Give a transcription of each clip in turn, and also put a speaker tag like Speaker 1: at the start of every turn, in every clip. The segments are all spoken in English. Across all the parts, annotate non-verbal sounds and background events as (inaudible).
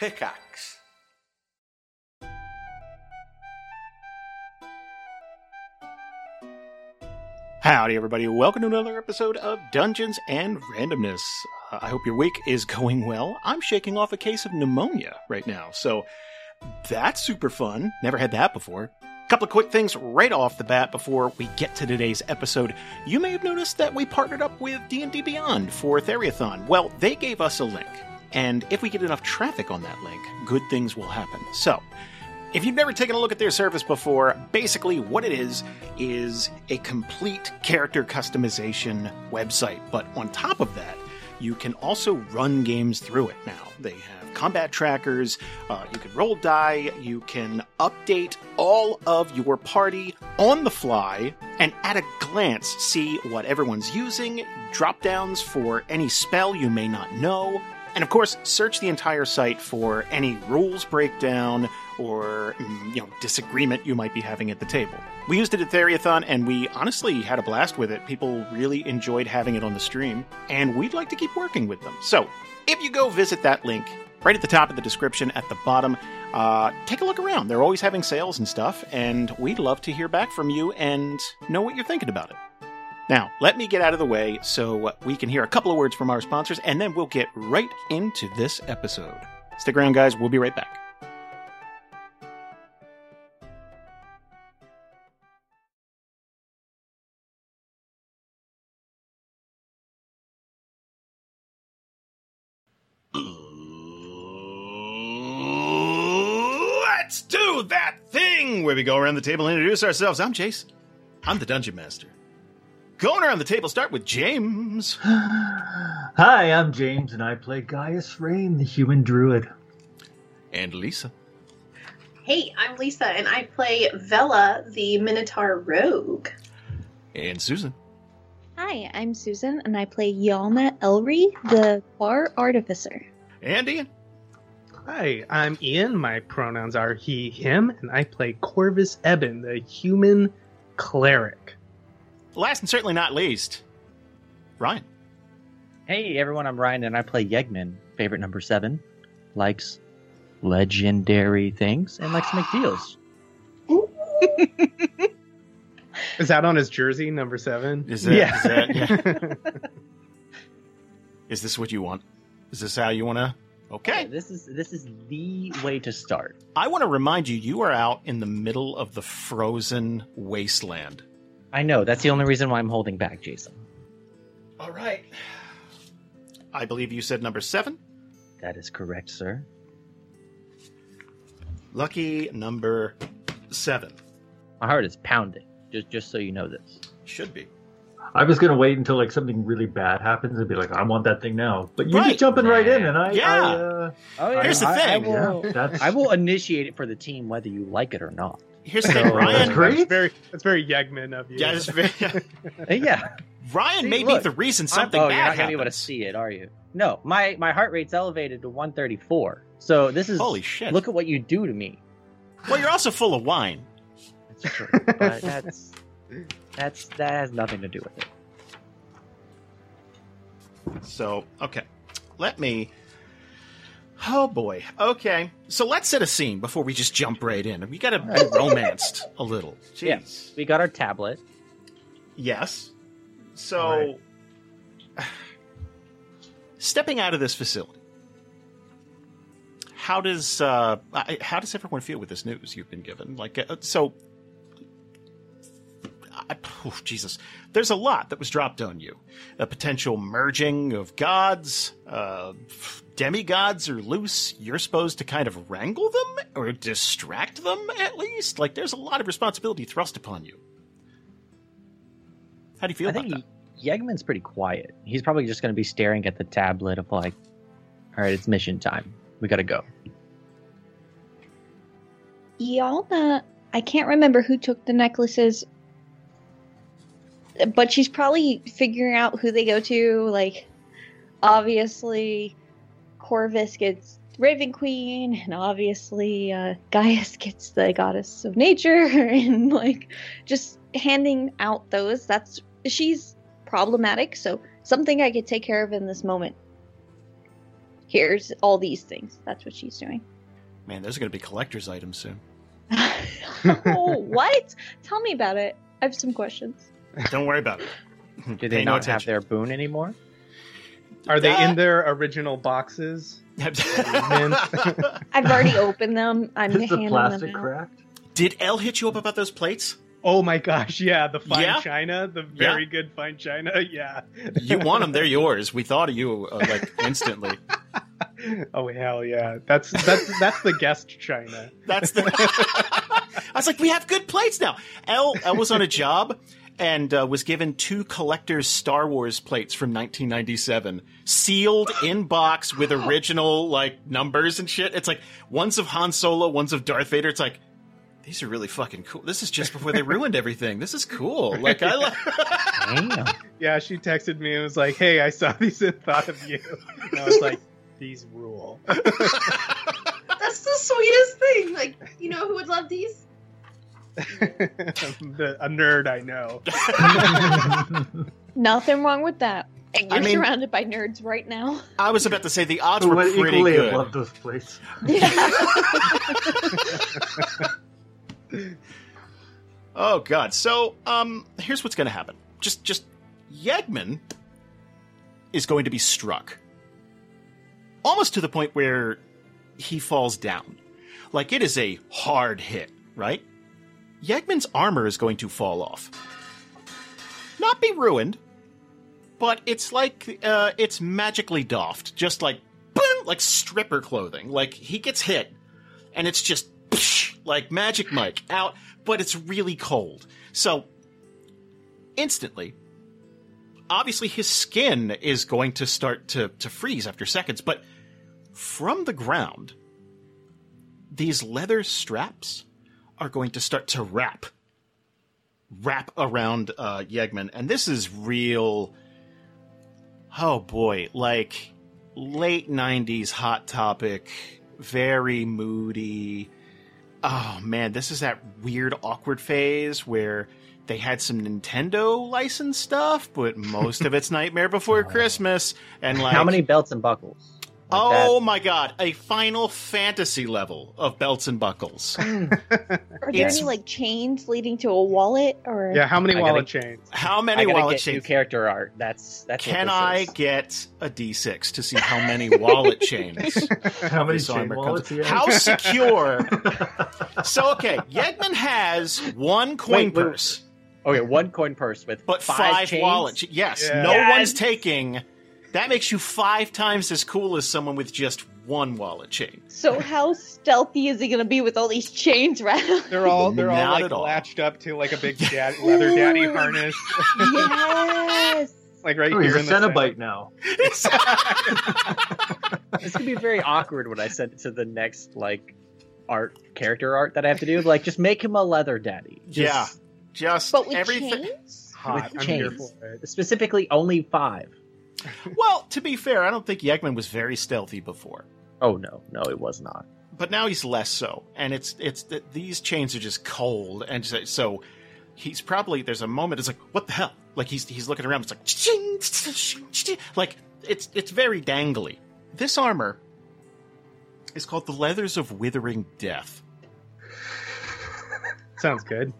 Speaker 1: Pickaxe.
Speaker 2: Howdy, everybody. Welcome to another episode of Dungeons and Randomness. Uh, I hope your week is (laughs) going well. I'm shaking off a case of pneumonia right now, so that's super fun. Never had that before. Couple of quick things right off the bat before we get to today's episode. You may have noticed that we partnered up with D&D Beyond for Theriathon. Well, they gave us a link, and if we get enough traffic on that link, good things will happen. So, if you've never taken a look at their service before, basically what it is is a complete character customization website. But on top of that, you can also run games through it now. They have combat trackers, uh, you can roll die, you can update all of your party on the fly, and at a glance, see what everyone's using, drop downs for any spell you may not know, and of course, search the entire site for any rules breakdown or mm, you know disagreement you might be having at the table. We used it at Theriathon, and we honestly had a blast with it. People really enjoyed having it on the stream, and we'd like to keep working with them. So, if you go visit that link right at the top of the description, at the bottom, uh, take a look around. They're always having sales and stuff, and we'd love to hear back from you and know what you're thinking about it. Now, let me get out of the way so we can hear a couple of words from our sponsors, and then we'll get right into this episode. Stick around, guys. We'll be right back. Let's do that thing where we go around the table and introduce ourselves. I'm Chase. I'm the Dungeon Master. Going around the table, start with James.
Speaker 3: (sighs) Hi, I'm James, and I play Gaius Rain, the human druid.
Speaker 2: And Lisa.
Speaker 4: Hey, I'm Lisa, and I play Vela, the Minotaur Rogue.
Speaker 2: And Susan.
Speaker 5: Hi, I'm Susan, and I play Yalna Elri, the Bar Artificer.
Speaker 2: And Ian.
Speaker 6: Hi, I'm Ian. My pronouns are he, him, and I play Corvus Eben, the human cleric.
Speaker 2: Last and certainly not least, Ryan.
Speaker 7: Hey everyone, I'm Ryan and I play Yegman, favorite number seven. Likes legendary things and likes to make
Speaker 2: (gasps)
Speaker 7: deals.
Speaker 6: Is that on his jersey, number seven?
Speaker 2: Is that-
Speaker 6: yeah.
Speaker 2: is that-
Speaker 3: (laughs)
Speaker 2: Is this what you want? Is this how you want to? Okay.
Speaker 7: This is this is the way to start.
Speaker 2: I want to remind you, you are out in the middle of the frozen wasteland.
Speaker 7: I know, that's the only reason why I'm holding back, Jason.
Speaker 2: All right. I believe you said number seven.
Speaker 7: That is correct, sir.
Speaker 2: Lucky number seven.
Speaker 7: My heart is pounding. Just just so you know this.
Speaker 2: Should be.
Speaker 3: I was gonna wait until like something really bad happens and be like, I want that thing now. But you're
Speaker 2: Right.
Speaker 3: just jumping right in, and I,
Speaker 2: Yeah.
Speaker 3: I uh,
Speaker 7: Oh
Speaker 2: yeah. Here's the
Speaker 7: I,
Speaker 2: thing.
Speaker 7: I will,
Speaker 3: yeah, that's
Speaker 7: I will initiate it for the team whether you like it or not.
Speaker 2: Here's the thing,
Speaker 3: (laughs) Oh,
Speaker 2: Ryan.
Speaker 3: that's great.
Speaker 6: That's very, that's very Yegman of you.
Speaker 2: Yeah, it's very-
Speaker 7: Uh, (laughs) yeah.
Speaker 2: Ryan
Speaker 7: See,
Speaker 2: may be
Speaker 7: look,
Speaker 2: the reason something
Speaker 7: I'm- oh,
Speaker 2: bad
Speaker 7: you're not gonna be able to
Speaker 2: happens.
Speaker 7: see it, are you? No, my my heart rate's elevated to 134. So this is
Speaker 2: Holy shit!
Speaker 7: look at what you do to me.
Speaker 2: well, you're also full of wine.
Speaker 7: That's true.
Speaker 2: (laughs)
Speaker 7: but that's that's that has nothing to do with it.
Speaker 2: So, okay. Let me. Oh boy. Okay. So let's set a scene before we just jump right in. We got to be romanced a little.
Speaker 7: Yeah.
Speaker 2: Jeez.
Speaker 7: We got our tablet.
Speaker 2: Yes. So,
Speaker 6: All right.
Speaker 2: (sighs) stepping out of this facility, how does uh, I- how does everyone feel with this news you've been given? Like, uh, so, I, (sighs) oh, Jesus, there's a lot that was dropped on you: a potential merging of gods, uh, demigods are loose. You're supposed to kind of wrangle them or distract them, at least. Like, there's a lot of responsibility thrust upon you. How do you feel
Speaker 7: I
Speaker 2: about
Speaker 7: think
Speaker 2: that?
Speaker 7: Yegman's pretty quiet. He's probably just going to be staring at the tablet of like, all right, it's mission time. We got to go.
Speaker 5: Yalna, I can't remember who took the necklaces, but she's probably figuring out who they go to. Like, obviously, Corvus gets Raven Queen, and obviously, uh, Gaius gets the Goddess of Nature, (laughs) and like, just handing out those. That's she's problematic, so something I could take care of in this moment. here's all these things. That's what she's doing.
Speaker 2: Man, those are going to be collector's items soon.
Speaker 5: (laughs) oh, what? Tell me about it. I have some questions.
Speaker 2: Don't worry about it.
Speaker 7: (laughs) Do they
Speaker 2: Pay no
Speaker 7: not have
Speaker 2: attention.
Speaker 7: their boon anymore?
Speaker 6: Are they
Speaker 2: Ah.
Speaker 6: in their original boxes?
Speaker 2: (laughs)
Speaker 5: I've already opened them. I'm
Speaker 3: Is (laughs) the
Speaker 5: handing
Speaker 3: plastic
Speaker 5: them out.
Speaker 3: cracked?
Speaker 2: Did L hit you up about those plates?
Speaker 6: Oh my gosh, yeah, the fine
Speaker 2: Yeah.
Speaker 6: china, the very good fine china, (laughs) yeah.
Speaker 2: You want them? They're yours. We thought of you uh, like instantly.
Speaker 6: Oh hell yeah. That's that's that's the guest china.
Speaker 2: That's the. (laughs) I was like, we have good plates now. L L was on a job and uh, was given two collector's Star Wars plates from 1997, sealed in box with original like numbers and shit. It's like one's of Han Solo, one's of Darth Vader. It's like. These are really fucking cool. This is just before they ruined everything. This is cool. Like I, li-
Speaker 7: (laughs) Damn.
Speaker 6: Yeah, she texted me and was like, Hey, I saw (laughs) these and thought of you. And I was like, These rule.
Speaker 4: That's the sweetest thing. Like, you know who would love these?
Speaker 6: (laughs) the, a nerd I know.
Speaker 5: Nothing wrong with that. And
Speaker 2: I
Speaker 5: you're
Speaker 2: mean-
Speaker 5: surrounded by nerds
Speaker 2: (laughs)
Speaker 5: right now.
Speaker 2: I was about to say the odds
Speaker 3: Who
Speaker 2: were
Speaker 3: would
Speaker 2: pretty
Speaker 3: equally
Speaker 2: good.
Speaker 3: have loved those
Speaker 2: (laughs)
Speaker 3: plates?
Speaker 2: Oh god. So, um here's what's going to happen. Just just Yegman is going to be struck. Almost to the point where he falls down. Like it is a hard hit, right? Yegman's armor is going to fall off. Not be ruined, but it's like uh it's magically doffed, just like boom, like stripper clothing. Like he gets hit and it's just psh, like magic mike out but it's really cold so instantly obviously his skin is going to start to, to freeze after seconds but from the ground these leather straps are going to start to wrap wrap around uh, yegman and this is real oh boy like late 90s hot topic very moody oh man this is that weird awkward phase where they had some nintendo license stuff but most of it's nightmare
Speaker 7: (laughs)
Speaker 2: before christmas and like
Speaker 7: Oh. How many belts and buckles? Like
Speaker 2: oh my god a final fantasy level of belts and buckles
Speaker 5: Are there
Speaker 2: It's-
Speaker 5: any like chains leading to a wallet or
Speaker 6: Yeah, how many
Speaker 7: I gotta-
Speaker 6: wallet chains?
Speaker 2: how
Speaker 7: that, (laughs) I
Speaker 2: many
Speaker 7: gotta
Speaker 2: wallet
Speaker 7: get new
Speaker 2: chains
Speaker 7: character art. That's that's. what
Speaker 2: can
Speaker 7: this
Speaker 2: i
Speaker 7: is.
Speaker 2: get a d6 to see how many
Speaker 7: (laughs)
Speaker 2: wallet chains
Speaker 3: How many
Speaker 2: this
Speaker 3: chain
Speaker 2: armor comes
Speaker 3: wallets? do you
Speaker 2: how (laughs)
Speaker 3: have? (laughs)
Speaker 2: secure so okay yegman has one coin
Speaker 6: Wait, wait, wait.
Speaker 2: purse
Speaker 7: Okay, one coin purse with
Speaker 2: but
Speaker 7: five,
Speaker 2: five,
Speaker 7: chains? (laughs)
Speaker 2: wallet. cha- Yes,
Speaker 6: Yeah.
Speaker 2: no
Speaker 7: Yes.
Speaker 2: one's taking. That makes you five times as cool as someone with just one wallet chain. (laughs)
Speaker 5: so how stealthy is he gonna be with all these chains around?
Speaker 6: They're all they're all
Speaker 2: Not
Speaker 6: like
Speaker 2: at all.
Speaker 6: latched up to like a big dad, leather daddy
Speaker 5: Ooh.
Speaker 6: harness,
Speaker 5: (laughs) yes.
Speaker 6: like right
Speaker 3: Oh, he's
Speaker 6: here
Speaker 3: a
Speaker 6: in the center.
Speaker 3: Cenobite now.
Speaker 7: (laughs) It's gonna be very awkward when I send it to the next like art character art that I have to do. Like, just make him a leather daddy. Just
Speaker 2: yeah, just
Speaker 5: But with
Speaker 2: everything.
Speaker 6: (laughs)
Speaker 5: chains?
Speaker 6: Hot.
Speaker 7: With
Speaker 6: Ah, I'm here
Speaker 7: chains.
Speaker 6: for it.
Speaker 7: Specifically, only five.
Speaker 2: Well, to be fair, I don't think Yegman was very stealthy before,
Speaker 7: Oh no, no, it was not.
Speaker 2: but now he's less so, and it's it's th- these chains are just cold, and so- so he's probably there's a moment it's like what the hell, like he's he's looking around, it's like ching, ching, ching, ching, like it's it's very dangly. This armor is called the Leathers of Withering Death.
Speaker 6: Sounds good.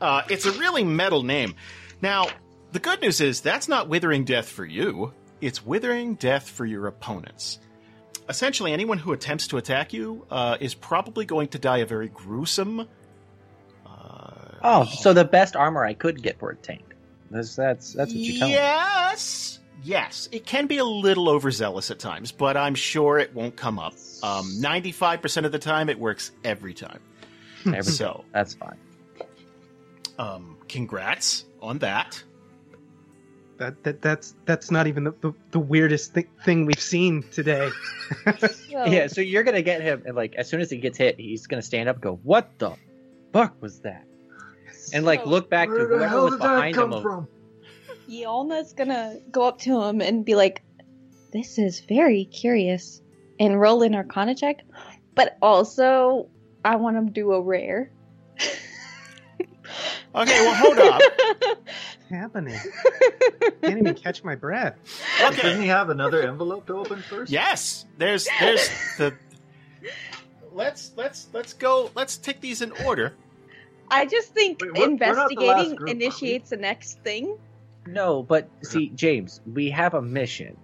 Speaker 2: Uh, it's a really metal name. Now, the good news is that's not withering death for you. It's withering death for your opponents. Essentially, anyone who attempts to attack you uh, is probably going to die a very gruesome. Uh,
Speaker 7: Oh, so the best armor I could get for a tank. That's that's that's what you're telling. me.
Speaker 2: Yes, yes. It can be a little overzealous at times, but I'm sure it won't come up. Um, 95% of the time, it works every time.
Speaker 7: There we go.
Speaker 2: So,
Speaker 7: That's fine.
Speaker 2: um, congrats on that.
Speaker 6: That, that that's that's not even the, the, the weirdest thi- thing we've seen today.
Speaker 5: So,
Speaker 7: (laughs) Yeah, so you're gonna get him, and like as soon as he gets hit, he's gonna stand up, and go, "What the fuck was that?" And like
Speaker 5: So-
Speaker 7: look back to
Speaker 3: Where the
Speaker 7: whoever
Speaker 3: hell
Speaker 7: was
Speaker 3: did that
Speaker 7: behind him.
Speaker 3: come
Speaker 7: of-
Speaker 3: from?
Speaker 5: Yelna's gonna go up to him and be like, "This is very curious," and roll an Arcana check. But also, I want him to do a rare.
Speaker 7: (laughs)
Speaker 2: Okay, well, hold up.
Speaker 6: happening? Can't even catch my breath.
Speaker 3: Didn't
Speaker 2: Okay.
Speaker 3: he have another envelope to open first?
Speaker 2: yes. There's there's
Speaker 7: (laughs)
Speaker 2: the. Let's let's let's go. Let's take these in order.
Speaker 5: (laughs) I just think
Speaker 3: Wait, we're- we're not the last
Speaker 5: investigating
Speaker 3: group, are we?
Speaker 5: initiates the next thing.
Speaker 7: No, but see, James, we have a (laughs) mission.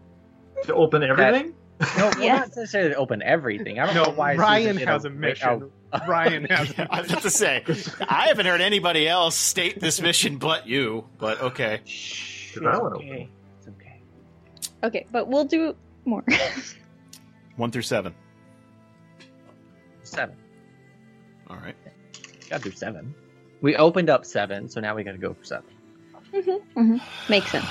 Speaker 3: To open everything?
Speaker 7: No, we're
Speaker 5: Yes.
Speaker 7: not necessarily to open everything. I don't know why.
Speaker 6: Ryan
Speaker 7: Susan did
Speaker 6: has a mission. Ryan
Speaker 2: (laughs)
Speaker 6: has
Speaker 2: Yeah, I
Speaker 6: a
Speaker 2: was about to say, I haven't heard anybody else state this mission but you. But okay.
Speaker 7: Oh, Shh,
Speaker 3: Did
Speaker 7: it's
Speaker 3: I wanna
Speaker 7: okay. It's okay.
Speaker 5: Okay, but we'll do more. (laughs)
Speaker 2: One through seven.
Speaker 7: Seven.
Speaker 2: All right. (sighs)
Speaker 7: Got through seven. We opened up seven, so now we got to go for seven.
Speaker 5: Makes sense.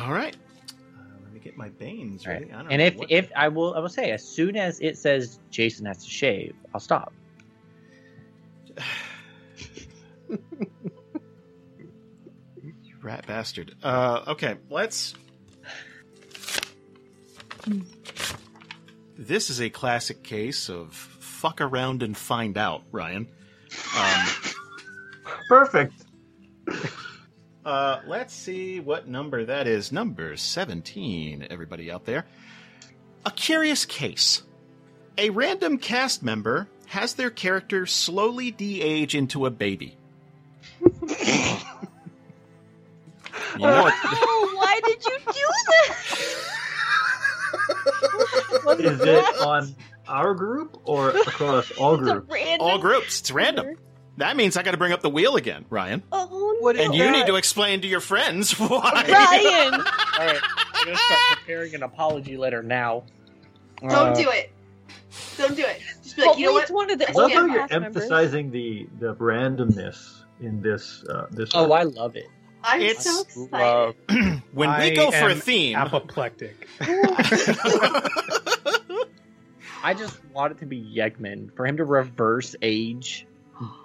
Speaker 2: All right. Uh, let me get my banes
Speaker 7: All right.
Speaker 2: ready. I don't
Speaker 7: And
Speaker 2: know
Speaker 7: if
Speaker 2: Oh, what-
Speaker 7: if I will, I will say as soon as it says Jason has to shave, I'll stop.
Speaker 2: you rat bastard. Uh, okay, let's. This is a classic case of fuck around and find out, Ryan. Um,
Speaker 3: Perfect.
Speaker 2: uh, let's see what number that is. Number 17, everybody out there. A curious case. A random cast member has their character slowly de age into a baby. you know it-
Speaker 5: Oh, why did you do this?
Speaker 3: Is it on our group or across
Speaker 7: (laughs)
Speaker 3: all
Speaker 5: It's a
Speaker 3: groups?
Speaker 5: random
Speaker 2: all groups. It's random.
Speaker 5: number.
Speaker 2: That means I got to bring up the wheel again, Ryan.
Speaker 5: Oh,
Speaker 7: What
Speaker 5: no.
Speaker 2: And you need to explain to your friends (laughs) why.
Speaker 5: Ryan.
Speaker 7: All right, I'm gonna start preparing an apology letter now.
Speaker 4: Don't
Speaker 7: Uh,
Speaker 4: do it. Don't do it. Just be
Speaker 5: But
Speaker 4: like, you know
Speaker 5: it's
Speaker 4: what?
Speaker 5: one of the
Speaker 4: I
Speaker 3: Love
Speaker 4: love
Speaker 3: how
Speaker 4: how
Speaker 3: you're
Speaker 5: cast members.
Speaker 3: emphasizing the, the randomness in this uh, this.
Speaker 7: Oh, I love it.
Speaker 4: I'm
Speaker 2: It's
Speaker 4: so excited.
Speaker 7: Love.
Speaker 2: when we
Speaker 6: I
Speaker 2: go for a
Speaker 6: am
Speaker 2: theme, (laughs)
Speaker 6: apoplectic.
Speaker 7: I just want it to be Yegman for him to reverse age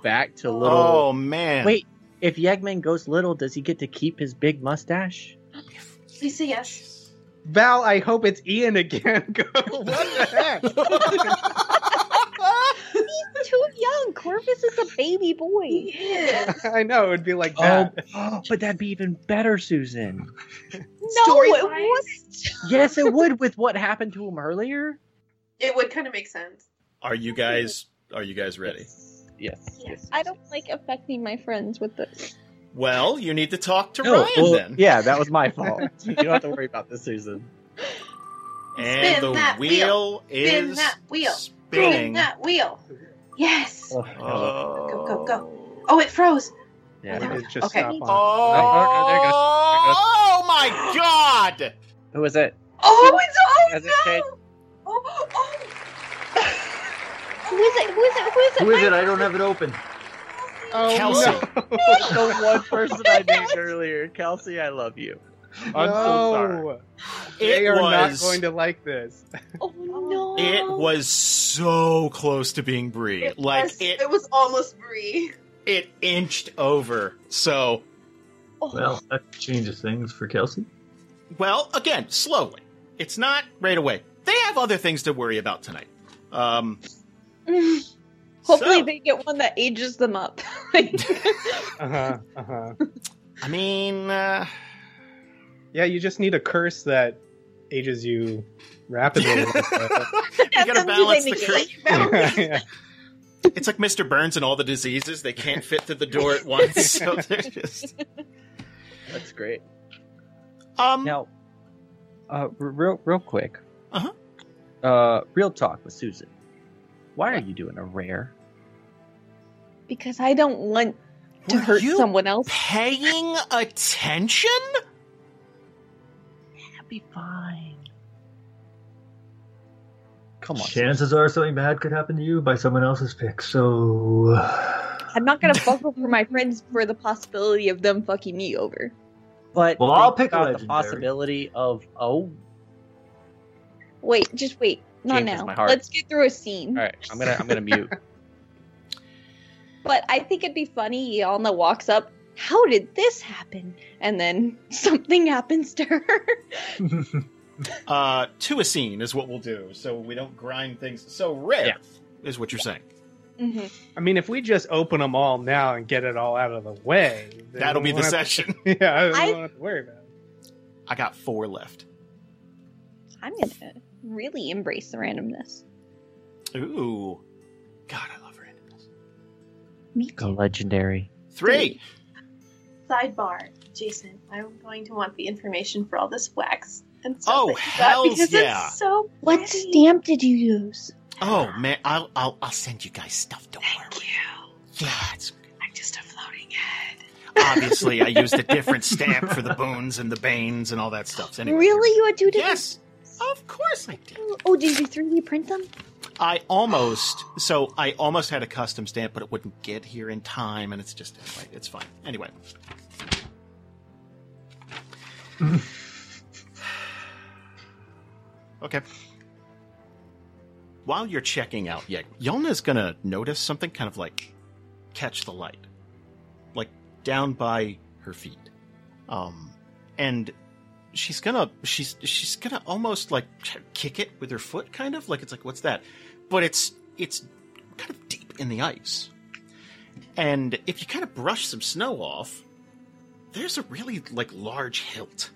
Speaker 7: back to little.
Speaker 2: oh man,
Speaker 7: Wait, if Yegman goes little, does he get to keep his big mustache?
Speaker 4: Please say yes.
Speaker 6: Val, I hope it's Ian again. (laughs) Go, what
Speaker 2: (laughs)
Speaker 6: the
Speaker 5: He's too young. Corvus is a baby boy.
Speaker 4: Yeah.
Speaker 6: heck? I know it would be like that.
Speaker 7: Oh, (gasps) but that'd be even better, Susan.
Speaker 5: No,
Speaker 4: Story
Speaker 5: it
Speaker 4: wise,
Speaker 5: wasn't.
Speaker 7: Yes, it would with what happened to him earlier.
Speaker 4: It would kind of make sense.
Speaker 2: are you guys are you guys ready?
Speaker 7: Yes. Yes. yes.
Speaker 5: I don't like affecting my friends with this.
Speaker 2: Well, you need to talk to
Speaker 7: No,
Speaker 2: Ryan
Speaker 7: well,
Speaker 2: then.
Speaker 7: Yeah, that was my fault. (laughs) you don't have to worry about this, Susan.
Speaker 2: And
Speaker 4: Spin
Speaker 2: the
Speaker 4: that
Speaker 2: wheel, is
Speaker 4: Spin that wheel.
Speaker 2: spinning.
Speaker 4: Spin that wheel. Yes.
Speaker 7: Oh,
Speaker 2: Oh.
Speaker 4: Go, go, Oh, it froze.
Speaker 6: Why
Speaker 7: yeah.
Speaker 6: did it just
Speaker 4: Okay.
Speaker 6: stop on?
Speaker 2: Oh my god!
Speaker 7: Who was (laughs) it?
Speaker 4: Oh, it's oh
Speaker 7: Has it
Speaker 4: no.
Speaker 7: changed?
Speaker 4: Oh, oh.
Speaker 5: Who is it? Who is it? Who is it?
Speaker 3: Who is it? I don't have it open.
Speaker 6: Oh,
Speaker 2: Kelsey.
Speaker 6: No. (laughs)
Speaker 7: the one person I named (laughs) earlier, Kelsey. I love you. I'm so sorry.
Speaker 6: No.
Speaker 2: It
Speaker 6: They are
Speaker 2: was
Speaker 6: not going to like this. (laughs)
Speaker 5: Oh no!
Speaker 2: it was so close to being Bree.
Speaker 4: It
Speaker 2: like
Speaker 4: was,
Speaker 2: it
Speaker 4: it was almost Bree.
Speaker 2: it inched over. So
Speaker 5: Oh,
Speaker 3: Well, that changes things for Kelsey.
Speaker 2: Well, again, slowly. It's not right away. They have other things to worry about tonight. Um,
Speaker 5: (laughs) Hopefully,
Speaker 2: so-
Speaker 5: they get one that ages them up. (laughs) Like, (laughs)
Speaker 6: Uh huh.
Speaker 7: Uh-huh,
Speaker 6: Uh huh.
Speaker 2: I mean, uh,
Speaker 6: Yeah, you just need a curse that ages you rapidly.
Speaker 2: (laughs)
Speaker 6: (laughs)
Speaker 2: you gotta
Speaker 5: Sometimes
Speaker 2: balance the
Speaker 5: they make
Speaker 2: cur-
Speaker 5: it.
Speaker 6: Yeah.
Speaker 2: It's like Mr. Burns and all the diseases; they can't fit through the door at (laughs) once, so they're just.
Speaker 7: That's great.
Speaker 2: Um,
Speaker 7: Now, uh, r- real real quick.
Speaker 2: Uh-huh.
Speaker 7: Uh, real talk with Susan. Why are you doing a rare?
Speaker 5: because I don't want to
Speaker 2: were
Speaker 5: hurt
Speaker 2: you (laughs)
Speaker 5: someone else.
Speaker 2: paying attention?
Speaker 7: That'd be fine. Come on. Susan.
Speaker 3: Chances are something bad could happen to you by someone else's pick. So
Speaker 5: I'm not gonna fuck over my friends for the possibility of them fucking me over.
Speaker 7: But
Speaker 3: Well, I'll
Speaker 7: think
Speaker 3: pick a
Speaker 7: about the
Speaker 3: legendary.
Speaker 7: possibility of oh.
Speaker 5: Wait, just wait. Not
Speaker 7: Changes
Speaker 5: now.
Speaker 7: my heart.
Speaker 5: Let's get through a scene.
Speaker 7: All right, I'm gonna I'm gonna mute.
Speaker 5: But I think it'd be funny. Yalna walks up. How did this happen? And then (laughs) something happens to her.
Speaker 2: Uh, to a scene is what we'll do, so we don't grind things. So rare is what you're saying.
Speaker 5: Mm-hmm.
Speaker 6: I mean, if we just open them all now and get it all out of the way, then
Speaker 2: That'll
Speaker 6: we
Speaker 2: be the
Speaker 6: won't have-
Speaker 2: session.
Speaker 6: (laughs) yeah, I
Speaker 5: I-
Speaker 6: don't have to worry about. it.
Speaker 2: I got four left.
Speaker 5: I'm gonna really embrace the randomness.
Speaker 2: Ooh. God, I love randomness.
Speaker 5: Me
Speaker 7: The
Speaker 5: too.
Speaker 7: (laughs) legendary.
Speaker 2: Three.
Speaker 4: Sidebar, Jason, I'm going to want the information for all this wax and stuff.
Speaker 2: Oh,
Speaker 4: that you got
Speaker 2: hells
Speaker 4: because
Speaker 2: yeah.
Speaker 4: It's so
Speaker 5: What
Speaker 4: pretty.
Speaker 5: stamp did you use?
Speaker 2: Oh man, I'll, I'll I'll send you guys stuff. Don't worry.
Speaker 4: Thank you.
Speaker 2: Yeah, it's,
Speaker 4: I'm just a floating head.
Speaker 2: obviously I used a different stamp for the boons and the banes and all that stuff. So anyway,
Speaker 5: Really, you had two different?
Speaker 2: Yes. Of course I did.
Speaker 5: Oh, did you 3D print them?
Speaker 2: I almost so I almost had a custom stamp, but it wouldn't get here in time, and it's just anyway, it's fine. Anyway, (sighs) okay. While you're checking out, yeah, Yelna's gonna notice something kind of like catch the light, like down by her feet, um, and she's gonna she's she's gonna almost like kick it with her foot, kind of like it's like what's that? But it's it's kind of deep in the ice, and if you kind of brush some snow off, there's a really like large hilt.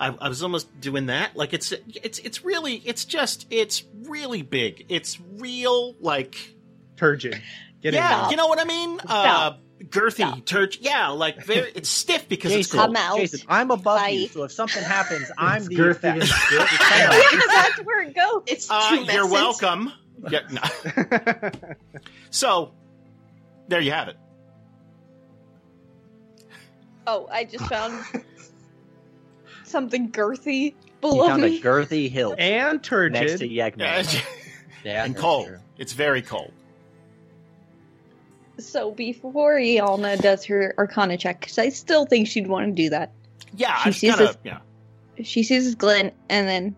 Speaker 2: I, I was almost doing that. Like it's it's it's really it's just it's really big. It's real like
Speaker 6: Turgid. Get in
Speaker 2: yeah,
Speaker 6: there.
Speaker 5: Stop.
Speaker 2: you know what I mean. Uh,
Speaker 5: Stop.
Speaker 2: girthy,
Speaker 5: Stop.
Speaker 2: turch. Yeah, like
Speaker 7: (laughs)
Speaker 2: very it's stiff because it's
Speaker 7: Jason,
Speaker 2: cold.
Speaker 5: I'm out.
Speaker 7: Jason, I'm above
Speaker 5: Bye.
Speaker 7: you, so if something happens, (sighs) I'm
Speaker 3: It's
Speaker 7: the
Speaker 3: girthy
Speaker 7: effect.
Speaker 3: and
Speaker 7: Just-
Speaker 5: yeah, that's where it goes.
Speaker 4: It's
Speaker 2: Uh,
Speaker 4: too
Speaker 2: you're
Speaker 4: messy.
Speaker 2: welcome. Yeah, no. (laughs)
Speaker 6: (laughs)
Speaker 2: So there you have it.
Speaker 5: Oh, I just found something girthy
Speaker 7: You
Speaker 5: below
Speaker 7: found a
Speaker 5: me.
Speaker 7: girthy hill
Speaker 6: and
Speaker 7: next to
Speaker 2: (laughs)
Speaker 6: turgid.
Speaker 7: Yegman. Yeah,
Speaker 2: and
Speaker 7: that's
Speaker 2: cold.
Speaker 7: true.
Speaker 2: It's very cold.
Speaker 5: so before Yalna does her Arcana check, 'cause I still think she'd want to do that.
Speaker 2: Yeah,
Speaker 5: She
Speaker 2: it's
Speaker 5: sees
Speaker 2: kind of
Speaker 5: this-
Speaker 2: yeah.
Speaker 5: She sees Glenn, and then,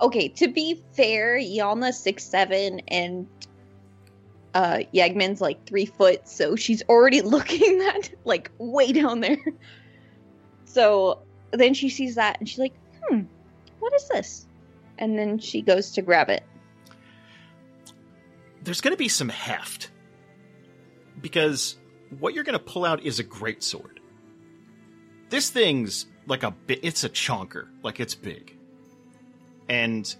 Speaker 5: okay. To be fair, Yalna's six seven, and uh Yagman's like three foot, so she's already (laughs) looking that like way down there. So then she sees that, and she's like, "Hmm, what is this?" And then she goes to grab it.
Speaker 2: There's going to be some heft because what you're going to pull out is a great sword. This thing's like a bit. It's a chonker. Like it's big, and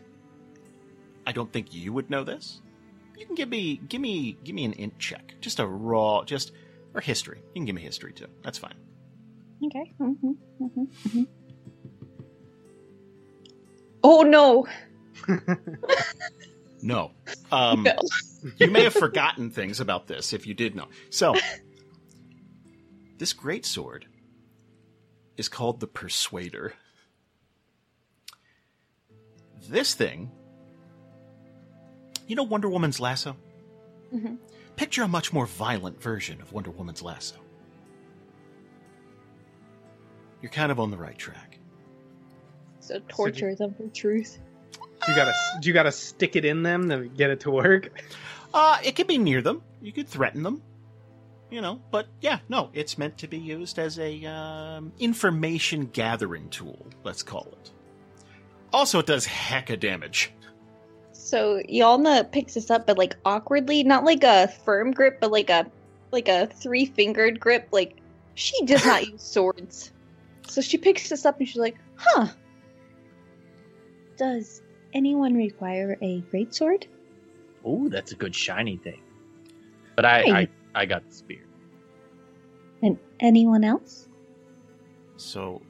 Speaker 2: I don't think you would know this. You can give me give me give me an int check. Just a raw just or history. You can give me history too. That's fine.
Speaker 5: Okay. hmm hmm hmm Oh no!
Speaker 2: No. Um,
Speaker 5: No.
Speaker 2: you may have forgotten things about this if you did know. So, this great sword is called the Persuader. This thing, you know, Wonder Woman's lasso.
Speaker 5: Mhm.
Speaker 2: Picture a much more violent version of Wonder Woman's lasso. You're kind of on the right track.
Speaker 5: (laughs) So torture them for truth.
Speaker 6: Do you gotta do you gotta stick it in them to get it to work?
Speaker 2: Uh, it could be near them. You could threaten them. You know, but yeah, no, it's meant to be used as a um, information gathering tool. Let's call it. Also, it does heck of damage.
Speaker 5: So Yalna picks this up, but like awkwardly, not like a firm grip, but like a like a three fingered grip. Like she does not use swords, so she picks this up and she's like, "Huh? Does anyone require a great sword?"
Speaker 7: Ooh, that's a good shiny thing. But I, I,
Speaker 5: Hey.
Speaker 7: I got the spear.
Speaker 5: And anyone else?
Speaker 2: So,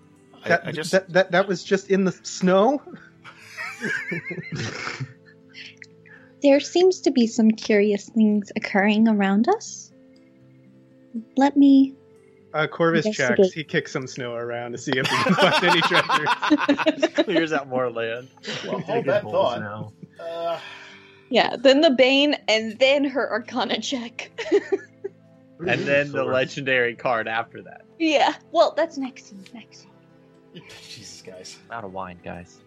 Speaker 6: That,
Speaker 2: I, I just
Speaker 6: that, (laughs) that that was just in the snow.
Speaker 5: There seems to be some curious things occurring around us. Let me.
Speaker 6: Uh, Corvus
Speaker 5: Investigate.
Speaker 6: checks. He kicks some snow around to see if he
Speaker 2: (laughs)
Speaker 6: can find any treasure.
Speaker 7: (laughs) Clears out more land. (laughs)
Speaker 2: Well,
Speaker 3: Dig
Speaker 2: hold
Speaker 3: his
Speaker 2: that
Speaker 3: holes
Speaker 2: thought.
Speaker 3: now.
Speaker 2: Uh,
Speaker 5: Yeah, then the Bane, and then her Arcana check. (laughs)
Speaker 7: And then the
Speaker 3: Sword.
Speaker 7: legendary card after that.
Speaker 5: yeah, well, that's next. scene, Next. scene.
Speaker 2: (laughs) Jesus, guys.
Speaker 7: Out of wine, guys.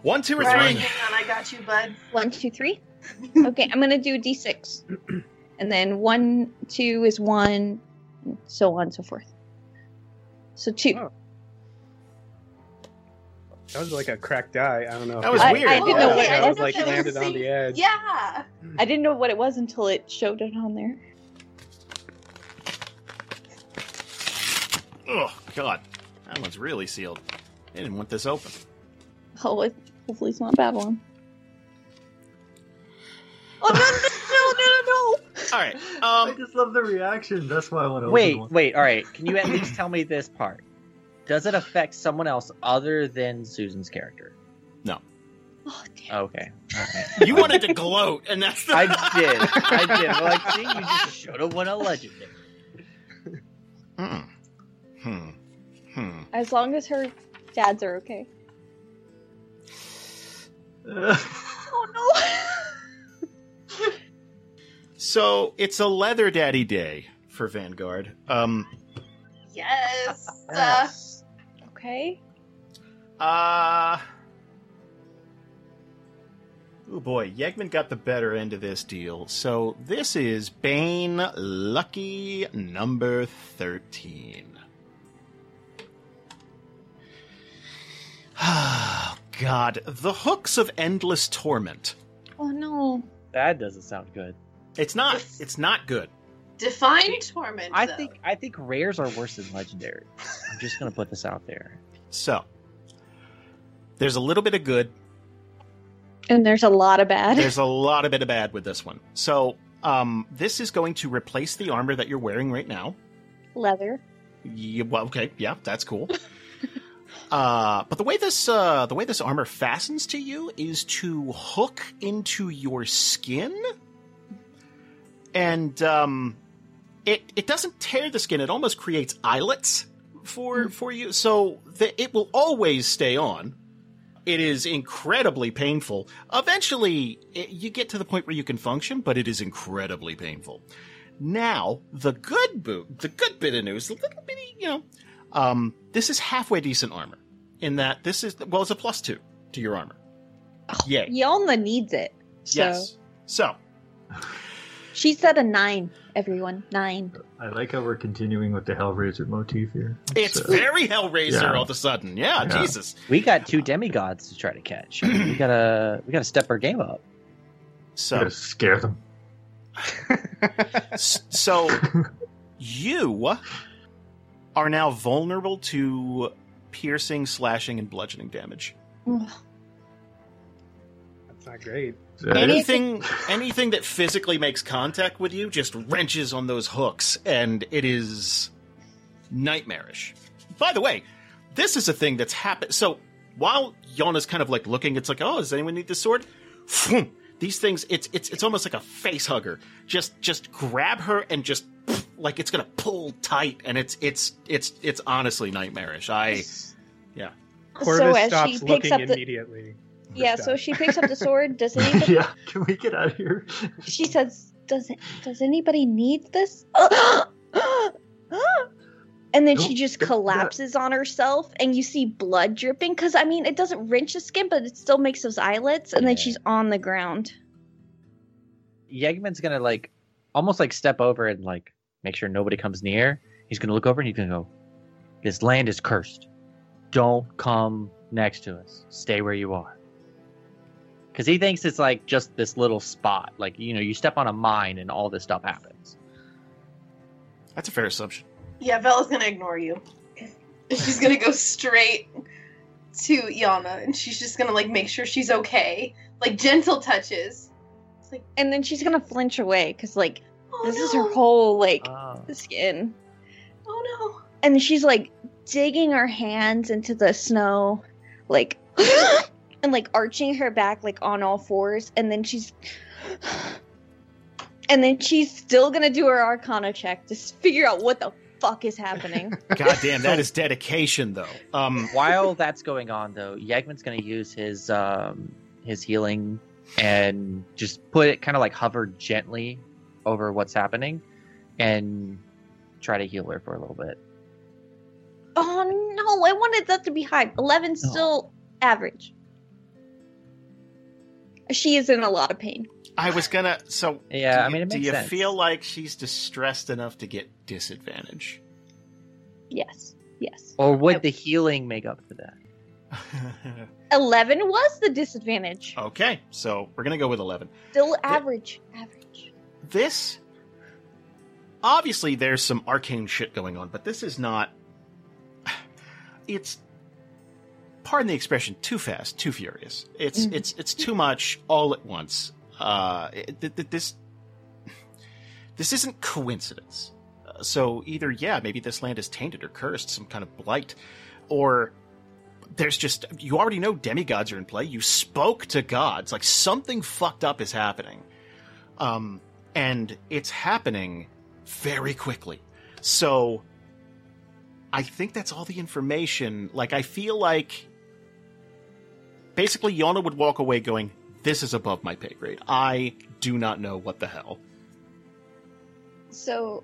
Speaker 2: One, two, or
Speaker 4: All right,
Speaker 2: three.
Speaker 4: hang on, I got you, bud.
Speaker 5: One,
Speaker 4: (laughs)
Speaker 5: two, three. Okay, I'm gonna do d6, and then one, two is one, and
Speaker 4: Oh.
Speaker 5: so on and so forth. So two.
Speaker 6: Oh. That was like a cracked eye. I don't know. if
Speaker 2: That
Speaker 6: you
Speaker 2: was
Speaker 6: saw
Speaker 2: weird.
Speaker 6: it.
Speaker 2: I
Speaker 4: Oh,
Speaker 2: didn't know
Speaker 6: Like,
Speaker 2: what-
Speaker 6: I
Speaker 5: I
Speaker 6: was
Speaker 5: didn't
Speaker 6: like
Speaker 5: know
Speaker 4: it was
Speaker 6: landed on
Speaker 4: the
Speaker 6: the edge.
Speaker 4: Yeah. (laughs)
Speaker 5: I didn't know what it was until it showed it on there.
Speaker 2: Oh God, that one's really sealed. They didn't want this open.
Speaker 5: Oh, it, hopefully it's not Babylon.
Speaker 4: Oh no no no no no!
Speaker 2: All right.
Speaker 3: I
Speaker 2: Um.
Speaker 3: just love the reaction. That's why I want to
Speaker 7: Wait,
Speaker 3: Open one.
Speaker 7: wait, all right. Can you at least tell me this part? Does it affect someone else other than Susan's character?
Speaker 5: Oh, damn.
Speaker 7: Okay.
Speaker 2: You wanted to gloat, and that's the.
Speaker 7: I did. I did. Well, like, see, you just should have won a legendary.
Speaker 2: (laughs) Hmm. Hmm. Hmm.
Speaker 5: As long as her dads are okay. Oh no!
Speaker 2: So it's a leather daddy day for Vanguard. Um.
Speaker 4: Yes. Uh,
Speaker 5: okay.
Speaker 2: Uh. Oh boy, Yegman got the better end of this deal. So this is Bane Lucky number 13. (sighs) God, the hooks of endless torment.
Speaker 5: Oh no.
Speaker 7: That doesn't sound good.
Speaker 2: It's not it's not good.
Speaker 4: define torment.
Speaker 7: I
Speaker 4: though.
Speaker 7: think I think rares are worse than legendary. I'm just gonna put this out there.
Speaker 2: So there's a little bit of good,
Speaker 5: And there's a lot of (laughs) bad.
Speaker 2: There's a lot of bit of bad with this one. So, um, this is going to replace the armor that you're wearing right now.
Speaker 5: Leather.
Speaker 2: Yeah, well, okay, yeah, that's cool. uh, but the way this uh, the way this armor fastens to you is to hook into your skin, and um, it it doesn't tear the skin. It almost creates eyelets for for you, so that it will always stay on. It is incredibly painful. Eventually, it, you get to the point where you can function, but it is incredibly painful. Now, the good boot, the good bit of news, the little bitty, you know, um, this is halfway decent armor. In that this is well, it's a plus two to your armor. Yay!
Speaker 5: Yolna needs it. So
Speaker 2: Yes. So
Speaker 5: she said a nine, everyone. Nine.
Speaker 3: I like how we're continuing with the Hellraiser motif here. uh,
Speaker 2: it's
Speaker 3: So-
Speaker 2: very Hellraiser
Speaker 3: Yeah.
Speaker 2: all of a sudden. Yeah,
Speaker 3: Yeah.
Speaker 2: Jesus.
Speaker 7: We got two demigods to try to catch. I mean, we gotta we gotta step our game up.
Speaker 2: So
Speaker 3: Gotta scare them.
Speaker 2: s-
Speaker 3: (laughs)
Speaker 2: so you are now vulnerable to piercing, slashing, and bludgeoning damage.
Speaker 5: Ugh.
Speaker 6: That's not great.
Speaker 2: anything (laughs) anything that physically makes contact with you just wrenches on those hooks and it is nightmarish by the way this is a thing that's happened so while Yona's kind of like looking it's like oh does anyone need this sword Phoom. these things it's it's it's almost like a face hugger just just grab her and just pff, like it's gonna pull tight and it's it's it's it's honestly nightmarish i
Speaker 6: Corvus
Speaker 5: as she
Speaker 6: stops
Speaker 5: picks
Speaker 6: looking
Speaker 5: up the-
Speaker 6: immediately.
Speaker 5: Yeah,
Speaker 6: Stop.
Speaker 5: so she
Speaker 6: (laughs)
Speaker 5: picks up the sword. Does
Speaker 3: (laughs)
Speaker 5: anybody
Speaker 3: yeah, can we get out of here?
Speaker 5: she says, Does it, does anybody need this? (gasps) and then she
Speaker 3: Don't
Speaker 5: just
Speaker 3: do that.
Speaker 5: collapses on herself and you see blood dripping because I mean it doesn't wrench the skin but it still makes those eyelets and then
Speaker 7: Yeah.
Speaker 5: she's on the ground.
Speaker 7: Yegman's gonna like almost like step over and like make sure nobody comes near. He's gonna look over and he's gonna go, This land is cursed. Don't come next to us. Stay where you are. Cause he thinks it's like just this little spot. Like, you know, you step on a mine and all this stuff happens.
Speaker 2: that's a fair assumption
Speaker 4: Yeah, Bella's gonna ignore you. (laughs) She's gonna go straight to Yana, and she's just gonna like make sure she's okay, like gentle touches. It's like,
Speaker 5: And then she's gonna flinch away because like
Speaker 4: oh
Speaker 5: this
Speaker 4: no,
Speaker 5: is her whole like
Speaker 7: Oh.
Speaker 6: Uh.
Speaker 5: skin.
Speaker 4: Oh
Speaker 5: and she's like digging her hands into the snow, like (gasps) and like arching her back like on all fours, and then she's (sighs) and then she's still gonna do her arcana check to s- figure out what the fuck is happening.
Speaker 2: god damn that is dedication though um
Speaker 7: While that's going on though, Yegman's gonna use his um his healing and just put it kinda like hover gently over what's happening and try to heal her for a little bit.
Speaker 5: oh no, I wanted that to be high. Eleven's
Speaker 7: No.
Speaker 5: still average. She is in a lot of pain.
Speaker 2: i was gonna so
Speaker 7: Yeah,
Speaker 2: Do
Speaker 7: I
Speaker 2: you-
Speaker 7: mean, it
Speaker 2: do
Speaker 7: makes
Speaker 2: you
Speaker 7: sense.
Speaker 2: feel like she's distressed enough to get disadvantage?
Speaker 5: Yes, yes.
Speaker 7: or would the healing make up for that?
Speaker 5: Eleven was the disadvantage.
Speaker 2: okay, so we're gonna go with eleven.
Speaker 5: Still average. Average.
Speaker 2: This obviously there's some arcane shit going on, but this is not. It's pardon the expression, too fast, too furious. It's
Speaker 5: Mhm.
Speaker 2: it's it's too much all at once. Uh, it, th- th- this this isn't coincidence. Uh, so either yeah, maybe this land is tainted or cursed, some kind of blight, or there's just you already know demigods are in play. You spoke to gods, like something fucked up is happening, um, and it's happening very quickly. So I think that's all the information. Like, I feel like basically Yana would walk away going, This is above my pay grade. I do not know what the hell.
Speaker 5: So,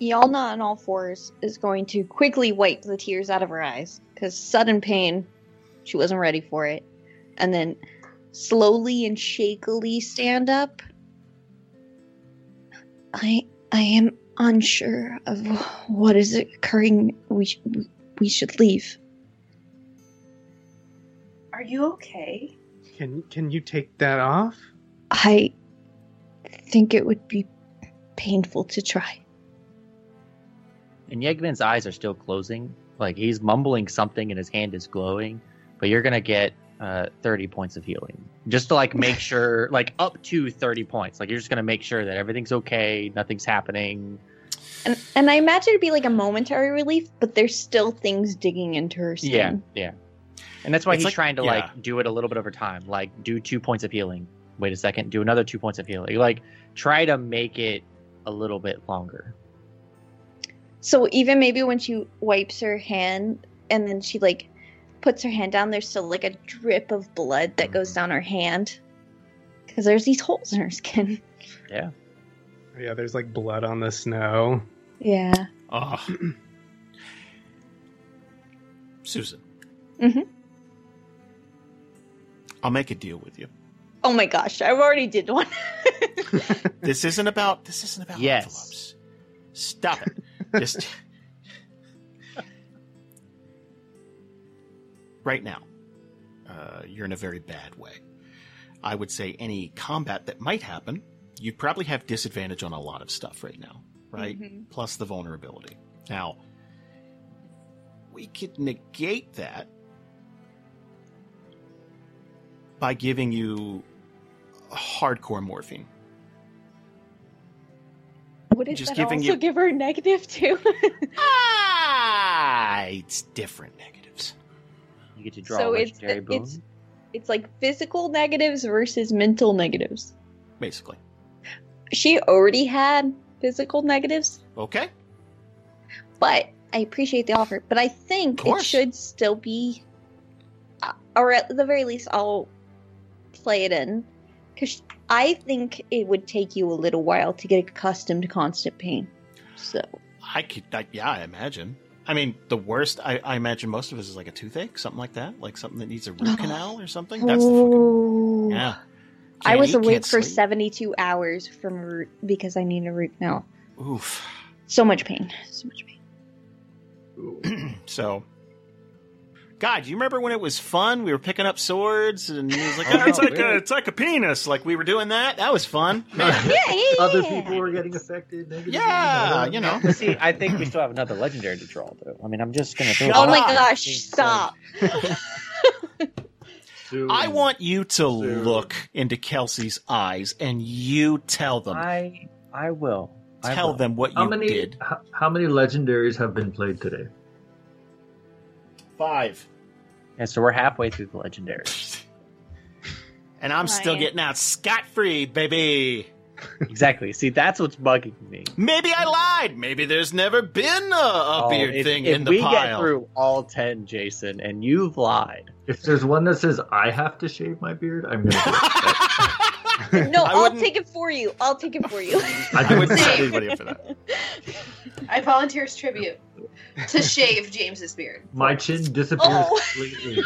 Speaker 5: Yalna on all fours is going to quickly wipe the tears out of her eyes because sudden pain, she wasn't ready for it, and then slowly and shakily stand up. I I am unsure of what is occurring. We sh- we should leave.
Speaker 4: Are you okay?
Speaker 6: Can can you take that off?
Speaker 5: I think it would be painful to try.
Speaker 7: And Yegman's eyes are still closing. Like he's mumbling something and his hand is glowing. But you're gonna get uh, 30 points of healing just to like make sure, like up to 30 points. Like you're just gonna make sure that everything's okay, nothing's happening.
Speaker 5: And and I imagine it'd be like a momentary relief, but there's still things digging into her skin.
Speaker 7: Yeah, yeah. And that's why
Speaker 2: It's
Speaker 7: he's
Speaker 2: like-
Speaker 7: trying to
Speaker 2: yeah.
Speaker 7: like do it a little bit over time. Like do two points of healing. Wait a second. Do another two points of healing. Like try to make it a little bit longer.
Speaker 5: So even maybe when she wipes her hand and then she like puts her hand down, there's still like a drip of blood that goes down her hand because there's these holes in her skin. (laughs)
Speaker 6: Yeah, there's like blood on the snow.
Speaker 5: Yeah.
Speaker 2: Ugh. (clears throat) Susan.
Speaker 5: Mhm.
Speaker 2: I'll make a deal with you.
Speaker 5: Oh my gosh, I've already did one. (laughs)
Speaker 2: This isn't about this isn't about
Speaker 7: Yes.
Speaker 2: envelopes. Stop it. Just right now, uh, you're in a very bad way. I would say any combat that might happen, you'd probably have disadvantage on a lot of stuff right now, right?
Speaker 5: Mhm.
Speaker 2: Plus the vulnerability. Now, we could negate that by giving you hardcore morphine.
Speaker 5: Would it
Speaker 2: Just
Speaker 5: that
Speaker 2: giving
Speaker 5: also
Speaker 2: you-
Speaker 5: give her a negative too? (laughs)
Speaker 2: Ah, it's different negatives.
Speaker 7: You get to draw
Speaker 5: So
Speaker 7: a
Speaker 5: it's-
Speaker 7: legendary boon.
Speaker 5: it's- it's like physical negatives versus mental negatives.
Speaker 2: Basically.
Speaker 5: She already had physical negatives,
Speaker 2: Okay.
Speaker 5: but I appreciate the offer. But I think it
Speaker 2: course.
Speaker 5: should still be, uh, or at the very least, I'll play it in because I think it would take you a little while to get accustomed to constant pain. So
Speaker 2: I could, I, yeah, I imagine. I mean, the worst, I, I imagine most of us is like a toothache, something like that. Like something that needs a root canal or something. That's the fucking.
Speaker 5: Ooh.
Speaker 2: Yeah.
Speaker 5: I
Speaker 2: Can't
Speaker 5: was
Speaker 2: eat,
Speaker 5: awake
Speaker 2: can't
Speaker 5: for
Speaker 2: sleep.
Speaker 5: seventy-two hours from a root because I need a root now.
Speaker 2: Oof.
Speaker 5: So much pain. So much
Speaker 2: (laughs)
Speaker 5: pain.
Speaker 2: so. God, you remember when it was fun? We were picking up swords, and it was like,
Speaker 7: Oh,
Speaker 2: "Oh, it's like
Speaker 7: really?
Speaker 2: a, it's like a penis. Like we were doing that. That was fun.
Speaker 5: (laughs)
Speaker 2: Man.
Speaker 5: Yeah, yeah, yeah.
Speaker 3: Other
Speaker 5: yeah.
Speaker 3: people were getting affected. negatively.
Speaker 2: yeah, you know.
Speaker 7: But see, I think we still have another legendary to draw, though. I mean, I'm just gonna. throw
Speaker 2: Shut
Speaker 5: Oh
Speaker 7: it
Speaker 5: my
Speaker 7: out.
Speaker 2: up.
Speaker 5: gosh!
Speaker 7: Being so-
Speaker 5: Stop.
Speaker 3: Soon.
Speaker 2: I want you to
Speaker 3: Soon.
Speaker 2: look into Kelsey's eyes, and you tell them.
Speaker 7: I I will I
Speaker 2: Oh tell
Speaker 7: will.
Speaker 2: them what you
Speaker 3: How many?
Speaker 2: did.
Speaker 3: How, how many legendaries have been played today?
Speaker 2: Five.
Speaker 7: And so we're halfway through the legendary.
Speaker 2: (laughs) And I'm still
Speaker 5: Ryan.
Speaker 2: getting out scot free, baby.
Speaker 7: exactly. See, that's what's bugging me.
Speaker 2: Maybe I lied. Maybe there's never been a, a
Speaker 7: Oh,
Speaker 2: beard
Speaker 7: if-
Speaker 2: thing
Speaker 7: if
Speaker 2: in the
Speaker 7: we get
Speaker 2: pile. (laughs)
Speaker 7: through all ten, Jason, and you've lied.
Speaker 3: If there's one that says I have to shave my beard, I'm gonna. do it.
Speaker 5: No,
Speaker 2: I
Speaker 5: I'll
Speaker 2: wouldn't-
Speaker 5: take it for you. I'll take it
Speaker 2: (laughs)
Speaker 5: for you.
Speaker 2: (laughs)
Speaker 5: (laughs)
Speaker 2: I wouldn't
Speaker 4: Same.
Speaker 2: set anybody up for that.
Speaker 4: I volunteer as tribute to shave James's beard.
Speaker 5: (laughs)
Speaker 3: My chin disappears
Speaker 5: Oh. (laughs)
Speaker 3: completely.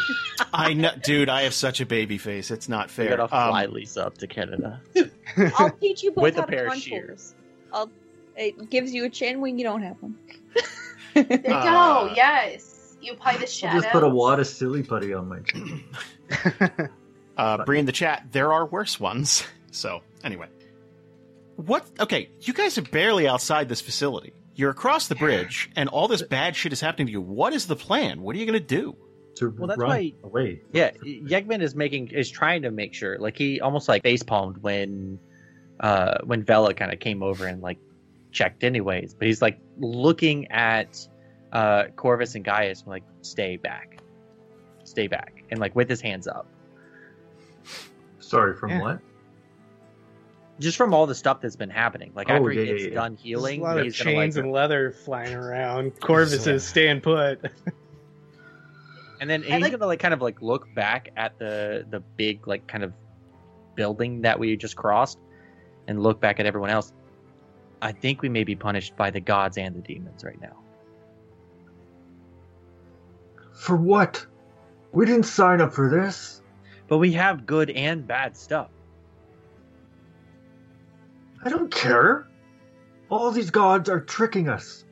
Speaker 2: I know, dude. I have such a baby face. It's not
Speaker 7: We
Speaker 2: fair.
Speaker 7: gotta
Speaker 2: Um,
Speaker 7: fly Lisa up to Canada.
Speaker 5: I'll
Speaker 7: (laughs)
Speaker 5: teach you both
Speaker 7: With a
Speaker 5: how to
Speaker 7: pair of
Speaker 5: contours.
Speaker 7: shears.
Speaker 5: I'll. It gives you a chin when you don't have one.
Speaker 4: There you
Speaker 2: Uh,
Speaker 4: go. Yes. You apply the shadow.
Speaker 3: I just put a wad of silly putty on my chin.
Speaker 2: Uh, Bree in the chat, there are worse ones. (laughs) So, anyway. What? Okay, you guys are barely outside this facility. You're across the bridge, and all this bad shit is happening to you. What is the plan? What are you going to do?
Speaker 3: To
Speaker 7: Well, that's
Speaker 3: run
Speaker 7: why-
Speaker 3: away.
Speaker 7: Yeah, Yegman is making is trying to make sure like he almost like face palmed when uh when Vela kind of came over and like checked anyways, but he's like looking at uh Corvus and Gaius like stay back. Stay back and like with his hands up.
Speaker 3: Sorry, from
Speaker 6: Yeah.
Speaker 3: what?
Speaker 7: Just from all the stuff that's been happening. Like
Speaker 3: Oh,
Speaker 7: after
Speaker 3: yeah,
Speaker 7: he gets
Speaker 3: yeah, yeah.
Speaker 7: done
Speaker 6: There's
Speaker 7: healing,
Speaker 6: a lot of
Speaker 7: he's gonna
Speaker 6: chains
Speaker 7: like
Speaker 6: and leather flying around. Corvus
Speaker 2: Yeah.
Speaker 6: is staying put.
Speaker 7: and then
Speaker 4: I
Speaker 7: he's
Speaker 4: like-
Speaker 7: gonna like kind of like look back at the the big like kind of building that we just crossed and look back at everyone else i think we may be punished by the gods and the demons right now
Speaker 3: For what? We didn't sign up for this.
Speaker 7: but we have good and bad stuff
Speaker 3: I don't care. All these gods are tricking us.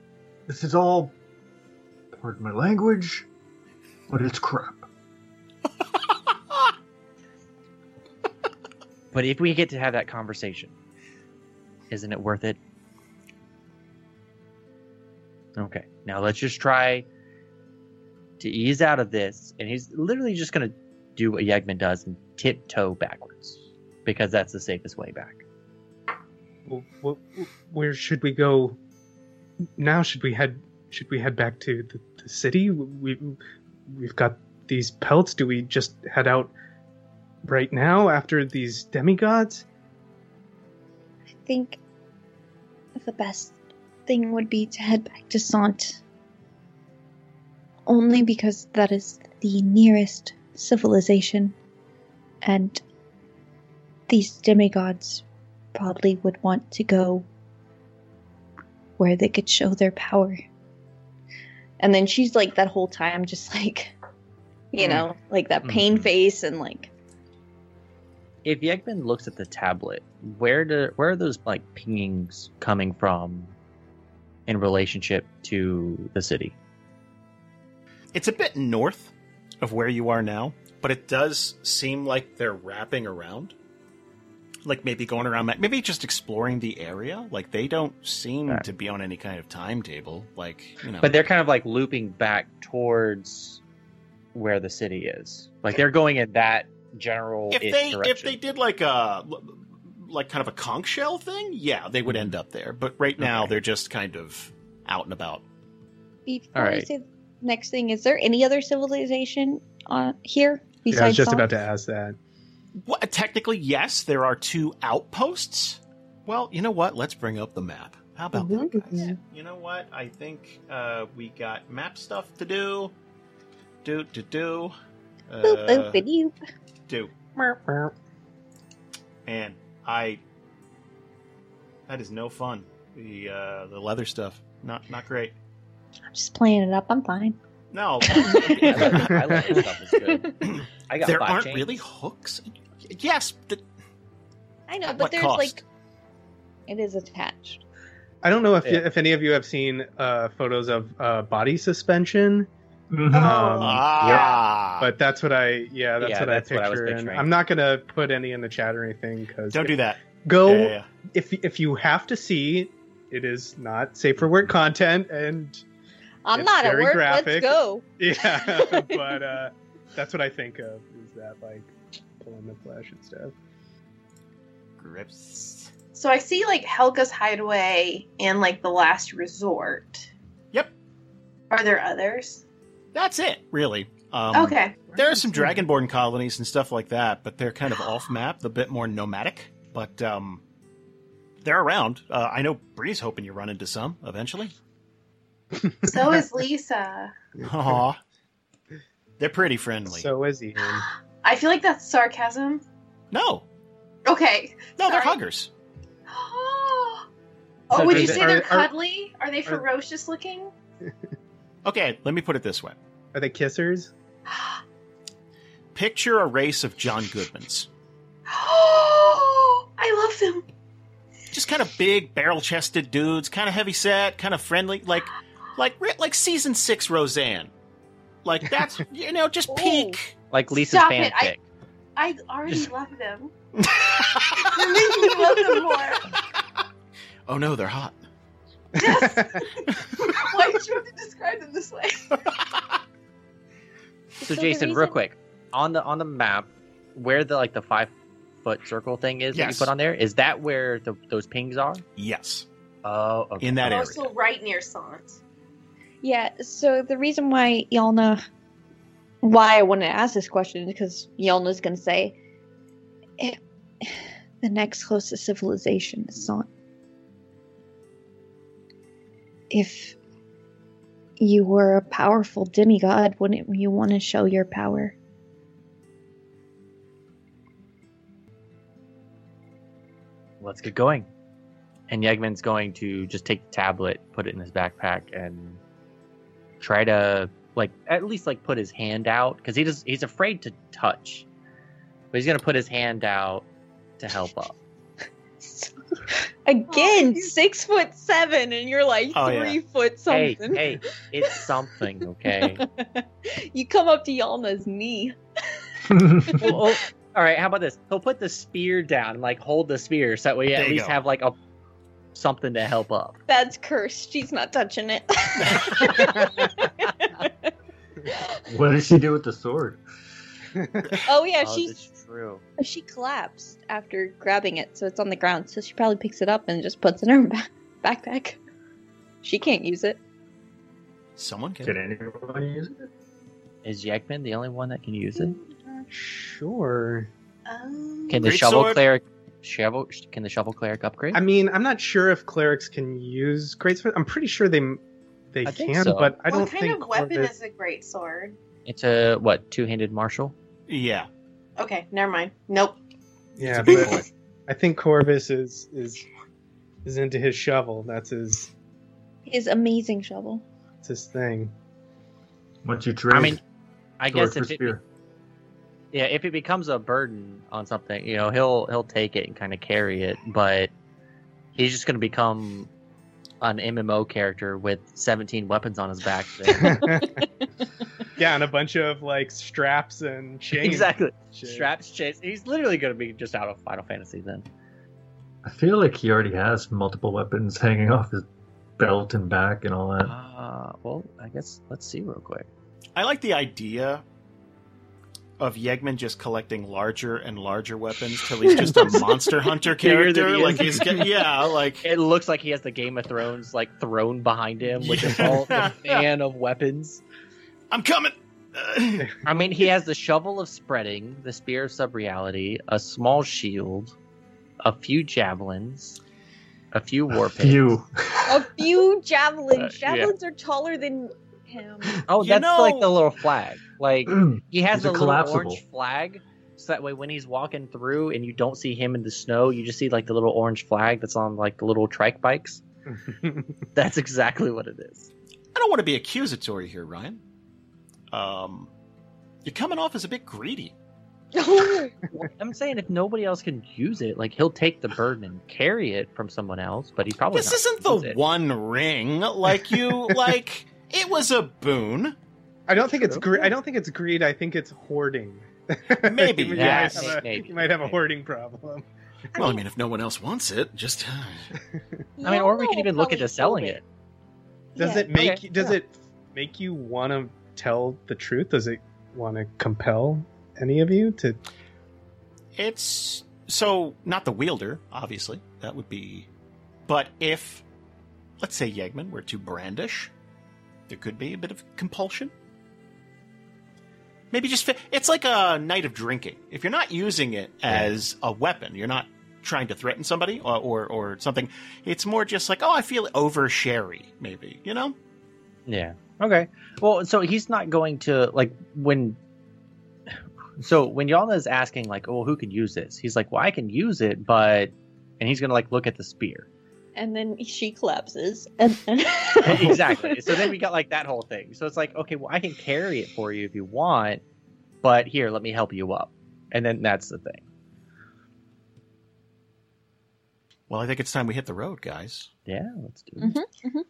Speaker 3: This is all, pardon my language, but it's crap.
Speaker 7: but if we get to have that conversation isn't it worth it okay now let's just try to ease out of this and he's literally just gonna do what yegman does and tiptoe backwards because that's the safest way back
Speaker 6: W- w- Where should we go now? Should we head? Should we head back to the, the city? We we've got these pelts. Do we just head out right now after these demigods?
Speaker 5: I think the best thing would be to head back to Sant. Only because that is the nearest civilization, and these demigods probably would want to go where they could show their power. And then she's like that whole time, just like, you
Speaker 6: Mm.
Speaker 5: know, like that pain
Speaker 3: Mhm.
Speaker 5: face and like
Speaker 7: if Yegman looks at the tablet, where do where are those like pingings coming from in relationship to the city?
Speaker 2: It's a bit north of where you are now, but it does seem like they're wrapping around. Like maybe going around, Ma- maybe just exploring the area. Like they don't seem
Speaker 7: Right.
Speaker 2: to be on any kind of timetable. Like, you know.
Speaker 7: But they're kind of like looping back towards where the city is. Like they're going in that general
Speaker 2: if they if
Speaker 7: direction.
Speaker 2: they did like a like kind of a conch shell thing, yeah, they would end up there. But right now
Speaker 7: Okay.
Speaker 2: they're just kind of out and about.
Speaker 5: Before
Speaker 7: All right.
Speaker 5: you say the next thing, is there any other civilization on here besides?
Speaker 6: Yeah, I was just
Speaker 5: Song?
Speaker 6: about to ask that.
Speaker 2: What, technically, yes, there are two outposts. Well, you know what? Let's bring up the map. How about that, guys? You know what? I think uh, we got map stuff to do. Do do do.
Speaker 5: Boop, boop,
Speaker 2: Uh,
Speaker 5: boop,
Speaker 2: do and I. That is no fun. The uh, the leather stuff, not not great.
Speaker 5: I'm just playing it up. I'm fine.
Speaker 7: (laughs)
Speaker 2: No,
Speaker 7: (laughs) I love that. I love that stuff. It's good. I got
Speaker 2: there
Speaker 7: five
Speaker 2: aren't
Speaker 7: chains.
Speaker 2: really hooks. Yes, th-
Speaker 5: (laughs) I know,
Speaker 2: At
Speaker 5: but
Speaker 2: what
Speaker 5: there's
Speaker 2: cost?
Speaker 5: like it is attached.
Speaker 6: I don't know if
Speaker 7: Yeah.
Speaker 6: if any of you have seen uh, photos of uh, body suspension.
Speaker 3: Mm-hmm.
Speaker 7: Uh,
Speaker 6: Um,
Speaker 2: ah,
Speaker 6: But that's what I yeah, that's
Speaker 7: Yeah,
Speaker 6: what
Speaker 7: that's
Speaker 6: I
Speaker 7: what
Speaker 6: picture.
Speaker 7: I was
Speaker 6: and
Speaker 7: picturing.
Speaker 6: I'm not gonna put any in the chat or anything because
Speaker 2: don't do that.
Speaker 6: Go
Speaker 2: Yeah, yeah, yeah.
Speaker 6: if if you have to see, it is not safe for work content, and (laughs)
Speaker 5: I'm
Speaker 6: It's
Speaker 5: not at
Speaker 6: very
Speaker 5: work.
Speaker 6: graphic.
Speaker 5: Let's go.
Speaker 6: yeah, but uh, that's what I think of is that like pulling the flesh and stuff.
Speaker 2: Grips.
Speaker 4: So I see like Helga's Hideaway and like the Last Resort.
Speaker 2: Yep.
Speaker 4: Are there others?
Speaker 2: That's it, really. Um,
Speaker 4: okay.
Speaker 2: There are some dragonborn colonies and stuff like that, but they're kind of off map, a bit more nomadic. But um, they're around. Uh, I know Bree's hoping you run into some eventually.
Speaker 4: So is Lisa.
Speaker 2: Aw. (laughs) They're pretty friendly.
Speaker 6: So is he.
Speaker 4: I feel like that's sarcasm.
Speaker 2: no,
Speaker 4: Okay. (gasps)
Speaker 2: no, they're
Speaker 4: Sorry.
Speaker 2: huggers.
Speaker 4: Oh,
Speaker 7: So
Speaker 4: would
Speaker 7: does
Speaker 4: you
Speaker 6: it-
Speaker 4: say
Speaker 6: are-
Speaker 4: they're
Speaker 6: are-
Speaker 4: cuddly? Are they
Speaker 6: are-
Speaker 4: ferocious looking? (gasps)
Speaker 2: Okay, let me put it this way:
Speaker 6: Are they kissers?
Speaker 2: picture a race of John Goodmans,
Speaker 4: Oh, I love them.
Speaker 2: just kind of big, barrel-chested dudes, kind of heavy set, kind of friendly, like, like, like season six Roseanne. Like
Speaker 7: (laughs)
Speaker 2: that's you know just
Speaker 4: Oh.
Speaker 2: peak.
Speaker 7: Like Lisa's
Speaker 4: Stop
Speaker 7: fanfic.
Speaker 4: it, I- I already love them. You're making me love them
Speaker 2: oh
Speaker 4: more.
Speaker 2: no, they're hot.
Speaker 4: Yes. (laughs) Why did you have to describe them this way?
Speaker 7: so,
Speaker 5: the
Speaker 7: Jason, real
Speaker 5: reason-
Speaker 7: quick, on the on the map, where the like the five foot circle thing is
Speaker 2: Yes.
Speaker 7: that you put on there, is that where the, those pings are?
Speaker 2: Yes,
Speaker 7: Oh, okay.
Speaker 2: in that area.
Speaker 4: I'm also right near Sant.
Speaker 5: Yeah, so the reason why Yelna, why I want to ask this question is because Yelna's going to say, "Eh, the next closest civilization is not. If you were a powerful demigod, wouldn't you want to show your power?
Speaker 7: Let's get going. And Yegman's going to just take the tablet, put it in his backpack, and try to like at least like put his hand out because he does he's afraid to touch, but he's gonna put his hand out to help
Speaker 5: (laughs)
Speaker 7: up.
Speaker 5: (laughs) Again,
Speaker 4: you-
Speaker 5: six foot seven, and you're like
Speaker 2: Oh,
Speaker 5: three
Speaker 2: yeah.
Speaker 5: foot
Speaker 7: hey,
Speaker 5: something.
Speaker 7: hey, it's
Speaker 5: (laughs)
Speaker 7: something, okay?
Speaker 5: you come up to Yelna's knee.
Speaker 7: Well, oh, all right. How about this? He'll put the spear down and like hold the spear, so that we
Speaker 2: There
Speaker 7: at
Speaker 2: you
Speaker 7: least
Speaker 2: go.
Speaker 7: have like a something to help up.
Speaker 5: That's cursed. She's not touching it.
Speaker 3: (laughs)
Speaker 5: (laughs)
Speaker 3: what does she do with the sword?
Speaker 5: oh yeah,
Speaker 7: Oh,
Speaker 5: she's
Speaker 7: that's true.
Speaker 5: she collapsed after grabbing it, so it's on the ground. So she probably picks it up and just puts it in her (laughs) ba- backpack. She can't use it.
Speaker 2: Someone
Speaker 3: Can
Speaker 2: can.
Speaker 3: anyone use it?
Speaker 7: Is Yegman the only one that can use it?
Speaker 6: sure.
Speaker 4: Um,
Speaker 7: Can the
Speaker 2: Great
Speaker 7: shovel
Speaker 2: sword.
Speaker 7: cleric shovel? Can the shovel cleric upgrade?
Speaker 6: I mean, I'm not sure if clerics can use greatswords. I'm pretty sure they they
Speaker 7: I think
Speaker 6: can,
Speaker 7: so.
Speaker 6: but I
Speaker 4: what
Speaker 6: don't
Speaker 4: kind
Speaker 6: think
Speaker 4: of weapon
Speaker 6: corvus-
Speaker 4: is a great sword?
Speaker 7: it's a what two handed martial?
Speaker 2: Yeah,
Speaker 4: Okay, never mind. Nope.
Speaker 6: Yeah,
Speaker 2: It's a big
Speaker 6: but I think Corvus is is is into his shovel. That's his
Speaker 5: His amazing shovel.
Speaker 6: that's his thing.
Speaker 3: Once you trade,
Speaker 7: I mean, I
Speaker 3: sword
Speaker 7: guess
Speaker 3: for
Speaker 7: if
Speaker 3: (laughs)
Speaker 7: it, (laughs)
Speaker 3: spear.
Speaker 7: yeah, if it becomes a burden on something, you know, he'll he'll take it and kind of carry it, but he's just going to become an MMO character with 17 weapons on his back.
Speaker 3: (laughs)
Speaker 6: yeah, and a bunch of like straps and chains.
Speaker 7: (laughs) exactly.
Speaker 6: and shit.
Speaker 7: Straps chase. He's literally going to be just out of Final Fantasy then.
Speaker 3: I feel like he already has multiple weapons hanging off his belt and back and all that.
Speaker 7: Uh, well, I guess let's see real quick.
Speaker 2: I like the idea of Yegman just collecting larger and larger weapons till he's
Speaker 7: (laughs)
Speaker 2: just a monster hunter
Speaker 7: Bigger than
Speaker 2: character.
Speaker 7: he is.
Speaker 2: Like he's get, yeah, like
Speaker 7: It looks like he has the Game of Thrones like throne behind him, which is
Speaker 2: Yeah.
Speaker 3: (laughs)
Speaker 7: all the fan of weapons.
Speaker 2: I'm (laughs) coming.
Speaker 7: I mean, he has the shovel of spreading, the spear of sub reality, a small shield, a few javelins, a few war
Speaker 3: A
Speaker 7: pins.
Speaker 3: few.
Speaker 5: A few
Speaker 7: Uh,
Speaker 5: javelins.
Speaker 7: yeah.
Speaker 5: Javelins are taller than (laughs) him.
Speaker 7: Oh,
Speaker 2: You
Speaker 7: that's like
Speaker 2: know-
Speaker 7: the little flag. Like he has
Speaker 3: These
Speaker 7: a
Speaker 3: are
Speaker 7: little
Speaker 3: collapsible.
Speaker 7: orange flag, so that way when he's walking through and you don't see him in the snow, you just see like the little orange flag that's on like the little trike bikes. (laughs) That's exactly what it is.
Speaker 2: I don't want to be accusatory here, Ryan. Um, you're coming off as a bit greedy.
Speaker 7: (laughs) I'm saying if nobody else can use it, like he'll take the burden and carry it from someone else, but he's probably
Speaker 2: this
Speaker 7: not
Speaker 2: isn't
Speaker 7: gonna use
Speaker 2: the
Speaker 7: it.
Speaker 2: one ring. Like (laughs) you, like it was a boon.
Speaker 6: I don't think it's
Speaker 7: True.
Speaker 6: gre- I don't think it's greed. I think it's
Speaker 7: (laughs)
Speaker 6: hoarding.
Speaker 2: Maybe,
Speaker 6: (laughs) you,
Speaker 7: yes,
Speaker 6: might have a,
Speaker 7: maybe,
Speaker 6: you might have a
Speaker 7: maybe.
Speaker 6: hoarding problem.
Speaker 2: Well, I mean, if no one else wants it, just uh,
Speaker 7: I mean, or we
Speaker 5: Yelna
Speaker 7: can
Speaker 5: will
Speaker 7: even look
Speaker 5: probably
Speaker 7: into selling
Speaker 5: hold
Speaker 7: it.
Speaker 6: Does
Speaker 5: Yeah.
Speaker 6: it make
Speaker 7: okay,
Speaker 6: you does it make you want to tell the truth? Does it want to compel any of you to?
Speaker 2: it's so not the wielder, obviously. That would be, but if let's say Yegman were to brandish, there could be a bit of compulsion. Maybe just fi- it's like a night of drinking. If you're not using it as a weapon, you're not trying to threaten somebody or, or or something. It's more just like, oh, I feel over sherry, maybe you know.
Speaker 7: Yeah. Okay. Well, so he's not going to like when. So when Yana is asking like, "Oh, who could use this?" He's like, "Well, I can use it, but," and he's gonna like look at the spear. (laughs)
Speaker 5: And then she collapses. (laughs) And then
Speaker 7: exactly. So then we got like that whole thing. So it's like, okay, well, I can carry it for you if you want, but here, let me help you up. And then that's the thing.
Speaker 2: Well, I think it's time we hit the road, guys.
Speaker 5: Mm-hmm.
Speaker 7: Yeah, let's do it.
Speaker 5: Mhm, mhm.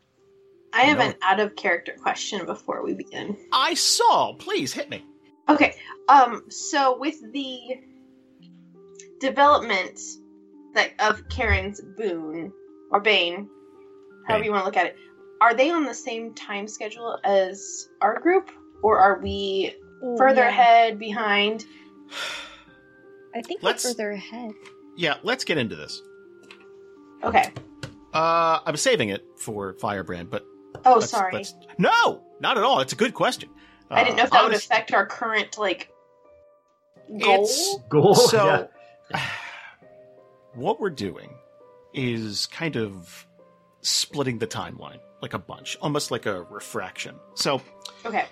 Speaker 4: I have
Speaker 7: No.
Speaker 4: an out of character question before we begin.
Speaker 2: I saw. Please hit me. (sighs)
Speaker 4: Okay. Um. So with the development that of Karen's boon or bane, however
Speaker 2: Bane.
Speaker 4: you want to look at it, are they on the same time schedule as our group, or are we further
Speaker 5: Oh, Yeah.
Speaker 4: ahead, behind?
Speaker 5: I think
Speaker 2: Let's-
Speaker 5: we're further ahead.
Speaker 2: Yeah, let's get into this.
Speaker 4: Okay.
Speaker 2: Uh, I'm saving it for Firebrand, but
Speaker 4: Oh,
Speaker 2: let's-
Speaker 4: sorry.
Speaker 2: let's- no, not at all. It's a good question. Uh,
Speaker 4: I didn't know if that would
Speaker 2: honest-
Speaker 4: affect our current like goal.
Speaker 2: It's-
Speaker 3: (clears throat) Goal. Oh, yeah.
Speaker 2: So, (sighs) what we're doing is kind of splitting the timeline like a bunch, almost like a refraction. So,
Speaker 4: Okay.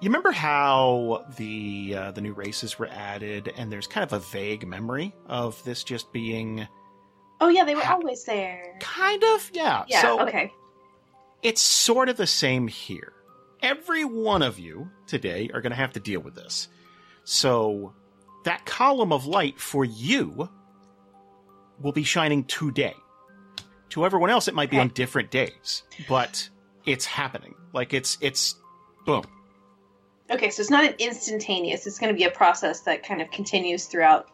Speaker 2: you remember how the uh, the new races were added, and there's kind of a vague memory of this just being
Speaker 4: Oh yeah, they were
Speaker 2: Ha-
Speaker 4: always there.
Speaker 2: kind of yeah.
Speaker 4: Yeah.
Speaker 2: so
Speaker 4: okay.
Speaker 2: it's sort of the same here. Every one of you today are going to have to deal with this. So that column of light for you will be shining today. To everyone else, it might be
Speaker 4: Okay.
Speaker 2: on different days, but it's happening. Like it's it's boom.
Speaker 4: Okay. So it's not an instantaneous. It's going to be a process that kind of continues throughout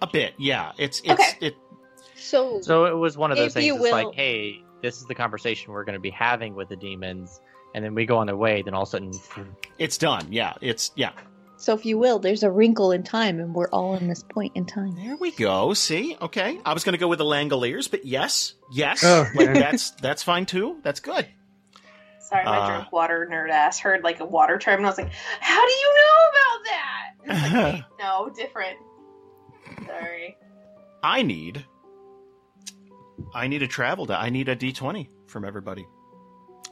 Speaker 2: A bit, yeah. It's it's
Speaker 4: Okay.
Speaker 2: it
Speaker 5: So,
Speaker 7: So it was one of those
Speaker 5: If you
Speaker 7: things. It's
Speaker 5: will-
Speaker 7: like, hey, this is the conversation we're going to be having with the demons, and then we go on our way. Then all of a sudden,
Speaker 2: it's done. Yeah, it's yeah.
Speaker 5: so if you will, there's a wrinkle in time, and we're all in this point in time.
Speaker 2: There we go. See, okay. I was going to go with the Langoliers, but yes, yes,
Speaker 6: Oh,
Speaker 2: like
Speaker 6: yeah.
Speaker 2: that's that's fine too. That's good.
Speaker 4: Sorry, my
Speaker 2: Uh,
Speaker 4: drink water nerd ass heard like a water term, and I was like, "How do you know about that?" And I was like, Wait,
Speaker 7: (laughs)
Speaker 4: no, different. Sorry.
Speaker 2: I need I need a travel die. I need a D twenty from everybody.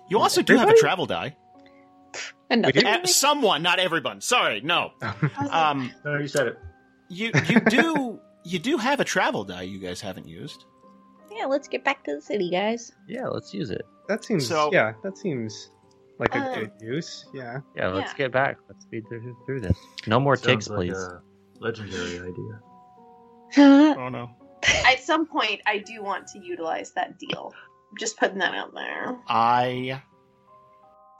Speaker 2: You also do have a
Speaker 6: Everybody?
Speaker 2: travel die.
Speaker 5: Another.
Speaker 6: do?
Speaker 2: Eh, someone, not everyone. Sorry, no.
Speaker 4: I was like,
Speaker 2: Um,
Speaker 7: Oh,
Speaker 3: No, you said it.
Speaker 2: you you do you do have a travel die. You guys haven't used.
Speaker 5: Yeah, let's get back to the city, guys.
Speaker 7: yeah, let's use it.
Speaker 6: That seems
Speaker 2: So-
Speaker 6: yeah. That seems like a
Speaker 4: Um,
Speaker 6: good use. Yeah.
Speaker 7: Yeah, let's
Speaker 4: Yeah.
Speaker 7: get back. Let's speed through, through this. No more ticks,
Speaker 3: Sounds like
Speaker 7: please.
Speaker 3: a legendary idea.
Speaker 5: (laughs) Huh?
Speaker 2: Oh no.
Speaker 4: at some point, I do want to utilize that deal. I'm just putting that out there.
Speaker 2: I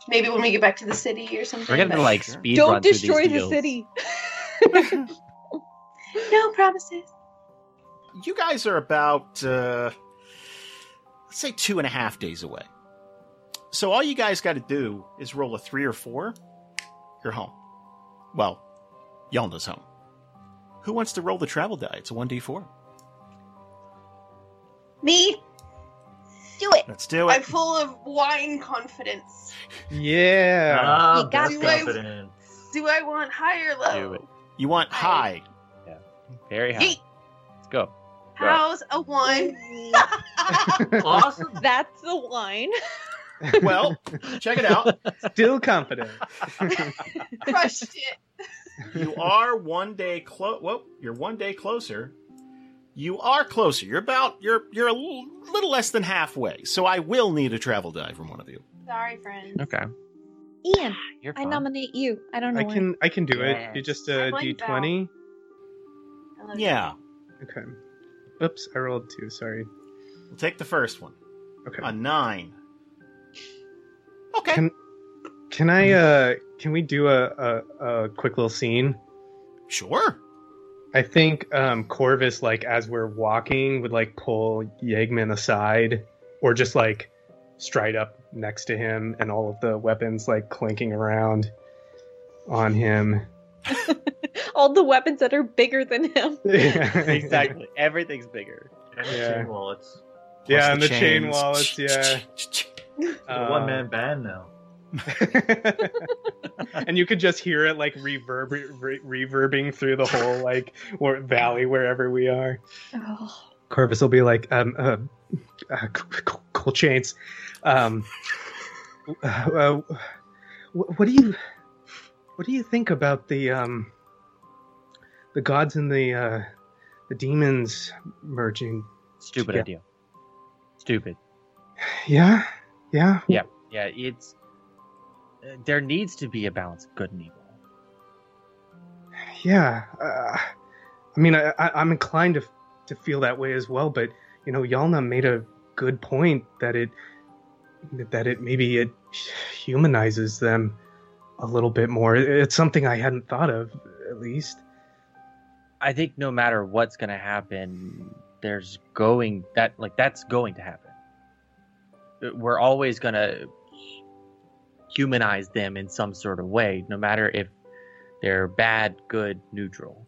Speaker 4: Maybe when we get back to the city or something.
Speaker 7: We're gonna
Speaker 4: but-
Speaker 7: like
Speaker 2: Sure.
Speaker 7: speed
Speaker 5: Don't
Speaker 7: run through
Speaker 5: destroy
Speaker 7: these
Speaker 5: the
Speaker 7: deals.
Speaker 5: city.
Speaker 4: no promises.
Speaker 2: you guys are about uh, let's say two and a half days away. So all you guys got to do is roll a three or four. You're home. Well, y'all knows home. Who wants to roll the travel die? It's a one d four.
Speaker 4: Me,
Speaker 5: Do it.
Speaker 2: Let's do
Speaker 4: I'm
Speaker 2: it.
Speaker 4: full of wine confidence.
Speaker 6: Yeah.
Speaker 3: Ah,
Speaker 5: You got
Speaker 3: that's
Speaker 4: it.
Speaker 3: (laughs) confident.
Speaker 4: Do I want high or
Speaker 7: Do
Speaker 4: low?
Speaker 7: it.
Speaker 2: You want high.
Speaker 7: Very high.
Speaker 4: Yeet.
Speaker 7: Let's go.
Speaker 4: How's a
Speaker 7: (laughs)
Speaker 4: one?
Speaker 3: Awesome.
Speaker 5: That's the wine.
Speaker 2: Well, check it out.
Speaker 4: (laughs)
Speaker 6: Still confident.
Speaker 4: Crushed it.
Speaker 2: You are one day close. Well, you're one day closer. You are closer. You're about. You're you're a l- little less than halfway. So I will need a travel die from one of you.
Speaker 4: Sorry, friend.
Speaker 7: Okay.
Speaker 5: Ian,
Speaker 7: You're
Speaker 5: I
Speaker 7: fine.
Speaker 5: nominate you. I don't know.
Speaker 6: I
Speaker 5: why.
Speaker 6: can I can do
Speaker 7: Yes.
Speaker 6: it. You just
Speaker 4: I
Speaker 6: a
Speaker 4: like
Speaker 6: D twenty.
Speaker 4: I love you.
Speaker 2: Yeah,
Speaker 6: Okay. Oops, I rolled two. Sorry.
Speaker 2: we'll take the first one.
Speaker 6: Okay.
Speaker 2: A nine. Okay.
Speaker 6: Can- Can I
Speaker 3: Hmm.
Speaker 6: uh can we do a a, a quick little scene?
Speaker 2: sure.
Speaker 6: I think um, Corvus, like as we're walking, would like pull Yegman aside, or just like stride up next to him, and all of the weapons like clinking around on him.
Speaker 5: All the weapons that are bigger than him.
Speaker 7: (laughs)
Speaker 6: (laughs)
Speaker 7: exactly. Everything's bigger.
Speaker 3: And the
Speaker 6: Yeah.
Speaker 3: chain wallets.
Speaker 2: Plus
Speaker 6: Yeah, and the chain
Speaker 2: chains.
Speaker 6: wallets, yeah.
Speaker 3: It's a one man band now.
Speaker 6: (laughs) and you could just hear it like reverber- re- reverbing through the whole like or valley wherever we are.
Speaker 5: Oh,
Speaker 6: Corvus will be like, um, uh, uh, c- c- cool chains. Um, uh, uh, wh- what do you, what do you think about the um, the gods and the uh, the demons merging?
Speaker 7: Stupid
Speaker 6: Yeah.
Speaker 7: idea. Stupid.
Speaker 6: Yeah, yeah,
Speaker 7: Yeah. Yeah. It's uh, there needs to be a balance of good and evil.
Speaker 6: yeah. Uh, I mean, I, I, I'm inclined to to feel that way as well, but you know, Yalna made a good point that it that it maybe it humanizes them a little bit more. It- It's something I hadn't thought of, at least.
Speaker 7: I think no matter what's going to happen, there's going that like that's going to happen. We're always going to humanize them in some sort of way, no matter if they're bad, good, neutral.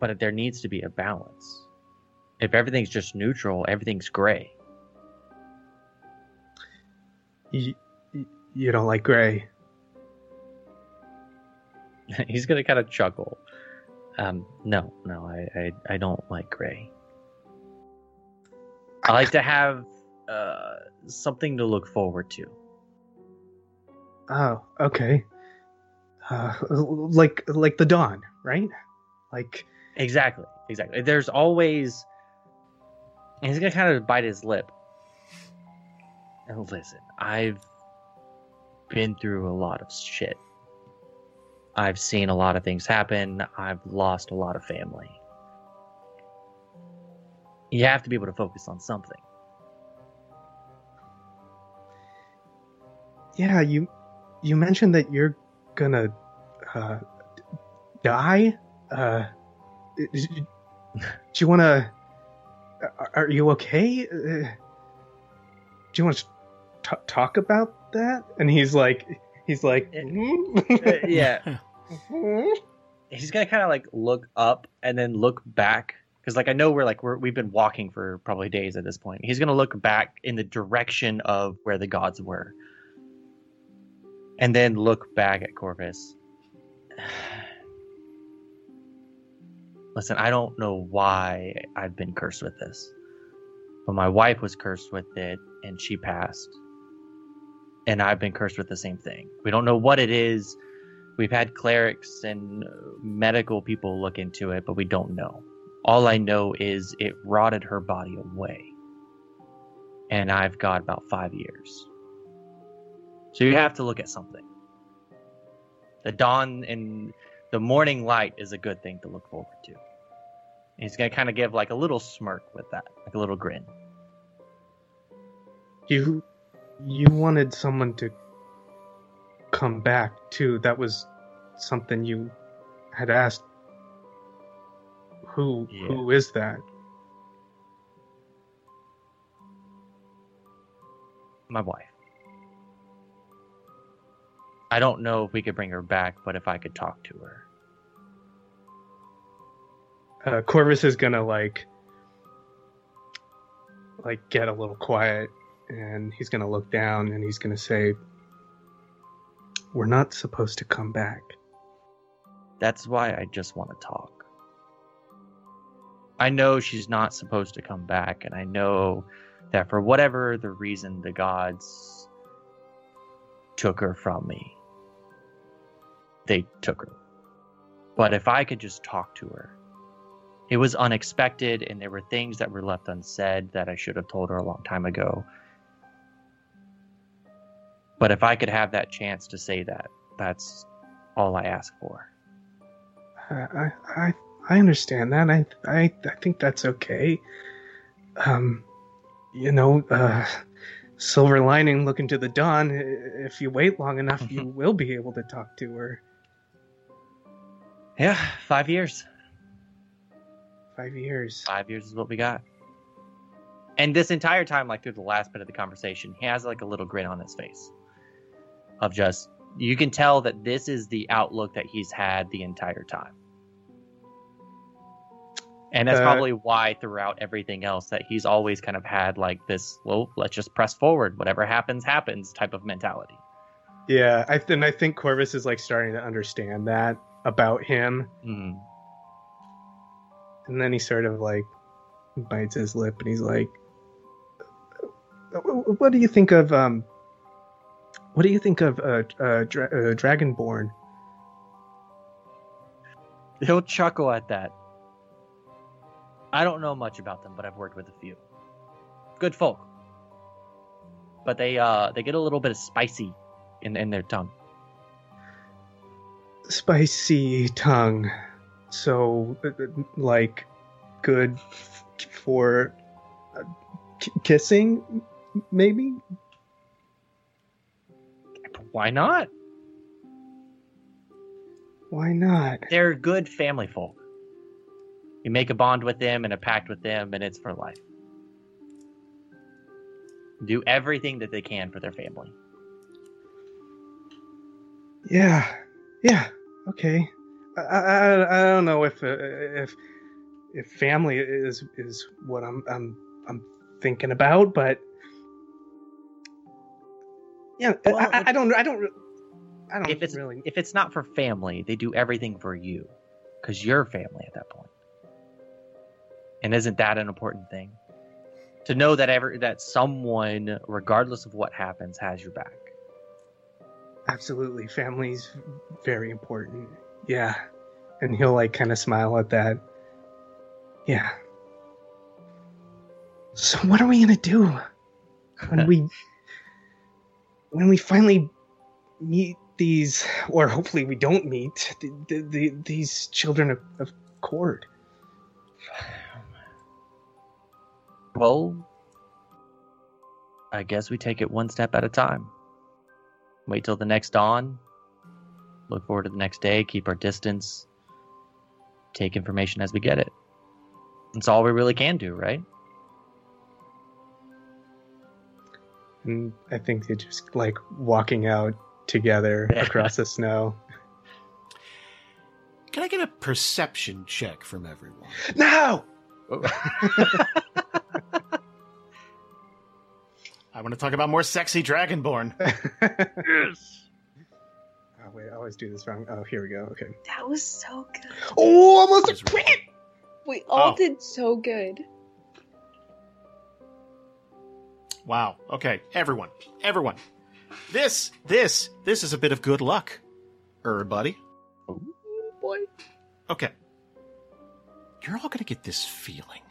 Speaker 7: But there needs to be a balance. If everything's just neutral, everything's gray.
Speaker 6: You, you don't like gray.
Speaker 7: (laughs) He's going to kind of chuckle. Um, no, no, I, I, I don't like gray. I like to have uh, something to look forward to.
Speaker 6: Oh, okay. Uh, like like the dawn, right? Like
Speaker 7: Exactly, exactly. There's always. And he's gonna kind of bite his lip. And listen, I've been through a lot of shit. I've seen a lot of things happen. I've lost a lot of family. You have to be able to focus on something.
Speaker 6: yeah, you you mentioned that you're gonna uh, die. Uh, d- d- d- do you want to? Are you okay? Uh, do you want to talk about that? And he's like, he's like,
Speaker 7: Eh,
Speaker 6: "Hmm?"
Speaker 7: yeah, he's gonna kind of like look up and then look back because like i know we're like we're, we've been walking for probably days at this point he's gonna look back in the direction of where the gods were and then look back at corvus (sighs) listen i don't know why i've been cursed with this but my wife was cursed with it and she passed and i've been cursed with the same thing we don't know what it is We've had clerics and uh, medical people look into it, but we don't know. All I know is it rotted her body away. And I've got about five years. So you have to look at something. The dawn and the morning light is a good thing to look forward to. And he's going to kind of give like a little smirk with that, like a little grin.
Speaker 6: (laughs) You you wanted someone to come back too. That was something you had asked. Who
Speaker 7: Yeah.
Speaker 6: who is that?
Speaker 7: my wife. I don't know if we could bring her back, but if I could talk to her.
Speaker 6: Uh, Corvus is gonna like like get a little quiet, and he's gonna look down, and he's gonna say, "We're not supposed to come back."
Speaker 7: That's why I just want to talk. I know she's not supposed to come back, and I know that for whatever the reason, the gods took her from me. They took her. But if I could just talk to her, it was unexpected, and there were things that were left unsaid that I should have told her a long time ago. But if I could have that chance to say that, that's all I ask for.
Speaker 6: I I I- I understand that. I I I think that's okay. Um, you know, uh, silver lining. Look into the dawn. I- If you wait long enough, you will be able to talk to her.
Speaker 7: Yeah, five years.
Speaker 6: Five years.
Speaker 7: Five years is what we got. And this entire time, like through the last bit of the conversation, he has like a little grin on his face of just, you can tell that this is the outlook that he's had the entire time. And that's
Speaker 6: Uh,
Speaker 7: probably why throughout everything else that he's always kind of had like this, well, let's just press forward. Whatever happens, happens type of mentality.
Speaker 6: Yeah, I th- and I think Corvus is like starting to understand that about him,
Speaker 7: Mm.
Speaker 6: and then he sort of like bites his lip and he's like, "Wh- "What do you think of um? What do you think of uh, uh, dra- uh Dragonborn?"
Speaker 7: He'll chuckle at that. I don't know much about them, but I've worked with a few. Good folk. But they uh they get a little bit of spicy in, in their tongue.
Speaker 6: spicy tongue. So, uh, uh, like, good f- for uh, k- kissing, maybe?
Speaker 7: Why not?
Speaker 6: Why not?
Speaker 7: They're good family folk. You make a bond with them and a pact with them, and it's for life. Do everything that they can for their family.
Speaker 6: Yeah, yeah, okay. I, I, I- I don't know if uh, if if family is is what I'm I'm I'm thinking about, but yeah, I-
Speaker 7: Well,
Speaker 6: I, I don't I don't re- I don't
Speaker 7: If it's-
Speaker 6: really.
Speaker 7: If it's not for family, they do everything for you because you're family at that point. And isn't that an important thing? To know that ever that someone, regardless of what happens, has your back.
Speaker 6: absolutely family's very important yeah and he'll like kind of smile at that yeah so what are we gonna do when we when we finally meet these or hopefully we don't meet the, the, the, these children of, of cord
Speaker 7: Well, I guess we take it one step at a time. Wait till the next dawn. Look forward to the next day. Keep our distance. Take information as we get it. That's all we really can do, right?
Speaker 6: and i think they're just like walking out together
Speaker 7: Yeah.
Speaker 6: across the snow
Speaker 2: (laughs) Can I get a perception check from everyone?
Speaker 6: no
Speaker 2: I want to talk about more sexy Dragonborn.
Speaker 7: Yes.
Speaker 6: (laughs) Oh wait, I always do this wrong. Oh, here we go.
Speaker 7: (laughs)
Speaker 6: Okay.
Speaker 4: That was so good.
Speaker 6: Oh, almost
Speaker 2: Is right.
Speaker 5: We all
Speaker 2: Oh.
Speaker 5: did so good.
Speaker 2: Wow. Okay, everyone, everyone. This, this, this is a bit of good luck, everybody.
Speaker 7: Oh, boy.
Speaker 2: Okay. You're all going to get this feeling.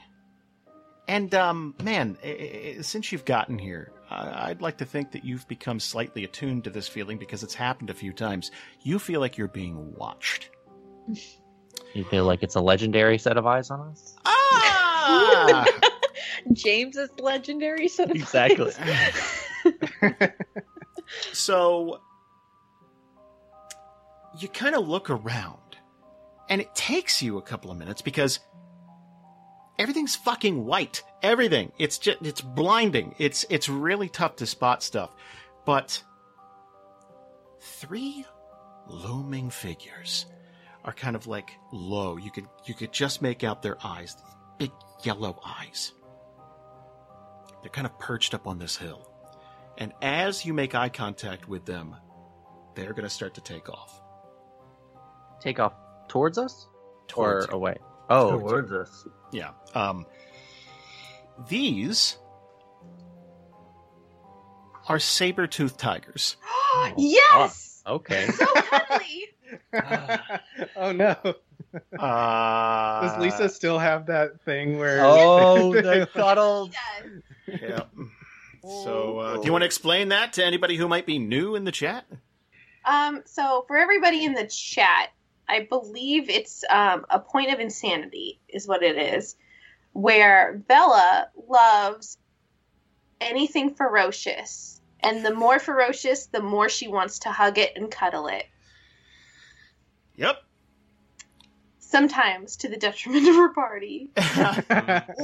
Speaker 2: And, um, man, i- i- since you've gotten here, I- I'd like to think that you've become slightly attuned to this feeling because it's happened a few times. You feel like you're being watched.
Speaker 7: You feel like it's a legendary set of eyes on us?
Speaker 2: Ah!
Speaker 5: (laughs)
Speaker 2: (laughs)
Speaker 5: James is legendary. So (laughs)
Speaker 7: Exactly.
Speaker 2: so you kind of look around and it takes you a couple of minutes because everything's fucking white everything it's just it's blinding it's it's really tough to spot stuff but three looming figures are kind of like low you could you could just make out their eyes these big yellow eyes they're kind of perched up on this hill and as you make eye contact with them, they're going to start to take off.
Speaker 7: Take off towards us
Speaker 2: Towards
Speaker 7: or
Speaker 2: you.
Speaker 7: away?
Speaker 3: Oh,
Speaker 7: Oh,
Speaker 3: what is this?
Speaker 2: Yeah. Um, these are saber-toothed tigers.
Speaker 4: (gasps) yes!
Speaker 5: (laughs)
Speaker 7: okay.
Speaker 4: So cuddly!
Speaker 6: (laughs) oh no.
Speaker 2: Uh,
Speaker 6: Does Lisa still have that thing where? (laughs)
Speaker 7: Ah.
Speaker 5: (laughs)
Speaker 7: oh, the cuddles.
Speaker 4: Yes.
Speaker 2: Yeah. So, uh, do you want to explain that to anybody who might be new in the chat?
Speaker 4: Um, so for everybody in the chat, I believe it's um, a point of insanity is what it is, where Bella loves anything ferocious, and the more ferocious, the more she wants to hug it and cuddle it.
Speaker 2: Yep. (laughs)
Speaker 4: Sometimes to the detriment of her party,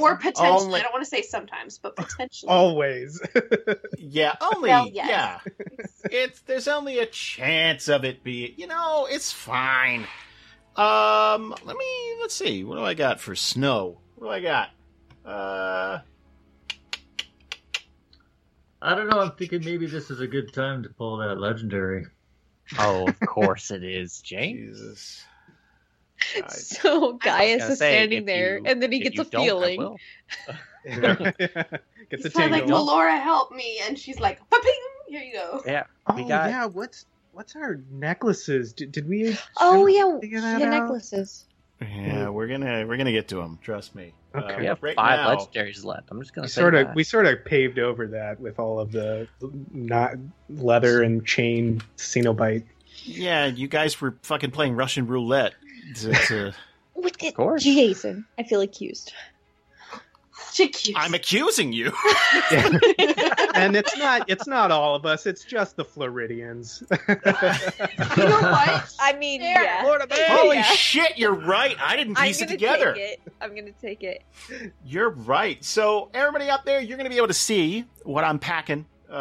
Speaker 4: or potentially.
Speaker 2: (laughs) Only- Oh,
Speaker 4: I don't want to say sometimes, but potentially. (laughs)
Speaker 7: (laughs)
Speaker 6: Always. (laughs)
Speaker 2: yeah. Only.
Speaker 4: Well, yes.
Speaker 2: Yeah. It's there's only a chance of it being. You know, it's fine. Um, let me let's see. What do I got for snow? What do I got? Uh,
Speaker 3: I don't know. I'm thinking maybe this is a good time to pull that legendary.
Speaker 7: Oh, of course it
Speaker 2: (laughs)
Speaker 7: is, James.
Speaker 2: Jesus.
Speaker 5: so Gaius
Speaker 7: gonna
Speaker 5: is
Speaker 7: say,
Speaker 5: standing
Speaker 7: if
Speaker 5: there,
Speaker 7: you-
Speaker 5: and then he
Speaker 7: If
Speaker 5: gets
Speaker 7: you
Speaker 5: a
Speaker 7: don't, I
Speaker 5: feeling.
Speaker 7: will.
Speaker 6: Gets a
Speaker 4: He's probably like,
Speaker 6: tingle.
Speaker 4: "Well, Laura, help me," and she's like, "Ping! Here you go."
Speaker 7: Yeah.
Speaker 6: oh
Speaker 7: we got-
Speaker 6: yeah. What's what's our necklaces? Did, did we?
Speaker 5: Oh yeah,
Speaker 6: figure that
Speaker 5: yeah,
Speaker 6: out?
Speaker 5: necklaces.
Speaker 2: Yeah, we're gonna we're gonna get to him. Trust me. Um,
Speaker 6: Okay.
Speaker 7: We have
Speaker 2: right
Speaker 7: five
Speaker 2: now-
Speaker 7: legendaries left. I'm just
Speaker 6: We
Speaker 7: gonna say
Speaker 6: sort of
Speaker 7: that.
Speaker 6: we sort of paved over that with all of the not leather and chain
Speaker 7: (laughs)
Speaker 6: cenobite.
Speaker 2: Yeah, you guys were fucking playing Russian
Speaker 5: (laughs)
Speaker 2: roulette. To, to-
Speaker 5: What did
Speaker 7: course.
Speaker 5: Jason? I feel accused.
Speaker 4: She cute.
Speaker 2: I'm accusing you.
Speaker 6: and it's not it's not all of us. It's just the Floridians.
Speaker 4: (laughs)
Speaker 6: (laughs)
Speaker 4: you know what?
Speaker 5: I mean,
Speaker 4: There.
Speaker 5: yeah.
Speaker 7: Florida man.
Speaker 2: Holy
Speaker 5: Yeah.
Speaker 2: shit, you're right. I (laughs) didn't
Speaker 5: I'm
Speaker 2: piece
Speaker 5: gonna
Speaker 2: it together.
Speaker 5: take it. I'm gonna take it.
Speaker 2: You're right. So, everybody out there, you're going to be able to see what I'm packing. Uh,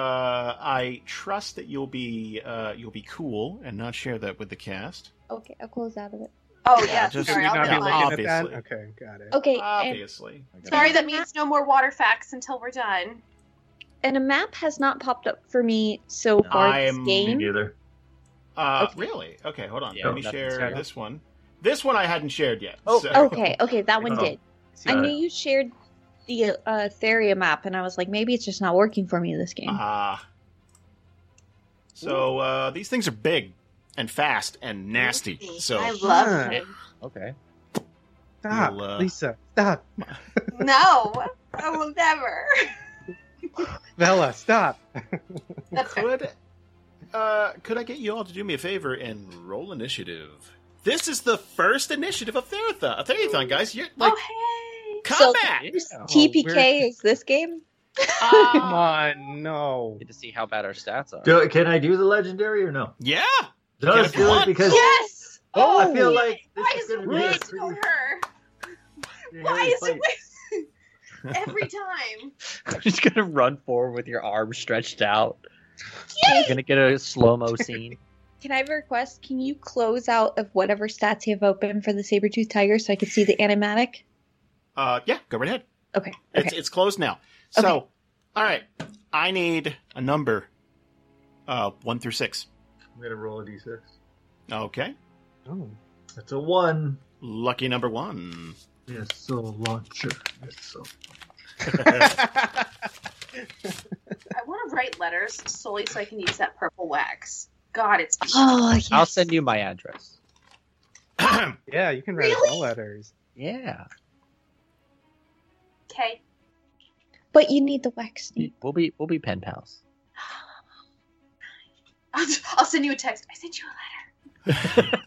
Speaker 2: I trust that you'll be uh, you'll be cool and not share that with the cast.
Speaker 5: Okay, I'll close out of it.
Speaker 4: Oh
Speaker 2: Yeah,
Speaker 4: yeah,
Speaker 2: just-
Speaker 6: Should
Speaker 4: sorry,
Speaker 6: we not
Speaker 4: I'll
Speaker 6: be
Speaker 2: Yeah,
Speaker 4: be
Speaker 6: looking
Speaker 4: fine.
Speaker 2: obviously.
Speaker 6: at that? Okay, got it.
Speaker 5: Okay, and,
Speaker 2: Obviously.
Speaker 4: Sorry, that means no more water facts until we're done.
Speaker 5: and a map has not popped up for me so
Speaker 7: No,
Speaker 5: far this
Speaker 2: I'm-
Speaker 3: Me
Speaker 5: game.
Speaker 3: neither.
Speaker 2: Uh,
Speaker 5: Okay.
Speaker 2: really? Okay, hold on.
Speaker 7: Yeah,
Speaker 2: Let me
Speaker 7: nothing
Speaker 2: share
Speaker 7: serious.
Speaker 2: this one. This one I hadn't shared yet.
Speaker 7: Oh,
Speaker 2: so-
Speaker 5: Okay, okay, that one
Speaker 3: Oh.
Speaker 5: did. I
Speaker 6: uh,
Speaker 3: Got
Speaker 5: knew
Speaker 3: it.
Speaker 5: you shared the uh, Theria map, and I was like, maybe it's just not working for me this game.
Speaker 2: Ah. so uh, these things are big and fast and nasty. So
Speaker 4: I love
Speaker 6: Huh.
Speaker 4: them.
Speaker 7: Okay.
Speaker 6: Stop,
Speaker 2: We'll, uh,
Speaker 6: Lisa. Stop,
Speaker 4: No, I will never.
Speaker 6: Bella. Stop.
Speaker 4: That's fair.
Speaker 2: could uh, could I get you all to do me a favor and roll initiative? This is the first initiative of Theratha. Therathon, guys, you're like
Speaker 4: oh
Speaker 5: So-
Speaker 2: combat.
Speaker 7: Oh,
Speaker 5: TPK
Speaker 6: we're-
Speaker 5: is
Speaker 7: (laughs)
Speaker 5: this game?
Speaker 6: (laughs) Come
Speaker 2: Uh,
Speaker 6: on, no.
Speaker 7: Good to see how bad our stats are.
Speaker 3: Do, can I do the legendary or no?
Speaker 2: yeah.
Speaker 3: Does
Speaker 2: Yeah, come
Speaker 3: do
Speaker 2: on.
Speaker 3: it
Speaker 4: hey!
Speaker 3: because
Speaker 4: Yes.
Speaker 3: oh, I feel like this
Speaker 4: Why
Speaker 3: is
Speaker 4: is
Speaker 3: going
Speaker 4: it
Speaker 3: to be a
Speaker 4: wasting on
Speaker 3: pretty,
Speaker 4: her?
Speaker 3: pretty
Speaker 4: Why
Speaker 3: hairy
Speaker 4: is
Speaker 3: fight.
Speaker 4: it
Speaker 3: (laughs)
Speaker 4: wasting every time?
Speaker 7: (laughs) I'm just gonna run forward with your arms stretched out.
Speaker 5: Yay!
Speaker 7: You're gonna get a slow
Speaker 5: (laughs)
Speaker 7: mo scene.
Speaker 5: Can I have a request? Can you close out of whatever stats you have open for the saber tooth tiger so I can see the animatic?
Speaker 2: Uh, yeah. Go right ahead.
Speaker 5: Okay.
Speaker 2: It's it's closed now. So, all right. I need a number. Uh, one through six.
Speaker 3: I'm going to roll a d6.
Speaker 2: Okay.
Speaker 6: Oh. (laughs)
Speaker 3: That's a one.
Speaker 2: Lucky number one. (clears throat)
Speaker 3: Yes, so launcher. Yes, so.
Speaker 4: I want to write letters solely so I can use that purple wax. God,
Speaker 3: (gasps)
Speaker 4: it's
Speaker 5: Oh, yes.
Speaker 7: I'll send you my address.
Speaker 6: Yeah, you can write us all
Speaker 4: Really?
Speaker 6: letters.
Speaker 7: Yeah,
Speaker 4: okay.
Speaker 5: But you need the wax snake.
Speaker 7: we'll be we'll be pen pals.
Speaker 4: I'll, I'll send you a text. I sent you a letter.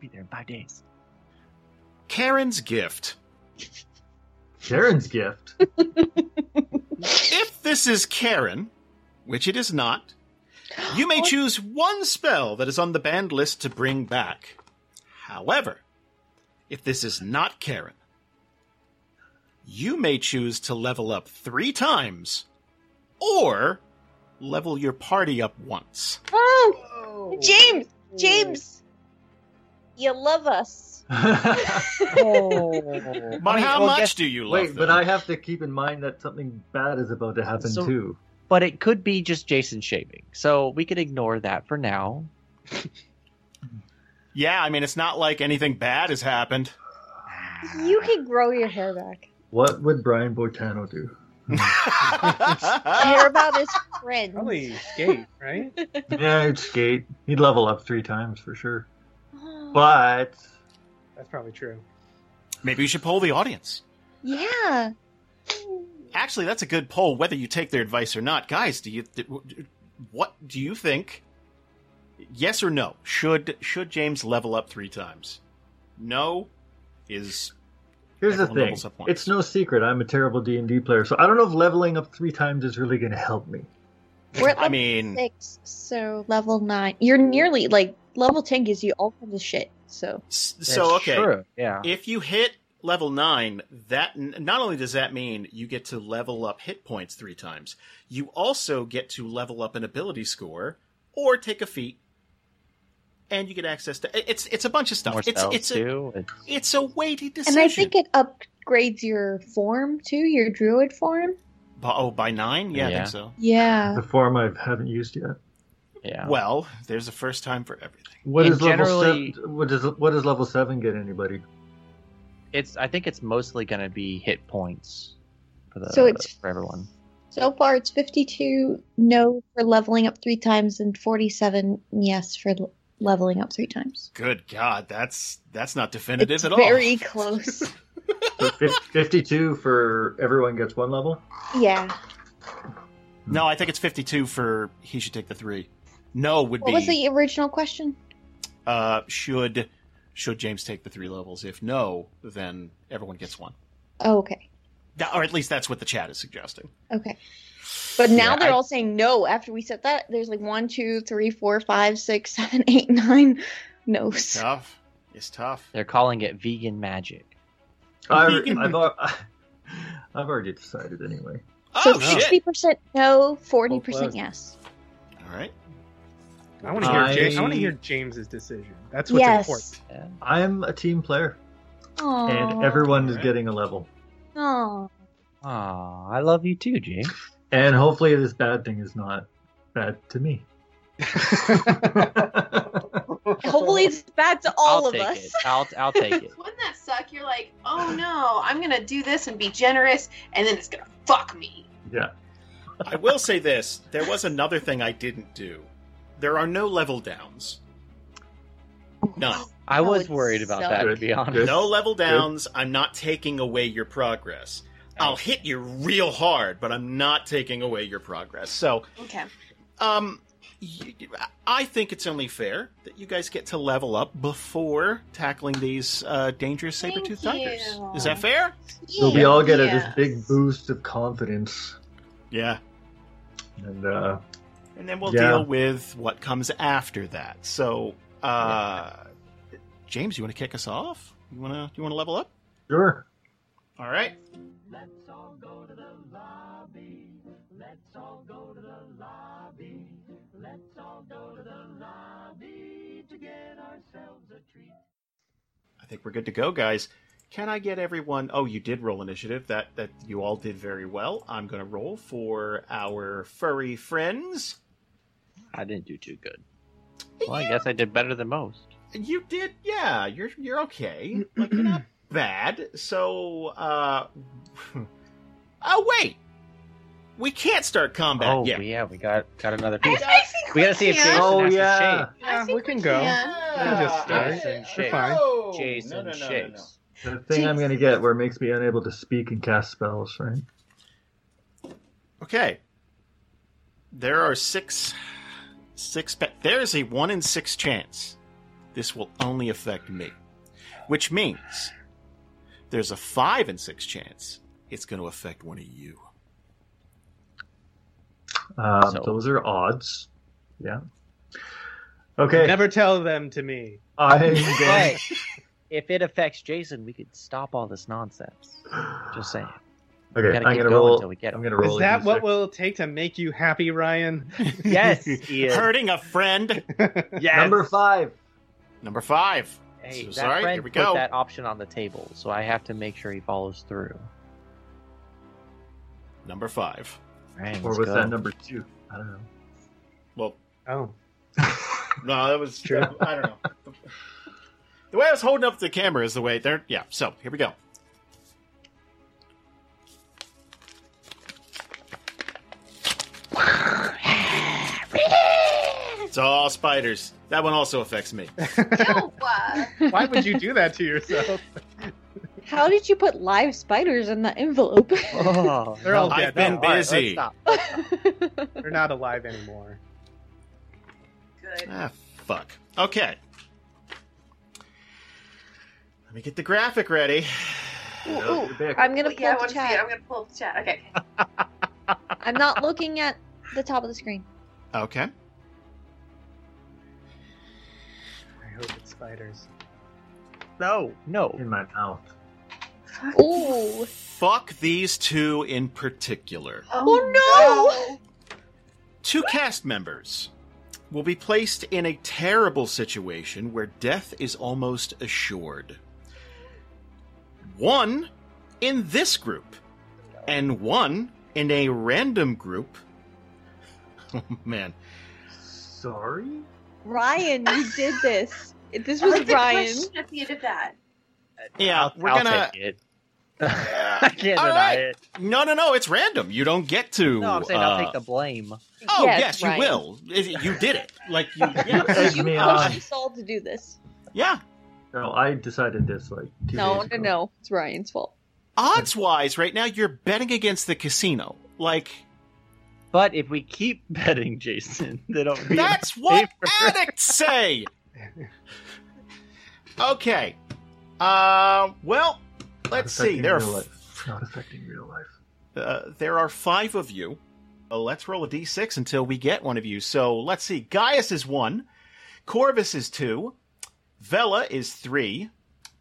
Speaker 7: Be there in five days.
Speaker 2: Karen's gift.
Speaker 3: Sharon's (laughs) gift.
Speaker 2: If this is Karen, which it is not, you may
Speaker 5: Oh.
Speaker 2: choose one spell that is on the banned list to bring back. However, if this is not Karen, you may choose to level up three times or level your party up once.
Speaker 5: Oh,
Speaker 6: Oh.
Speaker 5: James! James! You love us.
Speaker 3: Wait,
Speaker 7: Oh,
Speaker 2: But how much do you love
Speaker 3: but
Speaker 2: them?
Speaker 3: I have to keep in mind that something bad is about to happen
Speaker 7: So-
Speaker 3: too.
Speaker 7: But it could be just Jason shaving, so we can ignore that for now.
Speaker 2: Yeah, I mean, it's not like anything bad has
Speaker 3: (laughs)
Speaker 2: happened. (laughs)
Speaker 5: You can grow your hair back.
Speaker 3: What would Brian Boitano do?
Speaker 5: Care about (laughs) his friends.
Speaker 6: Probably skate, right?
Speaker 3: (laughs) yeah, he'd skate. He'd level up three times for sure.
Speaker 5: Oh,
Speaker 3: But
Speaker 6: That's probably true.
Speaker 2: Maybe you should poll the audience.
Speaker 5: yeah.
Speaker 2: Actually, that's a good poll. Whether you take their advice or not, guys, do you th- what do you think? Yes or no? Should should James level up three times? No is
Speaker 3: here's the
Speaker 2: Everyone
Speaker 3: thing:
Speaker 2: levels up once.
Speaker 3: it's no secret I'm a terrible D and D player, so I don't know if leveling up three times is really going to help me.
Speaker 5: We're at
Speaker 2: I
Speaker 5: level
Speaker 2: mean
Speaker 5: six, so level nine. You're nearly like level ten gives you all kinds of shit. So
Speaker 2: s-
Speaker 7: That's
Speaker 2: so okay.
Speaker 7: true. Yeah.
Speaker 2: If you hit level 9, that n- not only does that mean you get to level up hit points 3 times, you also get to level up an ability score or take a feat and you get access to it- it's it's a bunch of stuff.
Speaker 7: More
Speaker 2: it's
Speaker 7: spells
Speaker 2: it's a,
Speaker 7: too. It's-
Speaker 2: it's a weighty
Speaker 5: and
Speaker 2: decision.
Speaker 5: I think it upgrades your form too, your druid form.
Speaker 2: Bu- Oh, by nine? Yeah, I
Speaker 7: Yeah.
Speaker 2: think so.
Speaker 5: Yeah.
Speaker 4: Uh.
Speaker 3: The form I haven't used yet.
Speaker 7: yeah.
Speaker 2: Well, there's a first time for everything.
Speaker 3: What
Speaker 7: In
Speaker 3: is level
Speaker 7: generally-
Speaker 3: seven? What does what does level seven get anybody?
Speaker 7: it's I think it's mostly going to be hit points for the
Speaker 5: So it's-
Speaker 7: for everyone.
Speaker 5: So far, it's fifty-two no for leveling up three times, and forty-seven yes for l- leveling up three times.
Speaker 2: Good God, that's that's not definitive
Speaker 5: It's
Speaker 2: at all.
Speaker 5: (laughs) very close.
Speaker 3: For fif- Fifty-two for everyone gets one level.
Speaker 5: yeah.
Speaker 2: No, I think it's 52 for he should take the three. No would
Speaker 5: What
Speaker 2: be
Speaker 5: was the original question?
Speaker 2: uh, should should James take the three levels? If no, then everyone gets one.
Speaker 5: Oh, okay.
Speaker 2: Th- Or at least that's what the chat is suggesting.
Speaker 5: Okay. But now
Speaker 7: Yeah,
Speaker 5: they're
Speaker 7: I-
Speaker 5: all saying no after we said that. There's like one, two, three, four, five, six, (laughs) seven, eight, nine no's.
Speaker 2: Tough. It's tough.
Speaker 7: They're calling it vegan magic.
Speaker 3: I, I thought I, (laughs) I've already decided anyway.
Speaker 5: so
Speaker 2: Oh,
Speaker 5: sixty
Speaker 2: shit.
Speaker 5: percent no, forty
Speaker 7: Well,
Speaker 5: percent
Speaker 7: close.
Speaker 5: yes.
Speaker 2: All right.
Speaker 6: I want to hear.
Speaker 3: I-
Speaker 6: Ja- I want to hear James's decision. That's what's
Speaker 5: Yes.
Speaker 6: important.
Speaker 7: Yeah.
Speaker 3: I'm a team player,
Speaker 5: Aww.
Speaker 3: and everyone is
Speaker 2: Alright.
Speaker 3: getting a level.
Speaker 5: Aww.
Speaker 7: Aw, I love you too, James.
Speaker 3: And hopefully, this bad thing is not bad to me.
Speaker 5: Hopefully it's bad to all
Speaker 7: I'll
Speaker 5: of
Speaker 7: take
Speaker 5: us.
Speaker 7: It. I'll, I'll take
Speaker 5: (laughs)
Speaker 7: it.
Speaker 4: Wouldn't that suck? You're like, oh no, I'm gonna do this and be generous, and then it's gonna fuck me.
Speaker 3: yeah.
Speaker 2: I will say this: there was another thing I didn't do. There are no level downs. None.
Speaker 7: I
Speaker 5: Oh,
Speaker 7: was
Speaker 5: it's
Speaker 7: worried about
Speaker 5: so-
Speaker 7: that, to
Speaker 3: Good,
Speaker 7: be honest.
Speaker 3: good.
Speaker 2: No level downs. I'm not taking away your progress. I'll hit you real hard, but I'm not taking away your progress. So,
Speaker 4: Okay.
Speaker 2: um, y- I think it's only fair that you guys get to level up before tackling these uh, dangerous
Speaker 4: Thank
Speaker 2: saber-tooth tigers.
Speaker 4: you.
Speaker 2: Is that fair?
Speaker 3: So we all get a, this
Speaker 4: Yes.
Speaker 3: big boost of confidence,
Speaker 2: Yeah.
Speaker 3: and uh,
Speaker 2: And then we'll
Speaker 3: Yeah.
Speaker 2: deal with what comes after that. So, uh, James, you want to kick us off? You want to? You want to level up?
Speaker 3: sure.
Speaker 2: All right. I think we're good to go, guys. Can I get everyone? Oh, you did roll initiative. That that you all did very well. I'm going to roll for our furry friends.
Speaker 7: I didn't do too good. Well, I guess I did better than most.
Speaker 2: You did, yeah. You're you're okay. Like you're not bad. So, uh, (laughs) oh wait, we can't start combat
Speaker 7: oh,
Speaker 2: yet.
Speaker 7: yeah, we got got another
Speaker 4: I,
Speaker 7: piece.
Speaker 4: I think
Speaker 7: We gotta see if
Speaker 4: can.
Speaker 7: Jason
Speaker 3: Oh,
Speaker 7: has
Speaker 3: yeah.
Speaker 7: to shake.
Speaker 4: I
Speaker 6: Yeah,
Speaker 4: think
Speaker 6: we can go.
Speaker 4: (laughs)
Speaker 2: Yeah.
Speaker 6: We just start.
Speaker 2: Yeah.
Speaker 7: Jason shakes.
Speaker 6: fine.
Speaker 2: No, Oh, no,
Speaker 7: Jason
Speaker 2: no, no, no,
Speaker 7: shakes.
Speaker 3: The thing I'm gonna get where it makes me unable to speak and cast spells, right?
Speaker 2: no. Okay, there are six, six. Pe- there is a one in six chance this will only affect me, which means there's a five in six chance it's going to affect one of you.
Speaker 3: Um,
Speaker 7: So-
Speaker 3: Those are odds. Yeah. Okay. (laughs)
Speaker 6: Never tell them to me.
Speaker 3: I'm going. (laughs)
Speaker 7: But if it affects Jason, we could stop all this nonsense. Just saying. We
Speaker 3: Okay,
Speaker 7: gotta
Speaker 3: I'm
Speaker 7: keep
Speaker 3: gonna
Speaker 7: going
Speaker 3: roll.
Speaker 7: until we get
Speaker 3: I'm
Speaker 7: him. (laughs)
Speaker 3: gonna roll. a
Speaker 6: Is that what
Speaker 3: D6.
Speaker 6: will it take to make you happy, (laughs) Ryan?
Speaker 3: (laughs)
Speaker 7: Yes, Ian.
Speaker 2: Hurting a friend.
Speaker 7: Yes.
Speaker 3: Number five.
Speaker 2: Number five.
Speaker 7: Hey,
Speaker 2: So
Speaker 7: that
Speaker 2: sorry,
Speaker 7: friend
Speaker 2: here we
Speaker 7: put
Speaker 2: go.
Speaker 7: that option on the table, so I have to make sure he follows through.
Speaker 2: Number five.
Speaker 7: Right,
Speaker 3: Or
Speaker 7: let's
Speaker 3: was
Speaker 7: go.
Speaker 3: that number two? I don't know.
Speaker 2: Well,
Speaker 6: Oh,
Speaker 2: no, that was true. I don't know. The way I was holding up the camera is the way there. Yeah. So here we go. It's all spiders. That one also affects me.
Speaker 4: Ew, uh,
Speaker 6: why would you do that to yourself?
Speaker 5: How did you put live spiders in the envelope?
Speaker 7: (laughs)
Speaker 5: (laughs)
Speaker 3: (laughs)
Speaker 7: Oh,
Speaker 6: They're all
Speaker 7: no.
Speaker 6: dead.
Speaker 2: I've been
Speaker 6: now. All right, let's
Speaker 2: busy.
Speaker 7: stop.
Speaker 6: They're not alive anymore.
Speaker 4: good.
Speaker 2: Ah, fuck. Okay. Let me get the graphic ready.
Speaker 5: Ooh,
Speaker 3: No,
Speaker 5: ooh.
Speaker 3: you're big.
Speaker 5: I'm gonna
Speaker 4: Well,
Speaker 5: pull
Speaker 4: yeah, I
Speaker 5: up
Speaker 4: want
Speaker 5: the
Speaker 4: to see it.
Speaker 5: chat.
Speaker 4: I'm gonna pull up the chat. Okay.
Speaker 5: I'm not looking at the top of the (laughs) screen.
Speaker 2: Okay.
Speaker 6: I hope it's spiders.
Speaker 7: No, no.
Speaker 3: in my mouth.
Speaker 5: Ooh.
Speaker 2: Fuck these two in particular.
Speaker 5: Oh,
Speaker 2: Two cast members will be placed in a terrible situation where death is almost assured. One in this group, and one in a random group. (laughs) Oh man.
Speaker 3: Sorry.
Speaker 5: Ryan, you did this. This
Speaker 4: I
Speaker 5: was
Speaker 4: like the
Speaker 5: Ryan.
Speaker 4: question At the end of that.
Speaker 2: Yeah,
Speaker 7: I'll,
Speaker 2: we're
Speaker 7: I'll
Speaker 2: gonna.
Speaker 7: take it. (laughs) I can't
Speaker 2: All
Speaker 7: deny
Speaker 2: right.
Speaker 7: it.
Speaker 2: (laughs) No, no, no! It's random. You don't get to.
Speaker 7: No, I'm saying
Speaker 2: uh,
Speaker 7: I'll take the blame.
Speaker 2: Oh yes,
Speaker 5: Yes,
Speaker 2: you
Speaker 5: Ryan.
Speaker 2: will. If- You did it. Like you. Yeah.
Speaker 3: Yes.
Speaker 5: You
Speaker 3: Me on.
Speaker 5: pushed us all to do this.
Speaker 2: yeah.
Speaker 3: No, I decided this like two
Speaker 5: No,
Speaker 3: days ago.
Speaker 5: no, no. It's Ryan's fault.
Speaker 2: Odds wise, right now you're betting against the casino. Like
Speaker 7: But if we keep (laughs) betting Jason, (laughs) they don't. Be
Speaker 2: That's what
Speaker 7: paper.
Speaker 2: addicts say. Okay. Uh, well, let's
Speaker 3: Affecting
Speaker 2: see. There are
Speaker 3: real
Speaker 2: f-
Speaker 3: life. It's not affecting real life.
Speaker 2: Uh, there are five of you. Uh, let's roll a d6 until we get one of you. So let's see. Gaius is one. Corvus is two. Vela is three.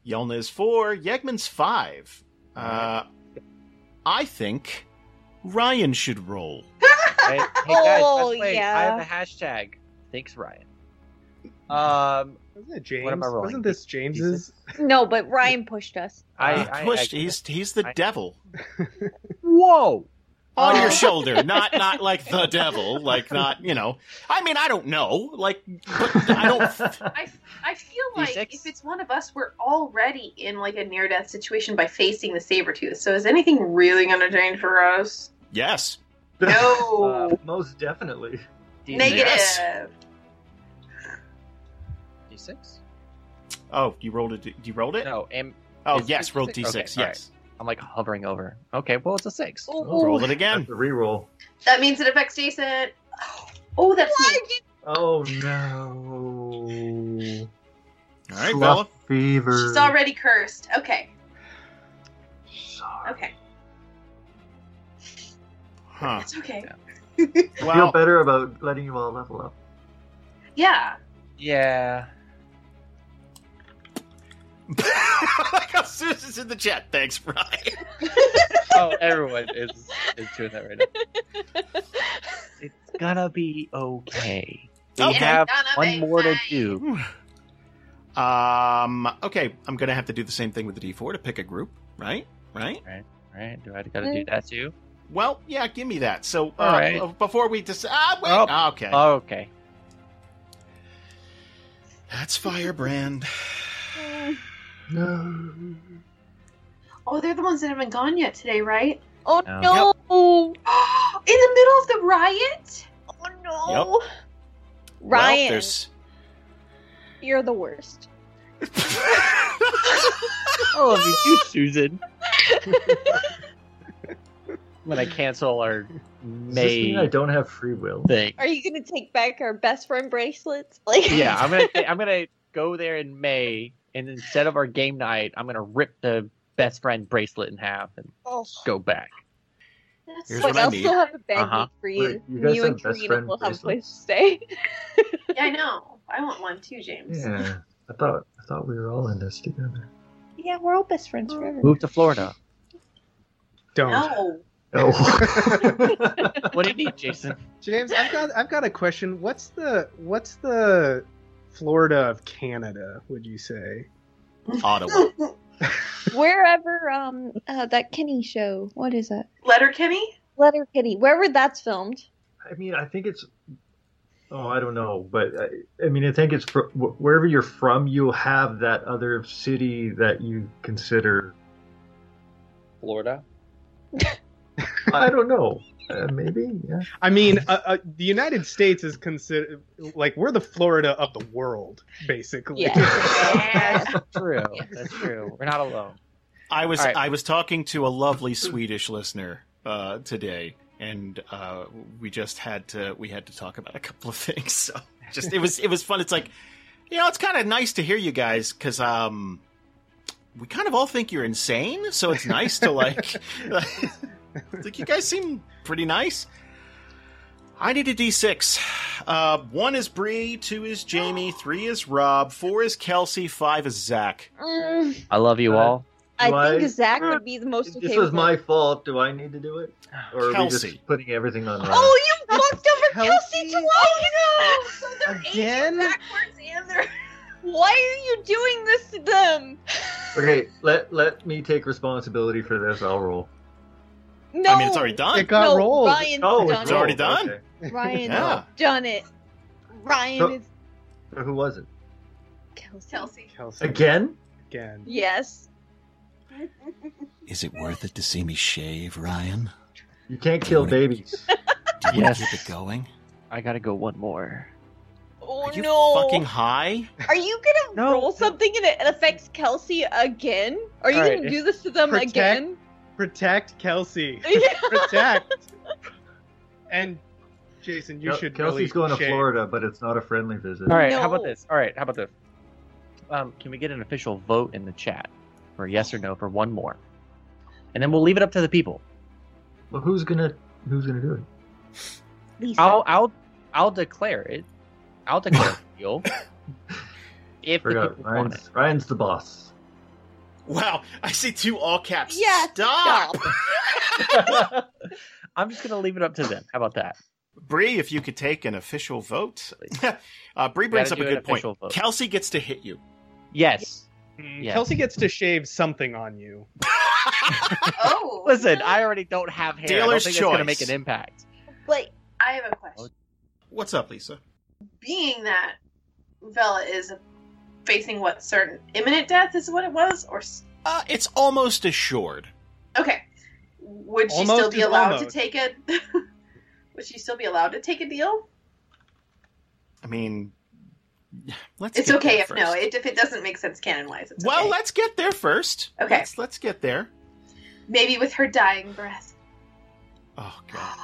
Speaker 2: Yelna is four. Yegman's five. Uh, I think Ryan should roll.
Speaker 7: Hey, hey guys, by
Speaker 5: Oh,
Speaker 7: the way, I have a hashtag. Thanks, Ryan. Um,
Speaker 6: Wasn't it James?
Speaker 7: What am I rolling?
Speaker 6: Wasn't this James's?
Speaker 5: No, but Ryan pushed us.
Speaker 7: I,
Speaker 3: Uh,
Speaker 2: he
Speaker 7: I- I-
Speaker 2: pushed. he's he's the
Speaker 7: I-
Speaker 2: devil
Speaker 7: whoa.
Speaker 2: on your
Speaker 7: Oh.
Speaker 2: shoulder, not not like the devil, like not you know. I mean, I don't know, like, but I
Speaker 3: (laughs)
Speaker 2: don't.
Speaker 4: I, I feel like
Speaker 7: D6?
Speaker 4: if it's one of us, we're already in like a near death situation by facing the saber tooth. So is anything really going to change for us?
Speaker 2: Yes,
Speaker 4: No.
Speaker 7: Uh,
Speaker 3: Most definitely.
Speaker 7: D6?
Speaker 4: Negative.
Speaker 2: yes.
Speaker 7: D6?
Speaker 2: Oh, you rolled it. You rolled it.
Speaker 7: No, am,
Speaker 2: oh,
Speaker 7: is
Speaker 2: yes,
Speaker 7: it
Speaker 2: rolled
Speaker 7: six?
Speaker 2: d6.
Speaker 7: Okay,
Speaker 2: yes,
Speaker 7: all right. I'm like hovering over. Okay, well, it's a six.
Speaker 5: oh,
Speaker 3: Oh,
Speaker 2: roll it again.
Speaker 3: That's a reroll.
Speaker 4: That means it affects Jason. Oh, that's
Speaker 5: Why
Speaker 4: me.
Speaker 5: did-
Speaker 3: Oh no.
Speaker 2: All right,
Speaker 3: Fluff
Speaker 2: Bella.
Speaker 3: Fever.
Speaker 4: She's already cursed. Okay.
Speaker 3: Sorry.
Speaker 4: Okay.
Speaker 2: Huh.
Speaker 4: That's okay.
Speaker 3: I Feel
Speaker 2: Well,
Speaker 3: better about letting you all level up.
Speaker 4: Yeah.
Speaker 7: Yeah.
Speaker 2: (laughs) Susan's in the chat. Thanks, Brian.
Speaker 7: Oh, everyone is, is doing that right now. It's gonna be okay. We
Speaker 2: Okay.
Speaker 7: have
Speaker 4: It's gonna
Speaker 7: one
Speaker 4: be
Speaker 7: more to
Speaker 4: fine.
Speaker 7: do.
Speaker 2: Um. Okay, I'm gonna have to do the same thing with the d4 to pick a group, right? Right.
Speaker 7: All right, do I gotta do that too?
Speaker 2: Well, yeah, give me that. So, uh,
Speaker 7: All right.
Speaker 2: uh, before we just ah, wait.
Speaker 7: Oh.
Speaker 2: Okay,
Speaker 7: Oh, okay.
Speaker 2: that's firebrand.
Speaker 3: No.
Speaker 4: Oh, they're the ones that haven't gone yet today, right? (gasps)
Speaker 5: Oh
Speaker 7: No.
Speaker 5: no! Oh
Speaker 4: In the middle of the riot?
Speaker 5: no! Ryan,
Speaker 2: Well, there's... (laughs)
Speaker 5: you're the worst.
Speaker 7: I love you too, Susan. when I cancel our
Speaker 3: Does this mean I
Speaker 7: May
Speaker 3: don't have free will?
Speaker 7: thing.
Speaker 5: Are you gonna take back our best friend bracelets? (laughs) Like
Speaker 7: Yeah, I'm gonna I'm gonna go there in May, and instead of our game night, I'm gonna rip the best friend bracelet in half and
Speaker 5: Oh.
Speaker 7: go back.
Speaker 4: That's
Speaker 2: Here's
Speaker 4: so-
Speaker 2: what
Speaker 5: Wait,
Speaker 2: I
Speaker 5: I'll
Speaker 2: need.
Speaker 5: still have a bag
Speaker 7: Uh-huh.
Speaker 5: for you.
Speaker 3: Wait, you guys
Speaker 5: you
Speaker 3: have
Speaker 5: and
Speaker 3: best
Speaker 5: Karina
Speaker 3: friend
Speaker 5: will have a place
Speaker 3: bracelets?
Speaker 5: to stay. (laughs)
Speaker 4: yeah, I know. I want one too, James.
Speaker 3: (laughs) Yeah. I thought I thought we were all in this (laughs) together.
Speaker 5: Yeah, we're all best friends forever.
Speaker 7: Move to Florida.
Speaker 6: Don't.
Speaker 4: No. (laughs)
Speaker 3: Oh.
Speaker 7: What do you need, Jason?
Speaker 6: James, I've got I've got a question. What's the what's the Florida of Canada? Would you say?
Speaker 2: Ottawa.
Speaker 5: Wherever um uh, that Kenny show, what is that?
Speaker 4: Letter Kenny?
Speaker 5: Letter Kitty. Wherever that's filmed.
Speaker 3: I mean, I think it's. Oh, I don't know, but I, I mean, I think it's fr- wh- wherever you're from, you'll have that other city that you (laughs) consider.
Speaker 7: Florida.
Speaker 3: I don't know. Uh, maybe, yeah.
Speaker 6: I mean, uh, uh, the United States is considered like we're the Florida of the world, basically.
Speaker 4: Yeah.
Speaker 7: True. That's true. We're not alone.
Speaker 2: I was
Speaker 7: All right.
Speaker 2: I was talking to a lovely Swedish listener uh, today, and uh, we just had to we had to talk about a couple of (laughs) things. So just it was it was fun. It's like you know, it's kind of nice to hear you guys because um, we kind of all think you're insane. So it's nice to like (laughs) like you guys seem pretty nice. I need a D6. Uh, one is Bree, two is Jamie, three is Rob, four is Kelsey, five is Zach.
Speaker 5: (laughs) Mm,
Speaker 7: I love you
Speaker 3: Uh,
Speaker 7: all.
Speaker 5: I
Speaker 3: Why-
Speaker 5: think Zach would be the most.
Speaker 3: this
Speaker 5: okay
Speaker 3: was
Speaker 5: with
Speaker 3: my
Speaker 5: it.
Speaker 3: fault. Do I need to do
Speaker 2: (sighs)
Speaker 3: it, or are we
Speaker 2: Kelsey.
Speaker 3: just putting everything on? Ryan?
Speaker 5: Oh, you
Speaker 6: It's
Speaker 5: fucked over
Speaker 6: Kelsey?
Speaker 5: Kelsey to
Speaker 4: Oh,
Speaker 5: life.
Speaker 4: so they're
Speaker 6: (laughs) Again?
Speaker 4: Asian backwards and (laughs) they're
Speaker 5: Why are you doing this to them?
Speaker 3: Okay, let let me take responsibility for this. I'll roll.
Speaker 5: No.
Speaker 2: I mean, it's already done.
Speaker 6: It got
Speaker 5: no,
Speaker 6: rolled.
Speaker 5: Ryan's
Speaker 3: Oh,
Speaker 5: done
Speaker 2: it's
Speaker 5: it.
Speaker 2: already done.
Speaker 3: Okay.
Speaker 5: Ryan's
Speaker 2: Yeah.
Speaker 5: done it. Ryan
Speaker 3: So-
Speaker 5: is
Speaker 3: So who was it?
Speaker 5: Kelsey.
Speaker 4: Kelsey.
Speaker 6: Kelsey
Speaker 3: Again?
Speaker 6: again.
Speaker 5: Yes.
Speaker 2: Is it worth it to see me shave, Ryan?
Speaker 3: You can't kill babies.
Speaker 2: Do you want to
Speaker 7: Yes.
Speaker 2: keep it going?
Speaker 7: I gotta go one more.
Speaker 5: Oh
Speaker 2: Are you
Speaker 5: no.
Speaker 2: fucking high?
Speaker 5: Are you gonna
Speaker 7: No.
Speaker 5: roll something and it affects Kelsey again? Are you
Speaker 6: All right.
Speaker 5: gonna do this to them
Speaker 6: Protect-
Speaker 5: again? (laughs)
Speaker 6: Protect Kelsey. Protect.
Speaker 2: (laughs)
Speaker 6: and Jason, you
Speaker 3: Kel-
Speaker 6: should
Speaker 3: Kelsey's
Speaker 6: really
Speaker 3: going to
Speaker 6: shave.
Speaker 3: Florida, but it's not a friendly visit.
Speaker 7: All right, how
Speaker 5: No.
Speaker 7: about this? All right, how about this? Um, can we get an official vote in the chat for yes or no for one more? and then we'll leave it up to the people.
Speaker 3: Well, who's gonna who's gonna do it?
Speaker 5: Lisa.
Speaker 7: I'll I'll I'll declare it. I'll declare it, Yul. (laughs) If the
Speaker 3: Forgot.
Speaker 7: people want it.
Speaker 3: Ryan's, Ryan's the boss.
Speaker 2: Wow, I see two all caps.
Speaker 4: Yeah,
Speaker 2: stop.
Speaker 7: (laughs) I'm just gonna leave it up to them. How about that?
Speaker 2: Bree, if you could take an official vote. (laughs) uh, Bree brings
Speaker 7: Gotta
Speaker 2: up a
Speaker 7: do an
Speaker 2: good point.
Speaker 7: official vote.
Speaker 2: Kelsey gets to hit you.
Speaker 7: Yes. Yeah.
Speaker 6: Mm-hmm. Kelsey gets to shave something on you.
Speaker 4: Oh,
Speaker 7: (laughs) Listen, I already don't have hair. I
Speaker 2: Dealer's
Speaker 7: don't think that's gonna
Speaker 2: choice.
Speaker 7: make an impact.
Speaker 5: But
Speaker 4: I have a question.
Speaker 2: What's up, Lisa?
Speaker 4: Being that Vela is facing what certain imminent death is what it was, or s-
Speaker 2: Uh, it's almost assured.
Speaker 4: okay, would she
Speaker 6: Almost
Speaker 4: still be
Speaker 6: is
Speaker 4: allowed
Speaker 6: almost.
Speaker 4: to take a? (laughs) would she still be allowed to take a deal?
Speaker 2: I mean, let's.
Speaker 4: It's
Speaker 2: get
Speaker 4: okay
Speaker 2: there
Speaker 4: if no.
Speaker 2: first.
Speaker 4: It, if it doesn't make sense canon wise, it's
Speaker 2: Well,
Speaker 4: okay.
Speaker 2: let's get there first.
Speaker 4: Okay.
Speaker 2: Let's, let's get there.
Speaker 4: maybe with her dying breath. (gasps)
Speaker 2: Oh god.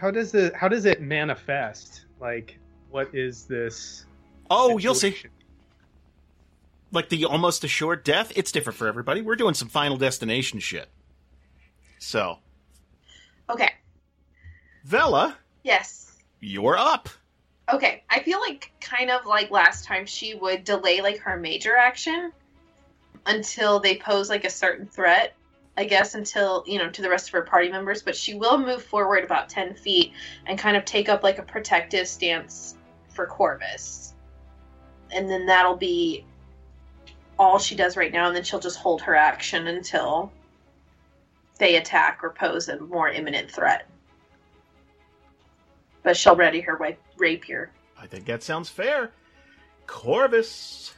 Speaker 6: How does the how does it manifest? Like, what is this?
Speaker 2: Oh, you'll see.
Speaker 6: situation?
Speaker 2: Like the almost assured death. It's different for everybody. We're doing some Final Destination shit. So,
Speaker 4: okay.
Speaker 2: Vela,
Speaker 4: Yes.
Speaker 2: you're up.
Speaker 4: Okay, I feel like kind of like last time she would delay like her major action until they pose like a certain threat. I guess until you know to the rest of her party members, but she will move forward about ten feet and kind of take up like a protective stance for Corvus, and then that'll be all she does right now. And then she'll just hold her action until they attack or pose a more imminent threat. But she'll ready her wi- rapier.
Speaker 2: I think that sounds fair. Corvus.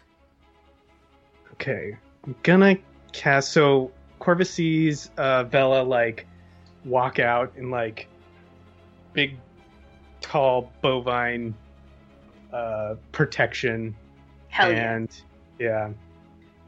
Speaker 6: Okay, I'm gonna cast. So Corvus sees uh, Vela like walk out in like big, tall bovine uh, protection,
Speaker 4: Hell yeah.
Speaker 6: and yeah.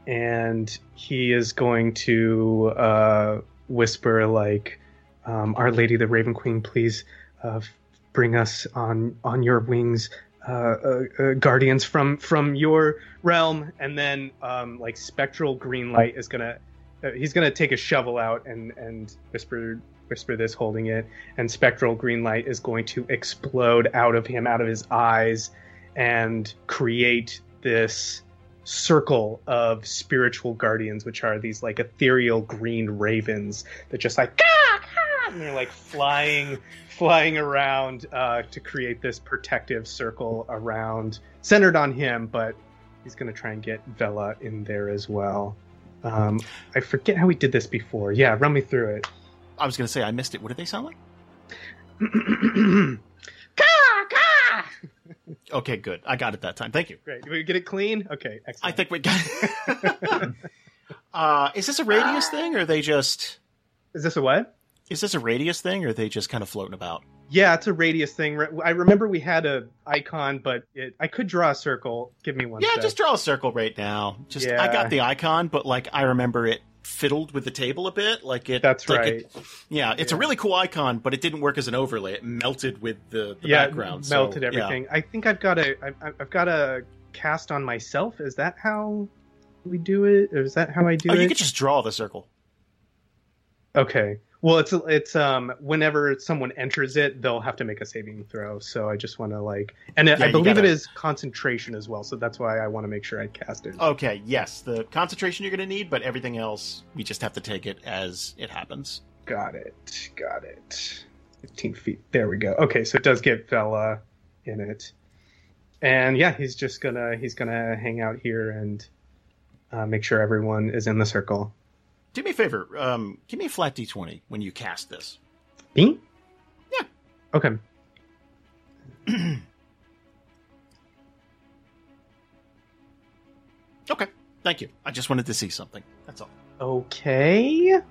Speaker 6: and he is going to uh, whisper like, um, "Our Lady, the Raven Queen, please uh, f- bring us on on your wings." Uh, uh, uh, guardians from from your realm, and then um, like spectral green light is gonna uh, he's gonna take a shovel out and and whisper whisper this, holding it, and spectral green light is going to explode out of him, out of his eyes, and create this circle of spiritual guardians, which are these like ethereal green ravens that just like "Caw, caw," and they're like flying, flying around uh, to create this protective circle around, centered on him. But he's gonna try and get Vela in there as well. Um, I forget how we did this before. Yeah, run me through it. (clears throat)
Speaker 2: I was gonna say I missed it. What did they sound like? Okay, good. I got it that time. Thank you.
Speaker 6: Great. Did we get it clean? Okay, excellent.
Speaker 2: I think we got. (laughs) uh, is this a radius thing, or are they just?
Speaker 6: Is this a what?
Speaker 2: Is this a radius thing, or are they just kind of floating about?
Speaker 6: Yeah, it's a radius thing. Re- I remember we had a icon, but it, I could draw a circle. Give me one.
Speaker 2: yeah,
Speaker 6: sec.
Speaker 2: just draw a circle right now. Just I
Speaker 6: Yeah.
Speaker 2: got the icon, but like I remember it fiddled with the table a bit. Like it.
Speaker 6: That's
Speaker 2: like,
Speaker 6: right.
Speaker 2: it- yeah, it's a
Speaker 6: Yeah.
Speaker 2: really cool icon, but it didn't work as an overlay. It melted with the, the
Speaker 6: yeah,
Speaker 2: background. so,
Speaker 6: melted
Speaker 2: yeah.
Speaker 6: everything. I think I've got a I've, I've got a cast on myself. Is that how we do it? Or is that how I do
Speaker 2: Oh,
Speaker 6: it?
Speaker 2: you could just draw the circle.
Speaker 6: Okay. Well, it's it's um whenever someone enters it, they'll have to make a saving throw. So I just want to like, and
Speaker 2: Yeah,
Speaker 6: I
Speaker 2: you
Speaker 6: believe
Speaker 2: gotta-
Speaker 6: it is concentration as well. So that's why I want to make sure I cast it.
Speaker 2: Okay, yes, the concentration you're going to need, but everything else, we just have to take it as it happens.
Speaker 6: Got it. Got it. 15 feet. There we go. Okay, so it does get Vela in it. And yeah, he's just gonna he's gonna hang out here and uh, make sure everyone is in the circle.
Speaker 2: Do me a favor. Um, give me a flat d20 when you cast this.
Speaker 6: Me?
Speaker 2: Yeah.
Speaker 6: Okay.
Speaker 2: Okay, thank you. I just wanted to see something. That's all.
Speaker 6: (laughs) Okay.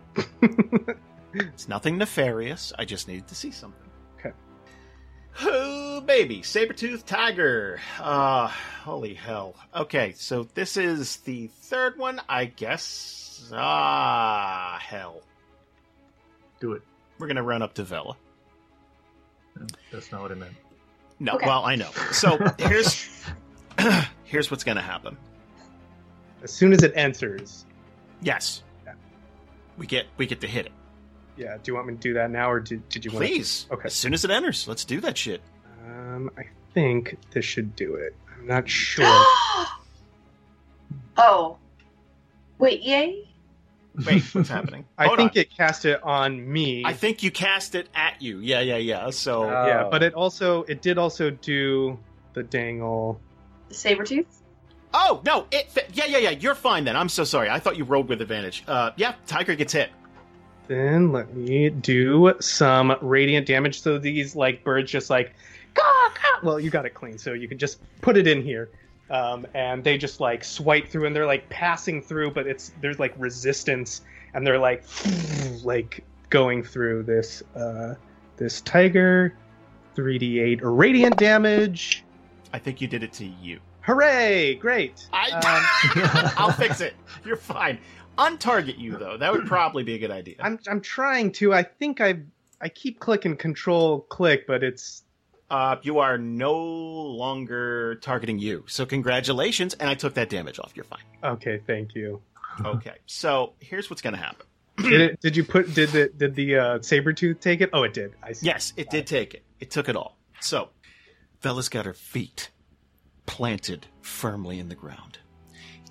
Speaker 2: It's nothing nefarious. I just needed to see something.
Speaker 6: Okay.
Speaker 2: Oh, baby. Sabertooth Tiger. Uh, holy hell. Okay, so this is the third one, I guess. Ah, hell.
Speaker 3: Do it.
Speaker 2: We're going to run up to Vela.
Speaker 3: No, That's not what I meant.
Speaker 2: No,
Speaker 4: Okay.
Speaker 2: well, I know. So here's (clears throat) here's what's going to happen.
Speaker 6: As soon as it enters.
Speaker 2: Yes. we get we get to hit it.
Speaker 6: Yeah. Do you want me to do that now, or did, did you want?
Speaker 2: Please,
Speaker 6: Okay.
Speaker 2: As soon as it enters, let's do that shit.
Speaker 6: To... Um, I think this should do it. I'm
Speaker 2: (gasps)
Speaker 4: (gasps)
Speaker 6: not sure.
Speaker 4: oh. Wait, yay?
Speaker 2: Wait, what's happening? (laughs)
Speaker 6: I
Speaker 2: Hold
Speaker 6: think
Speaker 2: on.
Speaker 6: it cast it on me.
Speaker 2: I think you cast it at you. Yeah, yeah, yeah. So
Speaker 7: Uh,
Speaker 6: yeah,
Speaker 7: Oh.
Speaker 6: but it also it did also do the dangle.
Speaker 4: The saber tooth?
Speaker 2: oh no, it. Fa- yeah, yeah, yeah. You're fine then. I'm so sorry. I thought you rolled with advantage. Uh, yeah, Tiger gets hit.
Speaker 6: Then let me do some radiant damage. So these like birds just like, caw, caw. well, you got it clean, so you can just put it in here, um, and they just like swipe through, and they're like passing through, but it's there's like resistance, and they're like, (laughs) like going through this uh, this tiger, three d eight radiant damage.
Speaker 2: I think you did it to you.
Speaker 6: Hooray! Great. Um,
Speaker 2: I. (laughs) I'll fix it. You're fine. Untarget you though. That would probably be a good idea.
Speaker 6: I'm I'm trying to. I think I I keep clicking control click, but it's
Speaker 2: Uh, you are no longer targeting you. So congratulations, and I took that damage off. You're fine.
Speaker 6: (laughs) okay. Thank you.
Speaker 2: (clears throat) Okay. So here's what's gonna happen.
Speaker 6: did it? Did you put? Did the did the uh, saber tooth take it? Oh, it did. I see.
Speaker 2: Yes, it did take it. It took it all. So, Bella's got her feet planted firmly in the ground.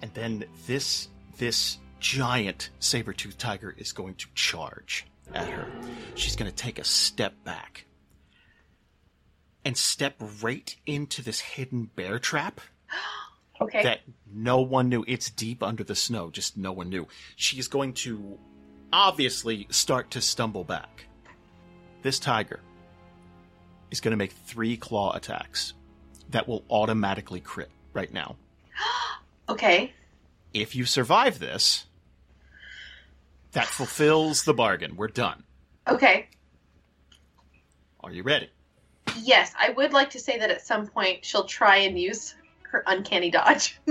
Speaker 2: And then this this giant saber-toothed tiger is going to charge at her. She's going to take a step back and step right into this hidden bear trap
Speaker 4: Okay.
Speaker 2: that no one knew. It's deep under the snow, just no one knew. She is going to obviously start to stumble back. This tiger is going to make three claw attacks that will automatically crit right now.
Speaker 4: okay.
Speaker 2: If you survive this, that fulfills the bargain. We're done.
Speaker 4: Okay.
Speaker 2: Are you ready?
Speaker 4: Yes, I would like to say that at some point she'll try and use her uncanny dodge. (laughs)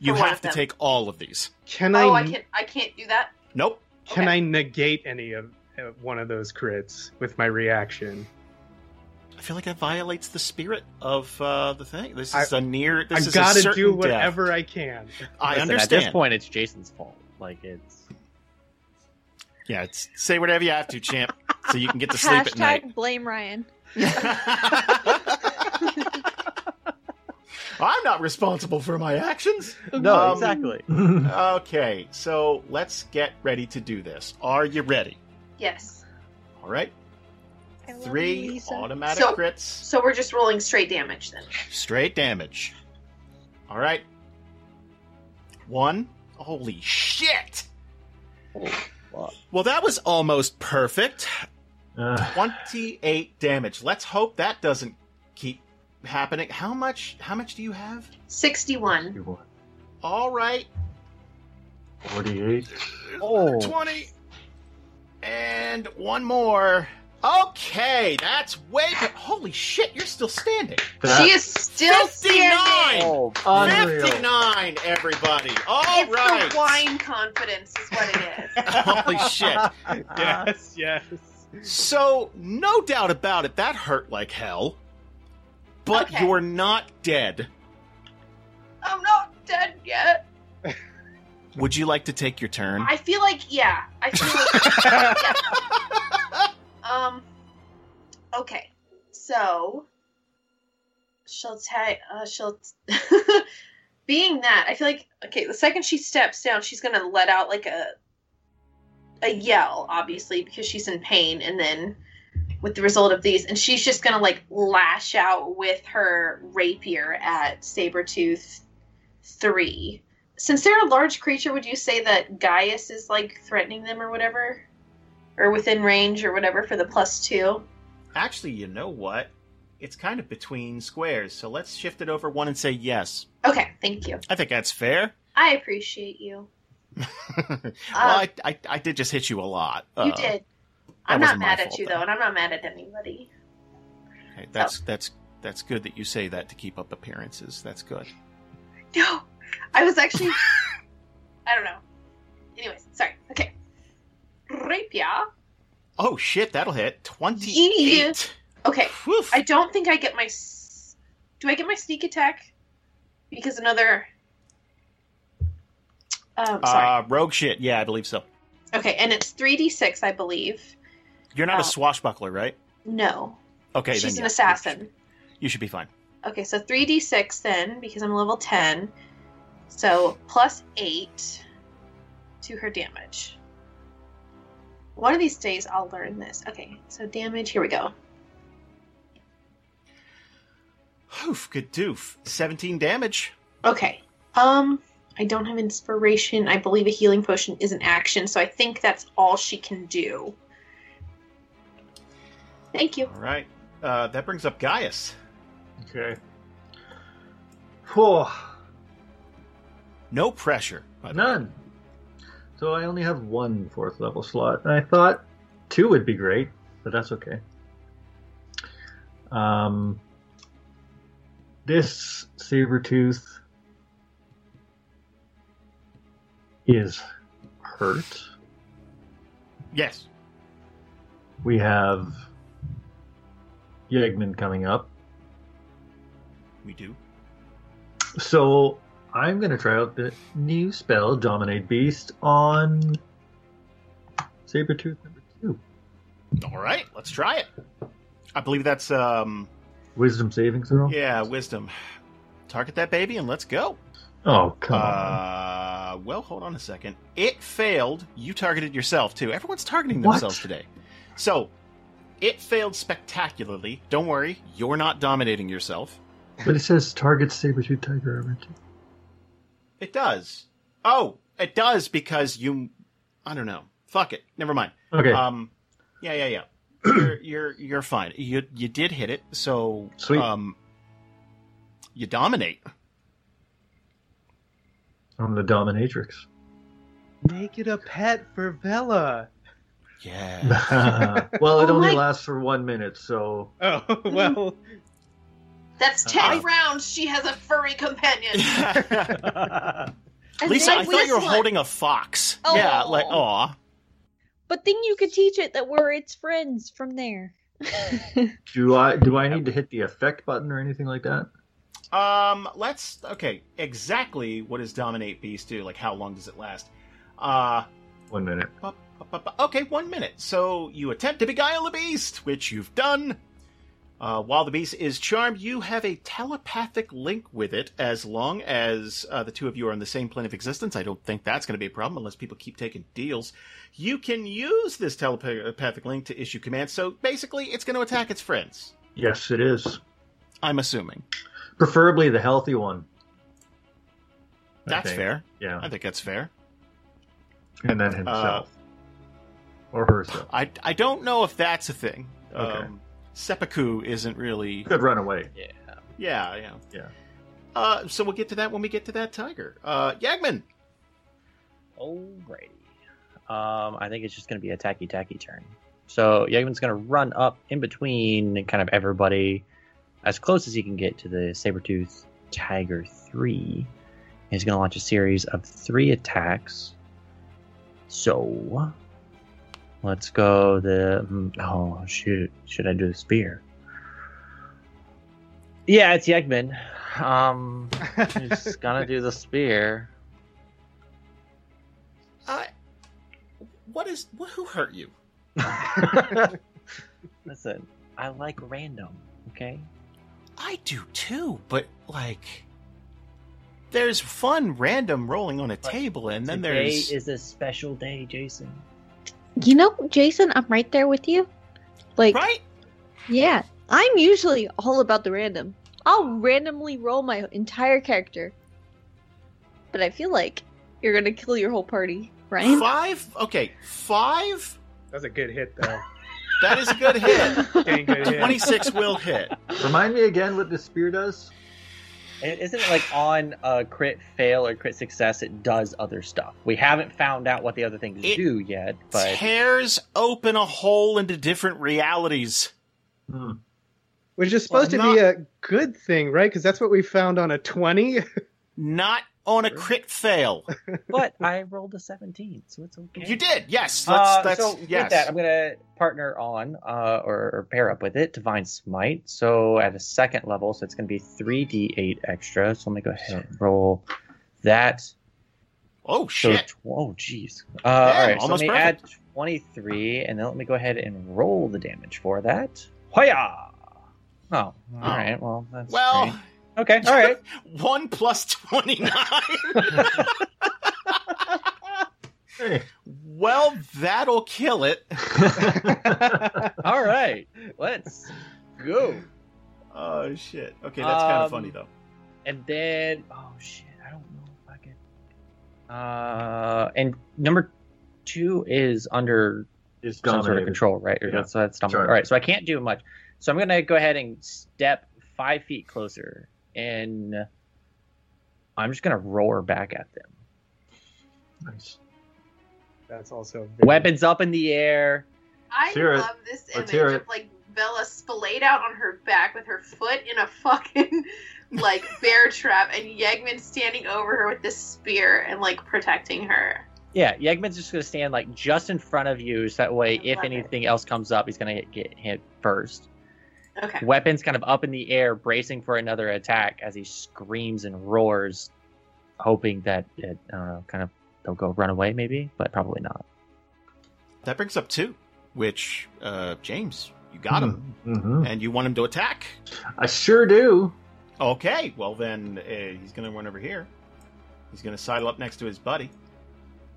Speaker 2: You
Speaker 4: For one
Speaker 2: have
Speaker 4: of
Speaker 2: to
Speaker 4: them.
Speaker 2: take all of these.
Speaker 6: Can I,
Speaker 4: oh, I can't I can't do that.
Speaker 2: Nope.
Speaker 6: can
Speaker 4: okay.
Speaker 6: I negate any of uh, one of those crits with my reaction?
Speaker 2: I feel like that violates the spirit of uh, the thing. This is a near. This
Speaker 6: I
Speaker 2: is a
Speaker 6: gotta
Speaker 2: certain
Speaker 6: do
Speaker 2: death.
Speaker 6: whatever I can.
Speaker 2: I
Speaker 7: Listen,
Speaker 2: understand.
Speaker 7: At this point, it's Jason's fault. Like it's
Speaker 2: Yeah, it's, say whatever you have to, champ, so you can get to sleep
Speaker 5: Hashtag blame Ryan.
Speaker 2: at night. (laughs) I'm not responsible for my actions.
Speaker 7: no,
Speaker 2: Um,
Speaker 7: exactly.
Speaker 6: (laughs)
Speaker 2: Okay, so let's get ready to do this. Are you ready?
Speaker 4: Yes.
Speaker 2: All right.
Speaker 5: I love you,
Speaker 2: Three
Speaker 5: Lisa.
Speaker 2: automatic
Speaker 4: So-
Speaker 2: crits,
Speaker 4: So we're just rolling straight damage then.
Speaker 2: straight damage. All right. One. Holy shit!
Speaker 7: Oh, fuck.
Speaker 2: Well, that was almost perfect.
Speaker 3: Uh,
Speaker 2: 28 damage. Let's hope that doesn't keep happening. How much how much do you have?
Speaker 4: 61.
Speaker 2: All right.
Speaker 3: 48.
Speaker 7: Oh.
Speaker 2: 20 and one more. Okay, that's way but holy shit, you're still standing.
Speaker 3: That-
Speaker 4: she is still
Speaker 2: 59!
Speaker 4: standing.
Speaker 7: Oh,
Speaker 2: Um,
Speaker 3: Unreal.
Speaker 2: 59 everybody. All right.
Speaker 4: it's the wine confidence is what it
Speaker 2: (laughs)
Speaker 4: is. (laughs)
Speaker 2: Holy shit.
Speaker 6: (laughs)
Speaker 2: Uh-huh.
Speaker 6: yes, yes.
Speaker 2: So, no doubt about it, that hurt like hell. But
Speaker 4: Okay.
Speaker 2: you're not dead.
Speaker 4: I'm not dead yet.
Speaker 2: Would you like to take your turn?
Speaker 4: I feel like yeah. I feel like (laughs) yeah. Um okay. So she'll ta- uh, she'll (laughs) being that I feel like okay, the second she steps down, she's going to let out like a a yell obviously because she's in pain and then with the result of these and she's just going to like lash out with her rapier at Sabretooth 3 since they're a large creature, would you say that Gaius is like threatening them or whatever? Or within range or whatever for the plus two?
Speaker 2: Actually, you know what? It's kind of between squares, so let's shift it over one and say yes.
Speaker 4: Okay, thank you.
Speaker 2: I think that's fair. (laughs)
Speaker 4: I appreciate you.
Speaker 2: well,
Speaker 4: Uh,
Speaker 2: I, I, I did just hit you a lot.
Speaker 4: you
Speaker 2: Uh,
Speaker 4: did. I'm not
Speaker 2: wasn't my
Speaker 4: mad at
Speaker 2: fault,
Speaker 4: you
Speaker 2: though.
Speaker 4: though, and I'm not mad at anybody. (laughs)
Speaker 2: okay, That's that's that's good that you say that to keep up appearances. That's good.
Speaker 4: No, I
Speaker 2: (laughs)
Speaker 4: was actually. I don't know. Anyways, sorry. Okay. Rapier.
Speaker 2: Oh shit, that'll hit twenty-eight.
Speaker 4: (laughs) Okay.
Speaker 2: Whew.
Speaker 4: I don't think I get my. s- Do I get my sneak attack? Because another. Um, sorry. um,
Speaker 2: uh, rogue Uh, shit. Yeah, I believe so.
Speaker 4: Okay, and it's 3d6, I believe.
Speaker 2: You're not
Speaker 4: Oh.
Speaker 2: a swashbuckler, right?
Speaker 4: No.
Speaker 2: Okay, then
Speaker 4: She's an
Speaker 2: yeah,
Speaker 4: assassin.
Speaker 2: You should, you should be fine.
Speaker 4: Okay, so 3d6 then, because I'm level 10. So plus 8 to her damage. One of these days I'll learn this. Okay, so damage, here we go.
Speaker 2: Oof, good doof. 17 damage.
Speaker 4: Okay. Um, I don't have inspiration. I believe a healing potion is an action, so I think that's all she can do. Thank you.
Speaker 2: All right. Uh, that brings up Gaius.
Speaker 3: (laughs) Okay. Whew,
Speaker 2: No pressure. by the way.
Speaker 3: none. So I only have one fourth level slot. And I thought two would be great, but that's okay. Um, this Sabretooth is hurt.
Speaker 2: Yes.
Speaker 3: We have Yegman coming up.
Speaker 2: We do.
Speaker 3: So I'm going to try out the new spell, Dominate Beast, on Sabretooth number two.
Speaker 2: All right. Let's try it. I believe that's, um,
Speaker 3: Wisdom saving throw?
Speaker 2: yeah, wisdom. Target that baby and let's go.
Speaker 3: Oh, come on.
Speaker 2: Uh, well, hold on a second. It failed. You targeted yourself too. Everyone's targeting
Speaker 3: What?
Speaker 2: themselves today. So, it failed spectacularly. Don't worry, you're not dominating yourself.
Speaker 3: But it says target Sabretooth Tiger armor.
Speaker 2: It does. Oh, it does because you. I don't know. Fuck it. Never mind.
Speaker 3: Okay,
Speaker 2: Um, yeah, yeah, yeah. You're you're, you're fine. You you did hit it. So
Speaker 3: Sweet.
Speaker 2: Um, you dominate.
Speaker 3: I'm the Dominatrix.
Speaker 2: (laughs)
Speaker 3: (laughs)
Speaker 6: Make it a pet for Bella.
Speaker 2: (laughs) Yeah.
Speaker 3: well, it
Speaker 4: Oh
Speaker 3: only
Speaker 4: my-
Speaker 3: lasts for one minute, so.
Speaker 6: Oh (laughs) well.
Speaker 4: That's 10
Speaker 2: Uh-huh.
Speaker 4: rounds. She has a
Speaker 2: (laughs)
Speaker 4: furry companion.
Speaker 5: And
Speaker 2: Lisa,
Speaker 5: then
Speaker 2: I
Speaker 5: we-
Speaker 2: thought you were
Speaker 4: whistling.
Speaker 2: holding a fox. Yeah,
Speaker 5: Oh.
Speaker 2: like aw.
Speaker 5: But then you could teach it that we're its friends from there.
Speaker 3: Do I do I need to hit the effect button or anything like that?
Speaker 2: Um, let's okay. Exactly, what does dominate beast do? Like, how long does it last? Uh,
Speaker 3: One minute.
Speaker 2: bu- bu- bu- bu- okay, one minute. So you attempt to beguile the beast, which you've done. Uh, while the beast is charmed, you have a telepathic link with it. As long as uh, the two of you are on the same plane of existence, I don't think that's going to be a problem unless people keep taking deals. You can use this telepathic link to issue commands. So basically, it's going to attack its friends.
Speaker 3: Yes, it is.
Speaker 2: I'm assuming
Speaker 3: Preferably the healthy one. I
Speaker 2: that's
Speaker 3: think.
Speaker 2: fair. Uh,
Speaker 3: Yeah,
Speaker 2: I think that's fair.
Speaker 3: and then himself or herself
Speaker 2: I, I don't know if that's a thing.
Speaker 3: Okay.
Speaker 2: Um, seppuku isn't really.
Speaker 3: could
Speaker 2: (laughs)
Speaker 3: run away.
Speaker 2: Yeah, yeah.
Speaker 3: Yeah.
Speaker 2: Uh, so we'll get to that when we get to that tiger. Uh, Yagman!
Speaker 7: Alrighty. Um, I think it's just going to be a tacky tacky turn. So Yegman's going to run up in between kind of everybody as close as he can get to the Sabretooth Tiger 3. He's going to launch a series of three attacks. So let's go the. mm, Oh, shoot. Should I do the spear? Yeah, it's Yegman. Um,
Speaker 6: (laughs)
Speaker 7: he's going to do the spear.
Speaker 2: Uh, what is. What, who hurt you?
Speaker 7: Listen, I like random, okay?
Speaker 2: I do too, but like. There's fun random rolling on a table, and then
Speaker 7: Today
Speaker 2: there's.
Speaker 7: is a special day, Jason.
Speaker 5: you know, Jason, I'm right there with you. Like,
Speaker 2: right?
Speaker 5: yeah, I'm usually all about the random. I'll randomly roll my entire character. But I feel like you're gonna kill your whole party, Ryan.
Speaker 2: Five? Okay, five?
Speaker 6: That's a good hit
Speaker 2: (laughs)
Speaker 6: though.
Speaker 2: That is a good
Speaker 7: (laughs)
Speaker 2: hit.
Speaker 6: Dang good hit.
Speaker 2: 26 will hit.
Speaker 3: Remind me again what the spear does.
Speaker 7: It isn't it like on a crit fail or crit success, it does other stuff. We haven't found out what the other things
Speaker 2: It
Speaker 7: do yet,
Speaker 2: (laughs)
Speaker 7: but
Speaker 2: Tears open a hole into different realities.
Speaker 3: Hmm.
Speaker 6: Which is supposed
Speaker 2: Well,
Speaker 6: to be a good thing, right? Because that's what we found on a twenty.
Speaker 2: Not on a crit fail.
Speaker 7: but I rolled a seventeen, so it's okay.
Speaker 2: You did, yes. Let's,
Speaker 7: Uh,
Speaker 2: let's
Speaker 7: so
Speaker 2: yes.
Speaker 7: with that, I'm gonna partner on uh, or, or pair up with it, Divine Smite. So at a second level, so it's gonna be three d8 extra. So let me go ahead and roll that.
Speaker 2: Oh
Speaker 7: So,
Speaker 2: shit!
Speaker 7: tw- oh, jeez. Uh,
Speaker 2: Yeah,
Speaker 7: all right, so let
Speaker 2: almost
Speaker 7: me add 23, and then let me go ahead and roll the damage for that. Hoya! Oh, all right. Well, that's
Speaker 2: Well,
Speaker 7: great. okay, all right.
Speaker 2: (laughs) one plus twenty nine. (laughs)
Speaker 3: Hey. (laughs)
Speaker 2: well, that'll kill it.
Speaker 7: all right. Let's go.
Speaker 2: Oh shit! Okay, that's kind
Speaker 7: Um,
Speaker 2: of funny though.
Speaker 7: And then, oh shit, I don't know if I can. Uh, and number two is under
Speaker 3: Is
Speaker 7: some sort of
Speaker 3: dominated.
Speaker 7: control, right? Or
Speaker 3: Yeah.
Speaker 7: So that's dominated.
Speaker 3: Sure.
Speaker 7: All right, so I can't do much. So I'm going to go ahead and step five feet closer, and I'm just going to roar back at them.
Speaker 3: Nice.
Speaker 6: (laughs) That's also very-
Speaker 7: Weapons up in the air.
Speaker 4: I
Speaker 3: Let's hear it.
Speaker 4: love this
Speaker 3: Let's
Speaker 4: image
Speaker 3: hear
Speaker 4: of
Speaker 3: it.
Speaker 4: like Bella splayed out on her back with her foot in a fucking (laughs) like bear trap and Yegman standing over her with this spear and like protecting her.
Speaker 7: Yeah, Yegman's just going to stand like just in front of you, so that way,
Speaker 4: I
Speaker 7: if
Speaker 4: love it.
Speaker 7: anything else comes up, he's going to get hit first.
Speaker 4: Okay.
Speaker 7: weapons kind of up in the air, bracing for another attack as he screams and roars, hoping that it, I don't know, kind of they'll go run away maybe, but probably not.
Speaker 2: That brings up two, which uh, James, you got him,
Speaker 3: hmm
Speaker 2: and you want him to attack.
Speaker 3: I sure do. (laughs)
Speaker 2: Okay, well then uh, he's gonna run over here. He's gonna sidle up next to his buddy,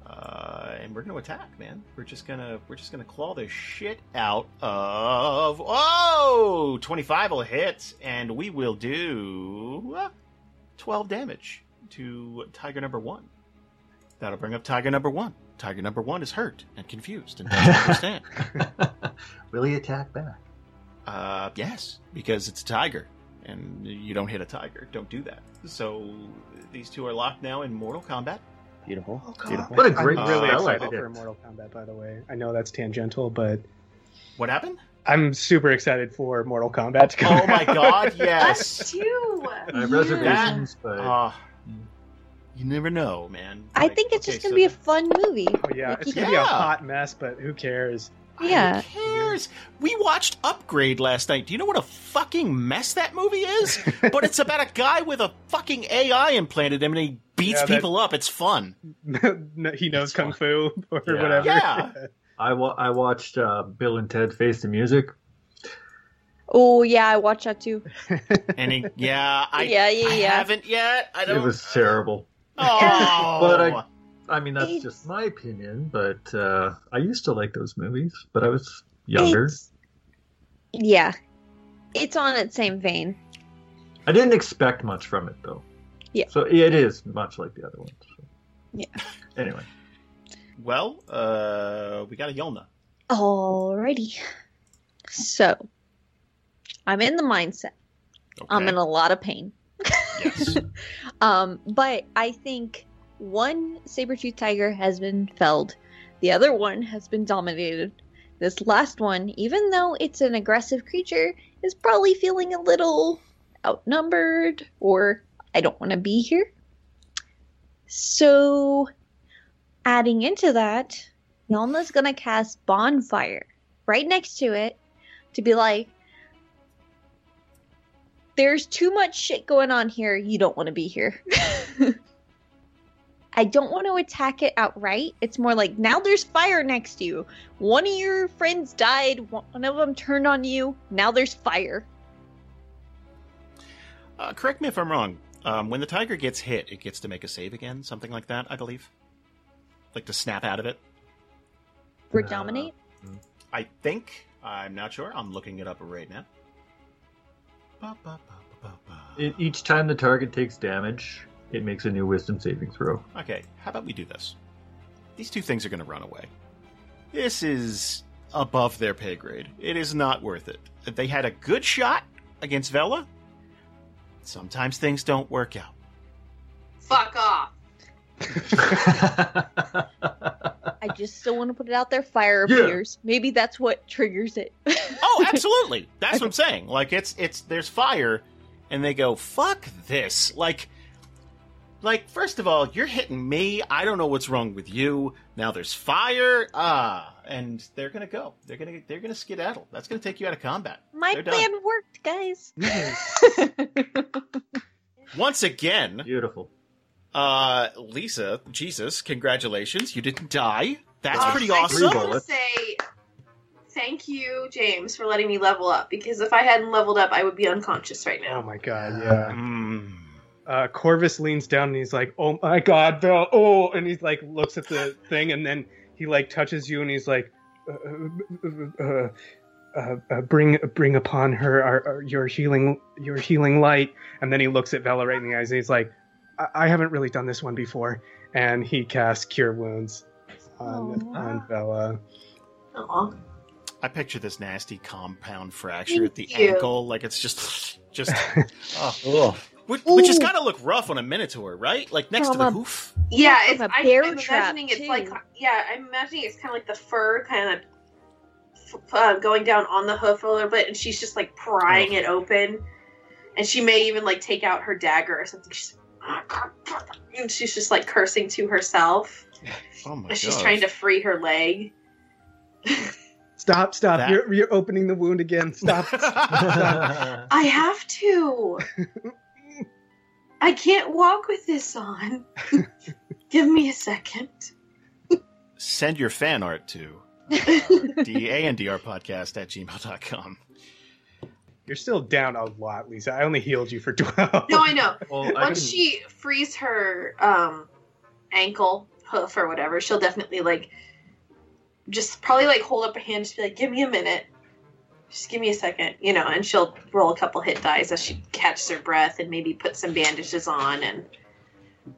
Speaker 2: uh, and we're gonna attack, man. We're just gonna we're just gonna claw the shit out of oh 25 will hit, and we will do uh, twelve damage to Tiger number one. That'll bring up Tiger number one. Tiger number one is hurt and confused and doesn't understand.
Speaker 3: Will he attack back?
Speaker 2: Uh, yes, because it's a tiger, and you don't hit a tiger. Don't do that. So these two are locked now in mortal combat.
Speaker 7: Beautiful.
Speaker 6: Oh, God.
Speaker 7: Beautiful.
Speaker 3: What a great
Speaker 6: I'm
Speaker 2: Uh,
Speaker 6: really
Speaker 2: spell
Speaker 6: excited
Speaker 3: edit.
Speaker 6: for Mortal Kombat, by the way. I know that's tangential, but
Speaker 2: What happened?
Speaker 6: I'm super excited for Mortal Kombat to come
Speaker 2: Oh my
Speaker 6: out. (laughs)
Speaker 2: god!
Speaker 4: Us
Speaker 2: Yes.
Speaker 4: too.
Speaker 3: I have
Speaker 5: Yeah.
Speaker 3: reservations,
Speaker 2: (laughs)
Speaker 3: but
Speaker 2: Uh, you never know, man.
Speaker 5: I
Speaker 2: Like,
Speaker 5: think it's
Speaker 2: okay,
Speaker 5: just
Speaker 2: so
Speaker 5: going to be a fun movie.
Speaker 6: Oh yeah, it's gonna be
Speaker 2: Yeah.
Speaker 6: a hot mess, but who cares?
Speaker 2: (laughs)
Speaker 6: (laughs)
Speaker 2: Who
Speaker 5: Yeah.
Speaker 2: cares? We watched Upgrade last night. Do you know what a fucking mess that movie is?
Speaker 6: (laughs)
Speaker 2: but it's about a guy with a fucking AI implanted in him, and he beats
Speaker 6: Yeah, that-
Speaker 2: people up. It's fun.
Speaker 6: No, he knows
Speaker 7: It's
Speaker 6: kung fu or
Speaker 7: Yeah.
Speaker 6: whatever.
Speaker 2: Yeah.
Speaker 3: I wa- I watched uh, Bill and Ted Face the Music.
Speaker 5: Oh yeah, I watch that too.
Speaker 2: And he, yeah, I,
Speaker 5: (laughs) yeah, yeah,
Speaker 2: I
Speaker 5: yeah.
Speaker 2: haven't yet. I
Speaker 3: It
Speaker 2: don't.
Speaker 3: was terrible.
Speaker 5: (laughs)
Speaker 2: Oh,
Speaker 3: But I- I mean, that's
Speaker 5: It's-
Speaker 3: just my opinion, but uh, I used to like those movies, but I was younger.
Speaker 5: It's, yeah, it's on its same vein.
Speaker 3: I didn't expect much from it, though.
Speaker 5: Yeah.
Speaker 3: So it is much like the other ones. so.
Speaker 5: Yeah.
Speaker 3: Anyway,
Speaker 2: Well, uh, we got a Yolna.
Speaker 5: Alrighty. So, I'm in the mindset.
Speaker 2: Okay.
Speaker 5: I'm in a lot of pain. (laughs)
Speaker 2: Yes.
Speaker 5: Um, but I think one saber-tooth tiger has been felled. The other one has been dominated. This last one, even though it's an aggressive creature, is probably feeling a little outnumbered or I don't want to be here. So, adding into that, Yalna's going to cast Bonfire right next to it to be like, there's too much shit going on here. You don't want to be here. I don't want to attack it outright. It's more like now there's fire next to you. One of your friends died, one of them turned on you. Now there's fire.
Speaker 2: uh, correct me if I'm wrong. Um, when the tiger gets hit, it gets to make a save again, something like that, I believe. Like to snap out of it.
Speaker 5: Or
Speaker 3: Uh,
Speaker 5: dominate.
Speaker 2: I think. I'm not sure. I'm looking it up right now. Ba, ba, ba, ba, ba, ba.
Speaker 3: it, each time the target takes damage, it makes a new Wisdom saving
Speaker 5: (laughs)
Speaker 3: throw.
Speaker 2: Okay, how about we do this? These two things are going to run away. This is above their pay grade. It is not worth it. They had a good shot against Vela. Sometimes things don't work out.
Speaker 4: Fuck off.
Speaker 5: I just still want to put it out there. Fire
Speaker 3: Yeah.
Speaker 5: appears. Maybe that's what triggers it. (laughs)
Speaker 2: Oh, absolutely. That's what I'm saying. Like it's it's there's fire, and they go fuck this. Like, like first of all, you're hitting me. I don't know what's wrong with you. Now there's fire. Ah, and they're gonna go. They're gonna they're gonna skedaddle. That's gonna take you out of combat
Speaker 5: My
Speaker 2: They're
Speaker 5: plan worked, guys.
Speaker 6: Nice.
Speaker 2: once again.
Speaker 3: Beautiful.
Speaker 2: Uh, Lisa, Jesus, congratulations. You didn't die. That's
Speaker 4: Um,
Speaker 2: pretty
Speaker 4: I
Speaker 2: awesome.
Speaker 4: just want to say thank you, James, for letting me level up because if I hadn't leveled up, I would be unconscious right
Speaker 6: (laughs)
Speaker 4: now.
Speaker 6: Oh my god, yeah.
Speaker 2: Mm.
Speaker 6: Uh, Corvus leans down and he's like, "Oh my god, Bill!" Oh, and he's like looks at the thing, and then he like touches you, and he's like, uh, uh, uh, uh, "Bring, bring upon her our, our, your healing, your healing light." And then he looks at Vela right in the eyes, and he's like, "I, I haven't really done this one before," and he casts Cure Wounds on,
Speaker 5: Aw.
Speaker 6: on Vela. (laughs)
Speaker 2: Oh.
Speaker 4: Aw.
Speaker 2: I picture this nasty compound fracture at the
Speaker 4: Thank you.
Speaker 2: ankle, like it's just, just, oh,
Speaker 7: Ugh.
Speaker 2: which, which has
Speaker 5: Ooh.
Speaker 2: got to look rough on a minotaur, right? Like next to the
Speaker 5: From a-
Speaker 2: hoof.
Speaker 4: Yeah, it's,
Speaker 5: From a
Speaker 4: I,
Speaker 5: bear
Speaker 4: I'm
Speaker 5: trap,
Speaker 4: imagining it's
Speaker 5: too.
Speaker 4: like yeah, I'm imagining it's kind of like the fur kind of f- uh, going down on the hoof a little bit, and she's just like prying it open, and she may even like take out her dagger or something. She's and she's just like cursing to herself
Speaker 2: Oh my god.
Speaker 4: as she's trying to free her leg.
Speaker 6: Stop! Stop!
Speaker 2: That-
Speaker 6: You're, you're opening the wound again.
Speaker 2: (laughs)
Speaker 6: Stop!
Speaker 3: (laughs)
Speaker 4: I have to. I can't walk with
Speaker 2: (laughs)
Speaker 4: this on. Give me a second.
Speaker 2: Send your fan art to uh, dandrpodcast at gmail.com.
Speaker 6: you're still down a lot, Lisa. I only healed you for twelve.
Speaker 4: No,
Speaker 6: (laughs)
Speaker 4: I know.
Speaker 1: Well, I
Speaker 4: Once
Speaker 1: didn't-
Speaker 3: (laughs)
Speaker 4: she frees her um, ankle, hoof, or whatever, she'll definitely like just probably like hold up a hand, just be like, "Give me a minute, just give me a second, you know. And she'll roll a couple hit dice as she catches her breath and maybe put some bandages on and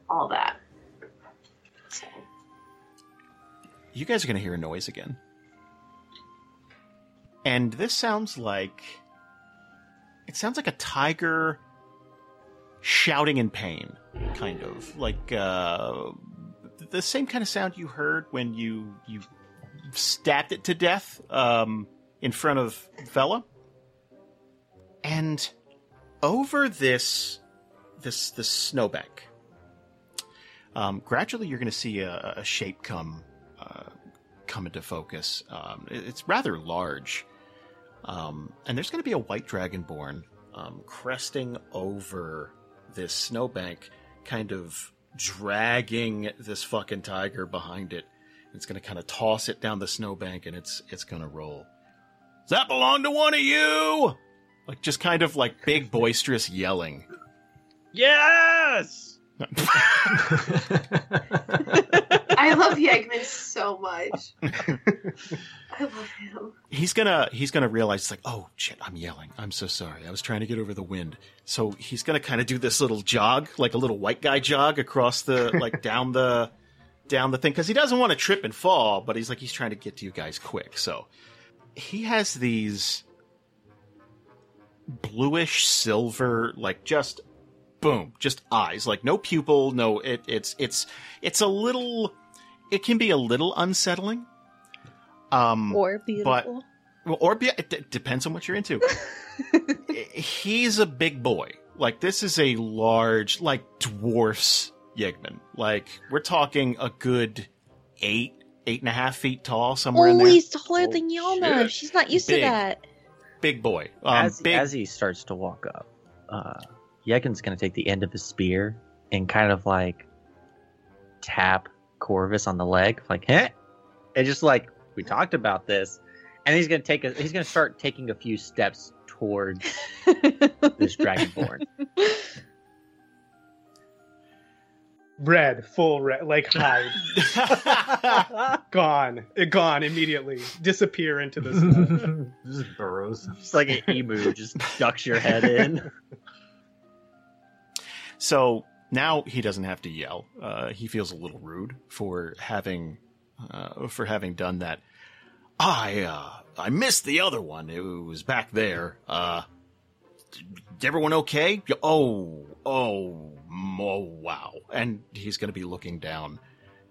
Speaker 4: all that. So,
Speaker 2: You guys are going to hear a noise again. And this sounds like. It sounds like a tiger shouting in pain, kind of. Like uh, the same kind of sound you heard when you, you stabbed it to death um, in front of Vela. And over this this this snowbank, um, gradually you're going to see a, a shape come uh, come into focus. Um, it- it's rather large. Um, and there's going to be a white dragonborn um, cresting over this snowbank, kind of dragging this fucking tiger behind it. It's going to kind of toss it down the snowbank and it's it's going to roll. Does that belong to one of you? Like just kind of like big boisterous yelling.
Speaker 1: Yes!
Speaker 4: I love Yegman so much. I love him.
Speaker 2: he's gonna he's gonna realize it's like oh shit i'm yelling i'm so sorry i was trying to get over the wind so he's gonna kind of do this little jog like a little white guy jog across the like down the down the thing because he doesn't want to trip and fall but he's like he's trying to get to you guys quick so he has these bluish silver like just boom just eyes like no pupil no it, it's it's it's a little it can be a little unsettling um
Speaker 5: Or beautiful.
Speaker 2: well, or be, it d- depends on what you're
Speaker 7: (laughs)
Speaker 2: into. He's a big boy. Like this is a large, like dwarfs Yegman. Like we're talking a good eight, eight and a half feet tall, somewhere in
Speaker 5: oh,
Speaker 2: there.
Speaker 5: he's taller than Yelna.
Speaker 1: shit.
Speaker 5: She's not used
Speaker 2: Big.
Speaker 5: to that.
Speaker 2: Big boy. Um,
Speaker 7: as,
Speaker 2: big.
Speaker 7: as he starts to walk up, uh, Yegan's going to take the end of his spear and kind of like tap Corvus on the leg, like, "Heh," and just like we talked about this, and he's going to take a, he's going to start taking a few steps towards (laughs)
Speaker 2: (laughs)
Speaker 7: this dragonborn.
Speaker 6: red, full red, like (laughs) hide,
Speaker 2: (laughs)
Speaker 7: (laughs)
Speaker 6: gone, Uh, gone immediately, disappear into the snow. (laughs)
Speaker 3: this is burrows.
Speaker 7: It's like an emu just ducks your head in.
Speaker 2: so now he doesn't have to yell. Uh, he feels a little rude for having uh, for having done that. I uh, I missed the other one. It was back there. Uh, everyone okay? Oh, oh, m- oh, wow! And he's going to be looking down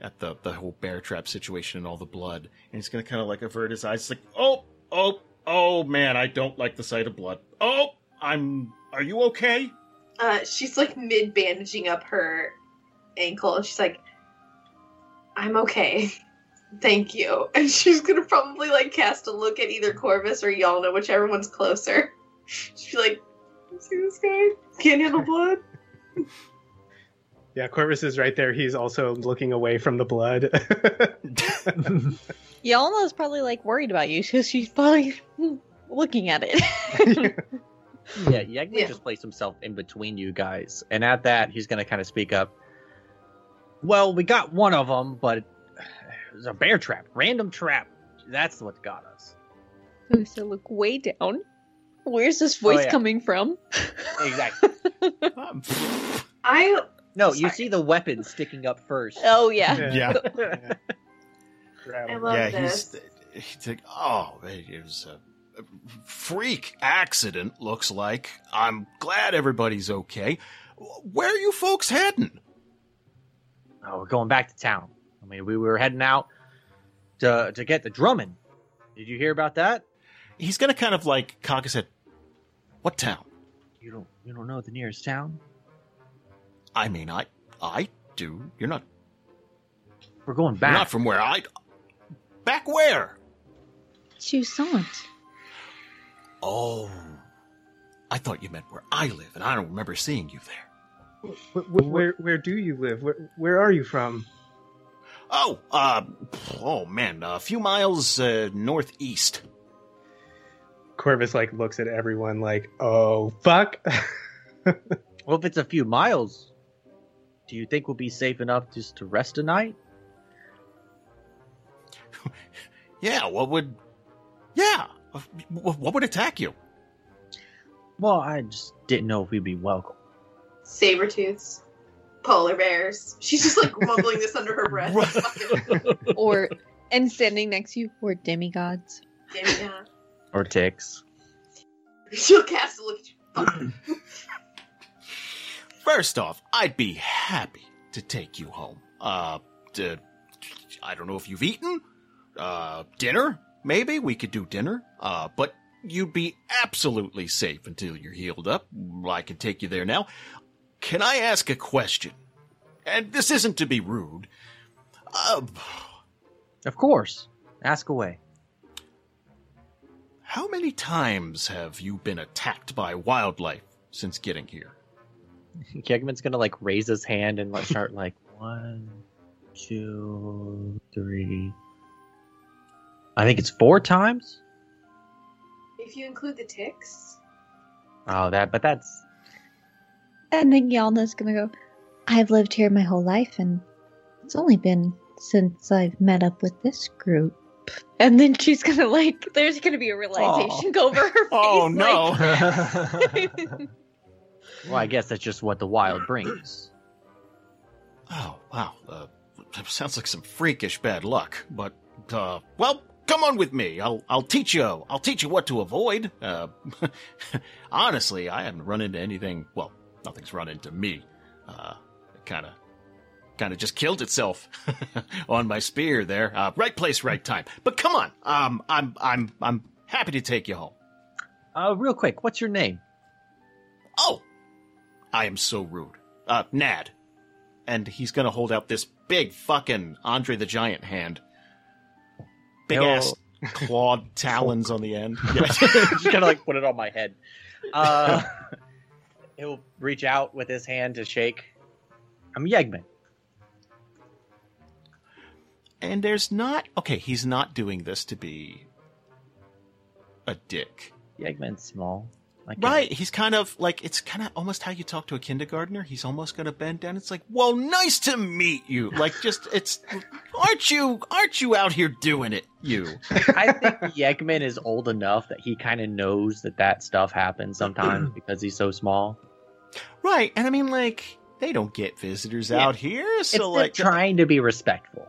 Speaker 2: at the the whole bear trap situation and all the blood, and he's going to kind of like avert his eyes, like, oh, oh, oh, man, I don't like the sight of blood. Oh, I'm. Are you okay? (laughs)
Speaker 4: uh, she's like mid bandaging up her ankle and she's like i'm okay (laughs) thank you (laughs) and she's gonna probably like cast a look at either corvus or yalna whichever one's closer (laughs) she's like "You see this guy can't handle blood
Speaker 6: Yeah, Corvus is right there. He's also looking away from the blood. (laughs)
Speaker 5: Yalna's probably like worried about you (laughs) because she's probably looking at it. (laughs)
Speaker 7: Yeah, Yagman
Speaker 4: Yeah.
Speaker 7: just placed himself in between you guys, and at that, he's going to kind of speak up. Well, we got one of them, but it was a bear trap, random trap. That's what got us.
Speaker 5: so look way down. Where's this voice
Speaker 7: yeah.
Speaker 5: coming from?
Speaker 7: Exactly.
Speaker 2: Um,
Speaker 4: I
Speaker 7: No, you
Speaker 4: Sorry.
Speaker 7: see the weapon sticking up first.
Speaker 5: Oh yeah.
Speaker 2: yeah,
Speaker 6: Yeah. Grab
Speaker 4: I
Speaker 6: him.
Speaker 4: love
Speaker 2: yeah.
Speaker 4: this.
Speaker 2: He's he's like, oh, it was a, a freak accident. Looks like I'm glad everybody's okay. Where are you folks heading?
Speaker 7: Oh, we're going back to town. I mean, we were heading out to to get the drumming. Did you hear about that?
Speaker 2: He's gonna kind of like cock his head. What town?
Speaker 7: You don't you don't know the nearest town?
Speaker 2: I mean, I I do. You're not
Speaker 7: We're going
Speaker 2: you're
Speaker 7: back.
Speaker 2: not from where I. Back where?
Speaker 5: Toussaint.
Speaker 2: Oh, I thought you meant where I live, and I don't remember seeing you there.
Speaker 6: Wh- wh- Where where do you live? Where where are you from?
Speaker 2: Oh, uh, oh man, a few miles uh, northeast.
Speaker 6: Corvus like looks at everyone like, "Oh fuck." (laughs)
Speaker 7: Well, if it's a few miles, do you think we'll be safe enough just to rest a night?
Speaker 2: Yeah, what would? Yeah, wh- what would attack you?
Speaker 7: Well, I just didn't know if we'd be welcome.
Speaker 4: Saber tooths, polar bears. She's just like mumbling this under her breath.
Speaker 2: Right.
Speaker 4: Fucking
Speaker 5: (laughs) Or and standing next to you were demigods.
Speaker 4: Damian.
Speaker 7: Or ticks.
Speaker 4: She'll cast a look at you. Fuck.
Speaker 2: First off, I'd be happy to take you home. Uh, d- I don't know if you've eaten. Uh, dinner? Maybe we could do dinner. Uh, but you'd be absolutely safe until you're healed up. I can take you there now. Can I ask a question? And this isn't to be rude. Uh,
Speaker 7: Of course. Ask away.
Speaker 2: how many times have you been attacked by wildlife since getting here?
Speaker 7: Kegman's gonna like raise his hand and like start (laughs) like one, two, three. I think it's four times.
Speaker 4: If you include the ticks,
Speaker 7: Oh, that. But that's
Speaker 5: And then Yalna's gonna go, I've lived here my whole life and it's only been since I've met up with this group. And then she's gonna like there's gonna be a realization go (laughs) over her face.
Speaker 2: Oh, no.
Speaker 3: Oh,
Speaker 5: (laughs) like-
Speaker 7: well. I guess that's just what the wild brings.
Speaker 2: Oh, wow. Uh, sounds like some freakish bad luck, but, uh, well, come on with me. I'll, I'll teach you. I'll teach you what to avoid. Uh, (laughs) honestly, I haven't run into anything. Well, nothing's run into me. Uh, it kind of, kind of just killed itself (laughs) on my spear there. Uh, right place, right time. But come on. Um, I'm, I'm, I'm happy to take you home.
Speaker 7: Uh, real quick, what's your (laughs) name?
Speaker 2: Oh, I am so rude. Uh, Nad. And he's gonna hold out this big fucking Andre the Giant hand. Big
Speaker 7: Hello.
Speaker 2: ass clawed talons on the end.
Speaker 7: (laughs) just kind of like put it on my head. (laughs) Uh, he'll reach out with his hand to shake. I'm Yegman.
Speaker 2: And there's not. Okay, he's not doing this to be a dick.
Speaker 7: Yegman's small. I can-
Speaker 2: Right, he's kind of like it's kind of almost how you talk to a kindergartner. He's almost gonna bend down. It's like, well, nice to meet you. Like, just it's, aren't you aren't you out here doing it, you?
Speaker 7: I think Yegman is old enough that he kind of knows that that stuff
Speaker 2: (clears throat)
Speaker 7: happens sometimes because he's so small.
Speaker 2: Right, and I mean, like they don't get visitors
Speaker 7: Yeah.
Speaker 2: out here,
Speaker 7: It's
Speaker 2: so
Speaker 7: like
Speaker 2: like,
Speaker 7: trying to be respectful,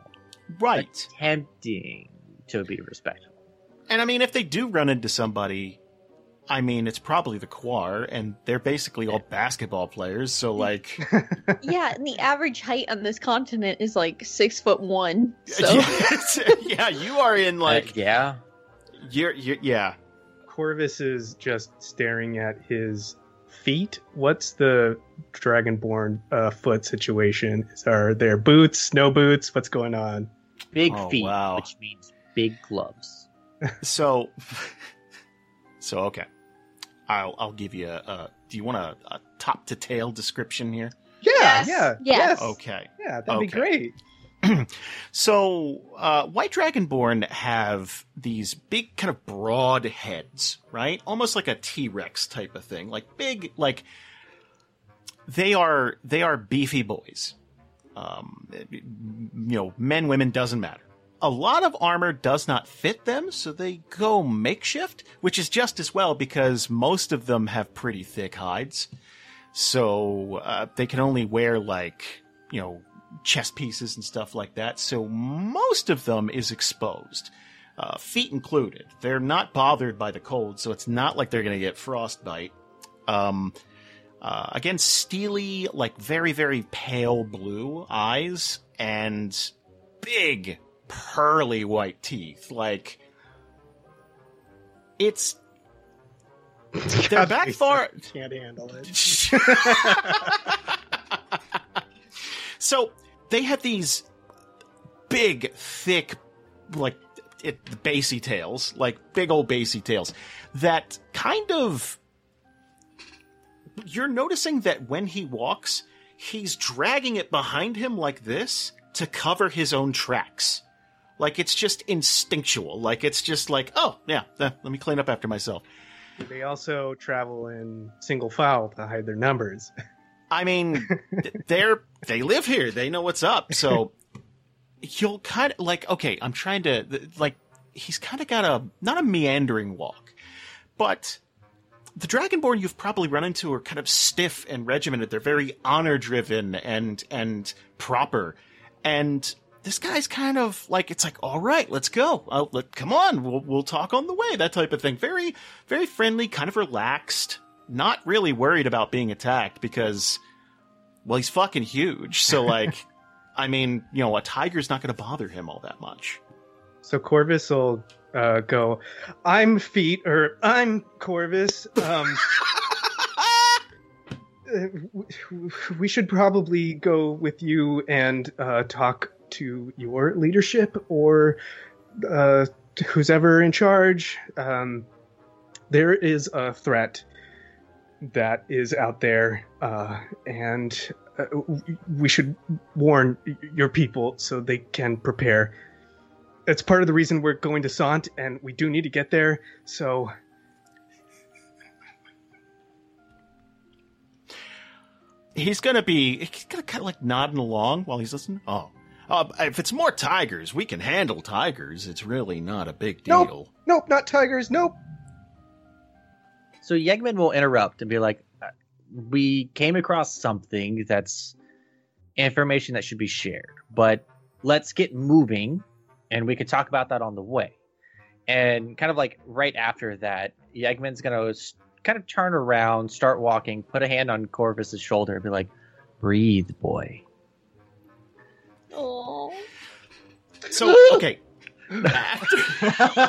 Speaker 2: right.
Speaker 7: attempting to be respectful.
Speaker 2: And I mean, if they do run into somebody, I mean, it's probably the Quar, and they're basically all basketball players. So like,
Speaker 5: yeah, and the average height on this continent is like six foot one. So
Speaker 2: (laughs)
Speaker 5: (laughs)
Speaker 2: Yes, yeah, you are in
Speaker 7: Uh,
Speaker 2: like,
Speaker 7: yeah,
Speaker 2: you're, you're, yeah,
Speaker 6: Corvus is just staring at his feet. What's the dragonborn uh, foot situation? Is- Are there boots? No boots? What's going on?
Speaker 7: big
Speaker 2: Oh,
Speaker 7: feet,
Speaker 2: wow.
Speaker 7: which means big gloves.
Speaker 2: So, (laughs) so okay, I'll I'll give you a. a do you want a, a top to tail description here?
Speaker 6: Yeah,
Speaker 4: Yes.
Speaker 6: yeah,
Speaker 5: Yes.
Speaker 2: Okay.
Speaker 6: yeah. That'd be
Speaker 2: Okay.
Speaker 6: great.
Speaker 2: So, uh, White Dragonborn have these big, kind of broad heads, right? Almost like a T Rex type of thing. Like big, like they are they are beefy boys. Um, you know, men, women doesn't matter. A lot of armor does not fit them, so they go makeshift, which is just as well because most of them have pretty thick hides, so uh, they can only wear like you know chest pieces and stuff like that, so most of them is exposed, uh, feet included. They're not bothered by the cold, so it's not like they're going to get frostbite. Um, uh, again, steely, like very, very pale blue eyes and big, pearly white teeth. Like, it's. (laughs) They're back far.
Speaker 6: Can't handle it.
Speaker 2: (laughs) so they had these big, thick, like it, bassy tails, like big old bassy tails, that kind of. You're noticing that when he walks, he's dragging it behind him like this to cover his own tracks. Like it's just instinctual. Like it's just like, oh, yeah, eh, let me clean up after myself.
Speaker 6: They also travel in single file to hide their numbers. (laughs)
Speaker 2: I mean, th- they're they live here. They know what's up. So you'll kind of like okay. I'm trying to th- like he's kind of got a not a meandering walk, but the Dragonborn you've probably run into are kind of stiff and regimented. They're very honor driven and and proper. And this guy's kind of like it's like all right, let's go. Uh, let, come on, we'll we'll talk on the way. That type of thing. Very very friendly, kind of relaxed. Not really worried about being attacked because well, he's fucking huge. So like, (laughs) I mean, you know, a tiger's not going to bother him all that much. (laughs)
Speaker 6: So Corvus will uh, go, I'm feet, or I'm Corvus. Um, uh, w- we should probably go with you and uh, talk to your leadership or uh, to who's ever in charge. Um, there is a threat that is out there, uh, and uh, w- we should warn y- your people so they can prepare that's part of the reason we're going to Sant, and we do need to get there. So
Speaker 2: He's going to be he's going to kind of like nodding along while he's listening. Oh, uh, if it's more tigers, we can handle tigers. It's really not a big deal.
Speaker 6: Nope. nope, not tigers. Nope.
Speaker 7: So Yegman will interrupt and be like, "Uh, "We came across something that's information that should be shared, but let's get moving, and we could talk about that on the way." And kind of like right after that, Yegman's gonna s- kind of turn around, start walking, put a hand on Corvus's shoulder, and be like, "Breathe, boy."
Speaker 4: Oh.
Speaker 6: (laughs)
Speaker 2: So okay. After, (laughs)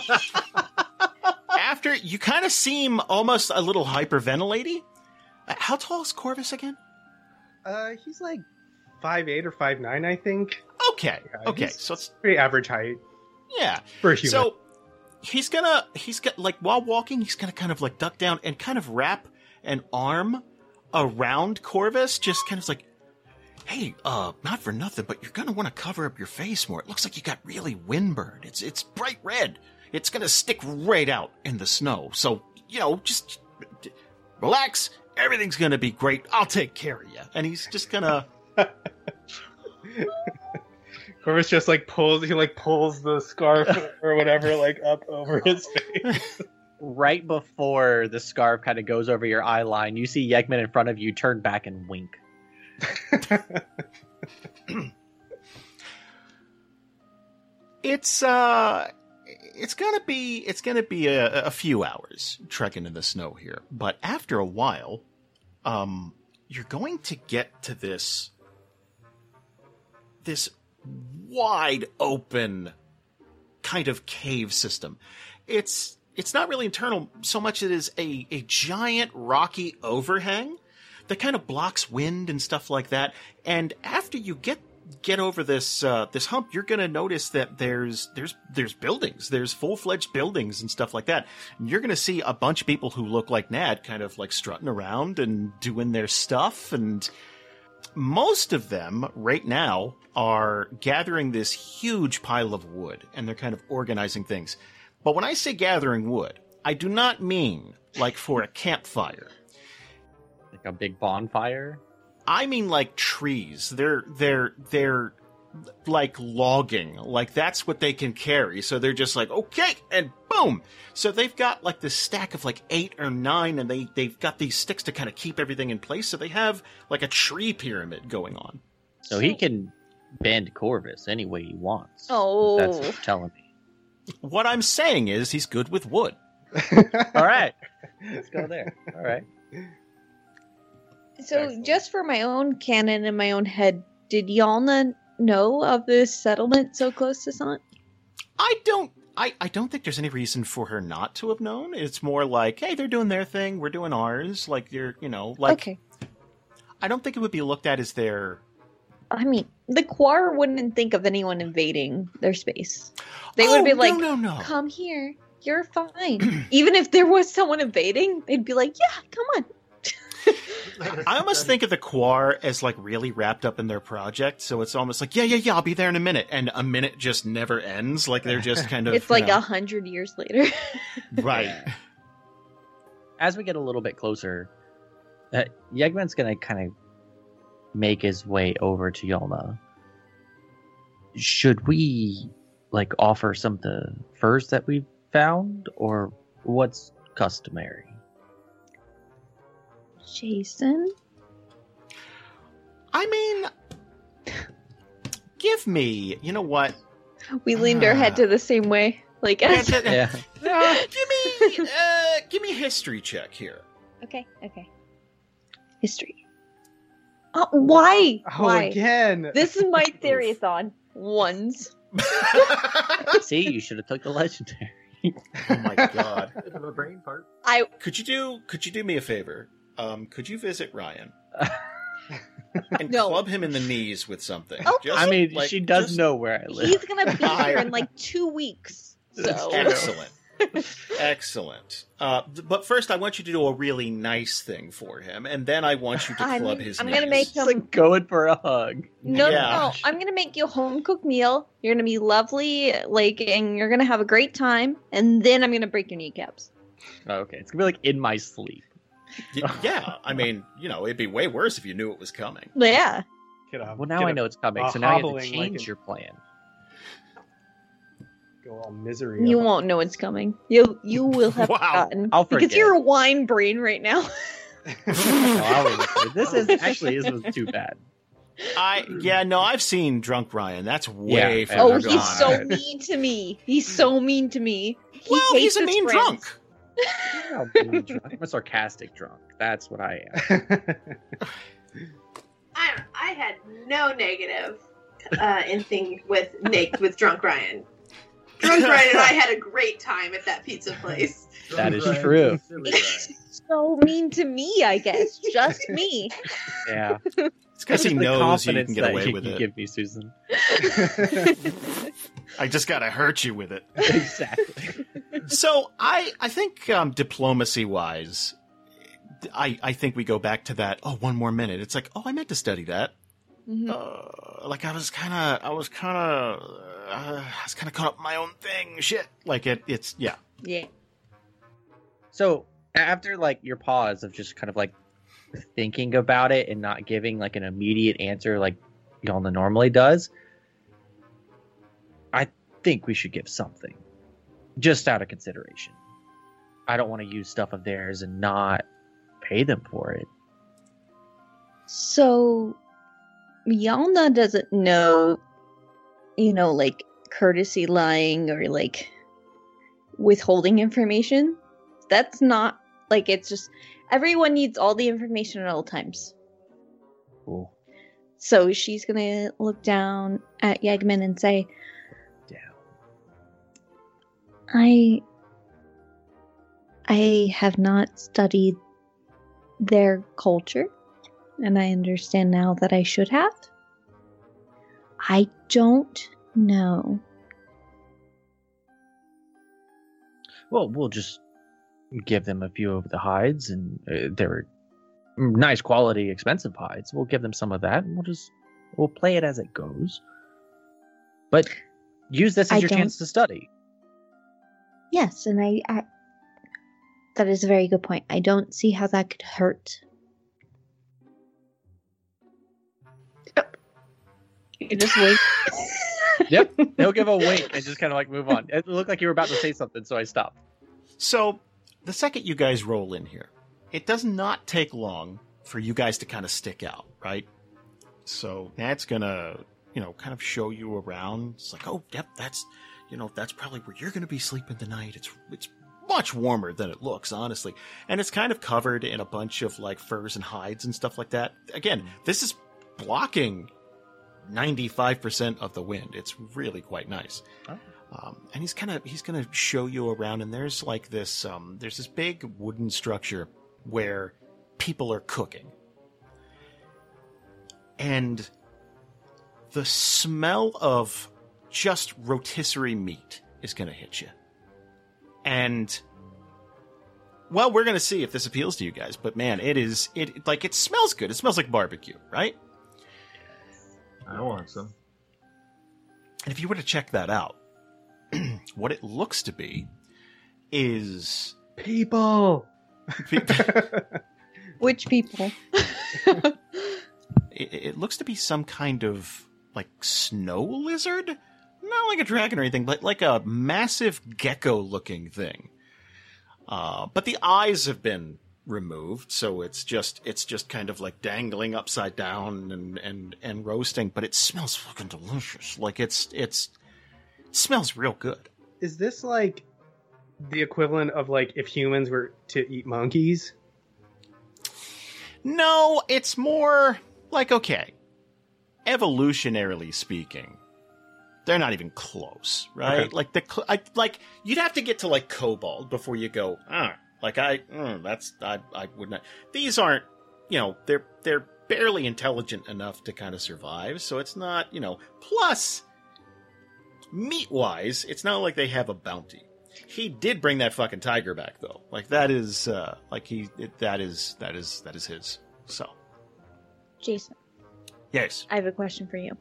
Speaker 2: after you kind of seem almost a little hyperventilating. Uh, How tall is Corvus again?
Speaker 6: Uh, he's like five eight or five nine, I think.
Speaker 2: Okay,
Speaker 6: Yeah,
Speaker 2: okay.
Speaker 6: he's-
Speaker 2: So it's
Speaker 6: Pretty average height
Speaker 2: yeah.
Speaker 6: for a human.
Speaker 2: So he's gonna he's got like while walking, he's gonna kind of like duck down and kind of wrap an arm around Corvus, just kind of like, hey, uh, not for nothing, but you're gonna want to cover up your face more. It looks like you got really windburned. It's it's bright red. It's gonna stick right out in the snow. So you know, just relax. Everything's gonna be great. I'll take care of you. And he's just gonna.
Speaker 6: Corvus just like pulls, he like pulls the
Speaker 2: (laughs)
Speaker 6: scarf or whatever like up over his face.
Speaker 7: Right before the scarf kind of goes over your eye line, you see Yegman in front of you turn back and wink.
Speaker 2: it's uh it's gonna be it's gonna be a, a few hours trekking in the snow here but after a while um you're going to get to this this wide open kind of cave system it's it's not really internal so much it is a a giant rocky overhang that kind of blocks wind and stuff like that and after you get get over this uh, this hump, you're going to notice that there's there's there's buildings, there's full fledged buildings and stuff like that. And you're going to see a bunch of people who look like Nad, kind of like strutting around and doing their stuff, and most of them right now are gathering this huge pile of wood and they're kind of organizing things. But when I say gathering wood, I do not mean like for a campfire.
Speaker 7: Like a big bonfire.
Speaker 2: I mean like trees. They're they're they're like logging. Like that's what they can carry. So they're just like, okay, and boom. So they've got like this stack of like eight or nine, and they they've got these sticks to kind of keep everything in place. So they have like a tree pyramid going on.
Speaker 7: So he can bend Corvus any way he wants.
Speaker 5: Oh.
Speaker 7: That's what you're telling me.
Speaker 2: What I'm saying is he's good with wood.
Speaker 7: All right. (laughs) Let's go there. All (laughs) right.
Speaker 5: So,
Speaker 7: Excellent.
Speaker 5: just for my own canon and my own head, did Yalna know of this settlement so close to Sant?
Speaker 2: I don't. I, I don't think there's any reason for her not to have known. It's more like, hey, they're doing their thing, we're doing ours. Like you're, you know, like
Speaker 5: okay.
Speaker 2: I don't think it would be looked at as their
Speaker 5: I mean, the Quar wouldn't think of anyone invading their space. They would
Speaker 2: Oh,
Speaker 5: be like,
Speaker 2: no, no, no.
Speaker 5: come here, you're
Speaker 2: (clears throat)
Speaker 5: fine. Even if there was someone invading, they'd be like, yeah, come on.
Speaker 2: I almost think of the Quar as like really wrapped up in their project, so it's almost like, yeah, yeah, yeah, I'll be there in a minute, and a minute just never ends. Like they're just kind of
Speaker 5: It's like
Speaker 2: you
Speaker 5: a hundred years later. (laughs)
Speaker 2: know, right.
Speaker 7: As we get a little bit closer, uh, Yegman's going to kind of make his way over to Yolna. Should we, like, offer some of the furs that we've found, or what's customary?
Speaker 5: Jason?
Speaker 2: I mean, give me, you know what?
Speaker 5: We leaned our head
Speaker 2: Ah.
Speaker 5: to the same way. Like, as-
Speaker 7: Yeah.
Speaker 2: (laughs) Uh, give me, uh, give me a history check here.
Speaker 5: okay, okay. History. Uh, why?
Speaker 6: (laughs) Oh,
Speaker 5: why?
Speaker 6: again.
Speaker 5: This is my theory-a-thon. Ones.
Speaker 2: oh
Speaker 7: (laughs) See, you should have took the legendary.
Speaker 5: (laughs)
Speaker 2: my god!
Speaker 3: the brain part.
Speaker 5: I
Speaker 2: Could you do? Could you do me a favor? Um, could you visit
Speaker 7: (laughs)
Speaker 2: Ryan and
Speaker 5: No.
Speaker 2: club him in the knees with something?
Speaker 5: Okay.
Speaker 2: Just,
Speaker 7: I mean,
Speaker 2: like,
Speaker 7: she does
Speaker 2: just-
Speaker 7: know where I live.
Speaker 5: he's gonna be here in like two weeks.
Speaker 2: (laughs)
Speaker 7: That's
Speaker 5: So
Speaker 2: Excellent. Excellent. Uh, th- but first, I want you to do a really nice thing for him, and then I want you to
Speaker 5: I'm-
Speaker 2: club his
Speaker 5: I'm gonna
Speaker 2: knees.
Speaker 5: make
Speaker 7: It's like going for a hug.
Speaker 5: Um, no, no,
Speaker 2: Yeah.
Speaker 5: no, I'm gonna make you a home cooked meal. You're gonna be lovely, like, and you're gonna have a great time. And then I'm gonna break your kneecaps.
Speaker 7: Oh, okay, it's gonna be like in my sleep.
Speaker 2: Y- yeah, I mean, you know, it'd be way worse if you knew it was coming.
Speaker 5: But yeah,
Speaker 6: Get up,
Speaker 7: Well, now
Speaker 6: get
Speaker 7: I
Speaker 6: up,
Speaker 7: know it's coming,
Speaker 6: a
Speaker 7: so now you have
Speaker 6: hobbling,
Speaker 7: to
Speaker 6: like,
Speaker 7: change
Speaker 6: in-
Speaker 7: your plan.
Speaker 6: Go all misery.
Speaker 5: you
Speaker 6: up.
Speaker 5: won't know it's coming. You you will have
Speaker 2: Wow.
Speaker 5: forgotten
Speaker 7: I'll
Speaker 5: because
Speaker 7: forget.
Speaker 5: you're a wine brain right now.
Speaker 7: (laughs) Oh, I'll remember. this is (laughs) actually this was too bad.
Speaker 2: I yeah, no, I've seen drunk Ryan. That's way
Speaker 7: Yeah.
Speaker 2: further
Speaker 5: (laughs) oh,
Speaker 2: gone.
Speaker 5: he's so mean to me. He's so mean to me. He
Speaker 2: well, he's
Speaker 5: hates
Speaker 2: a
Speaker 5: his
Speaker 2: mean
Speaker 5: friends.
Speaker 2: drunk.
Speaker 7: I'm, (laughs) being drunk. I'm a sarcastic drunk. That's what I am.
Speaker 4: I, I had no negative uh, in thing with Nick with Drunk Ryan.
Speaker 7: (laughs)
Speaker 4: Drunk Ryan and I had a great time at that pizza place.
Speaker 7: That is true.
Speaker 5: He's so mean to me. I guess just me.
Speaker 7: Yeah,
Speaker 2: It's because
Speaker 7: This
Speaker 2: he
Speaker 7: is the
Speaker 2: knows you
Speaker 7: confidence
Speaker 2: can get
Speaker 7: that
Speaker 2: away
Speaker 7: you
Speaker 2: with
Speaker 7: can
Speaker 2: it.
Speaker 7: Give me Susan. (laughs)
Speaker 2: I just gotta hurt you with it.
Speaker 7: exactly.
Speaker 2: so I I think um, diplomacy wise, I I think we go back to that. Oh, one more minute. It's like oh, I meant to study that.
Speaker 5: Mhm.
Speaker 2: Uh, like I was kind of I was kind of uh, I was kind of caught up in my own thing. Shit. Like it. It's yeah.
Speaker 5: Yeah.
Speaker 7: So after like your pause of just kind of like thinking about it and not giving like an immediate answer like Yolanda normally does, I think we should give something. Just out of consideration. I don't want to use stuff of theirs and not pay them for it.
Speaker 5: So Yalna doesn't know, you know, like courtesy lying or like withholding information. That's not like it's just everyone needs all the information at all times.
Speaker 7: Cool.
Speaker 5: So she's gonna look down at Yegman and say,
Speaker 7: Down.
Speaker 5: I I have not studied their culture, and I understand now that I should have. I don't know.
Speaker 7: Well, we'll just give them a few of the hides and uh, their nice quality, expensive hides. We'll give them some of that, and we'll just we'll play it as it goes. But use this as
Speaker 5: I
Speaker 7: your
Speaker 5: don't-
Speaker 7: chance to study.
Speaker 5: Yes, and I, I. That is a very good point. I don't see how that could hurt. Oh. You just wait.
Speaker 7: Yep, they'll give a wink and just kind of like move on. It looked like you were about to say something, so I stopped.
Speaker 2: So, the second you guys roll in here, it does not take long for you guys to kind of stick out, right? So, Nat's gonna, you know, kind of show you around. It's like, oh, yep, that's, you know, that's probably where you're gonna be sleeping tonight. It's, it's much warmer than it looks, honestly. And it's kind of covered in a bunch of like furs and hides and stuff like that. Again, this is blocking 95% of the wind. It's really quite nice um, and he's kind of he's gonna show you around and there's like this um, there's this big wooden structure where people are cooking and the smell of just rotisserie meat is gonna hit you and well we're gonna see if this appeals to you guys but man it is it like it smells good it smells like barbecue right
Speaker 3: I want some.
Speaker 2: And if you were to check that out, (clears throat) what it looks to be is
Speaker 6: People. (laughs)
Speaker 2: it,
Speaker 5: Which people?
Speaker 2: it looks to be some kind of like snow lizard, not like a dragon or anything, but like a massive gecko-looking thing. Uh, but the eyes have been removed, so it's just it's just kind of like dangling upside down and and and roasting. But it smells fucking delicious. Like it's it's it smells real good.
Speaker 6: Is this like the equivalent of like if humans were to eat monkeys?
Speaker 2: No, it's more like okay. Evolutionarily speaking, they're not even close, right?
Speaker 6: Okay.
Speaker 2: Like the cl- I, like you'd have to get to like kobold before you go. Ah, like I mm, that's I I would not. These aren't you know they're they're barely intelligent enough to kind of survive, so it's not you know. Plus, meat wise, it's not like they have a bounty. He did bring that fucking tiger back though. Like that is uh like he it, that is that is that is his. So
Speaker 5: (laughs) Jason,
Speaker 2: yes,
Speaker 5: I have a question for you.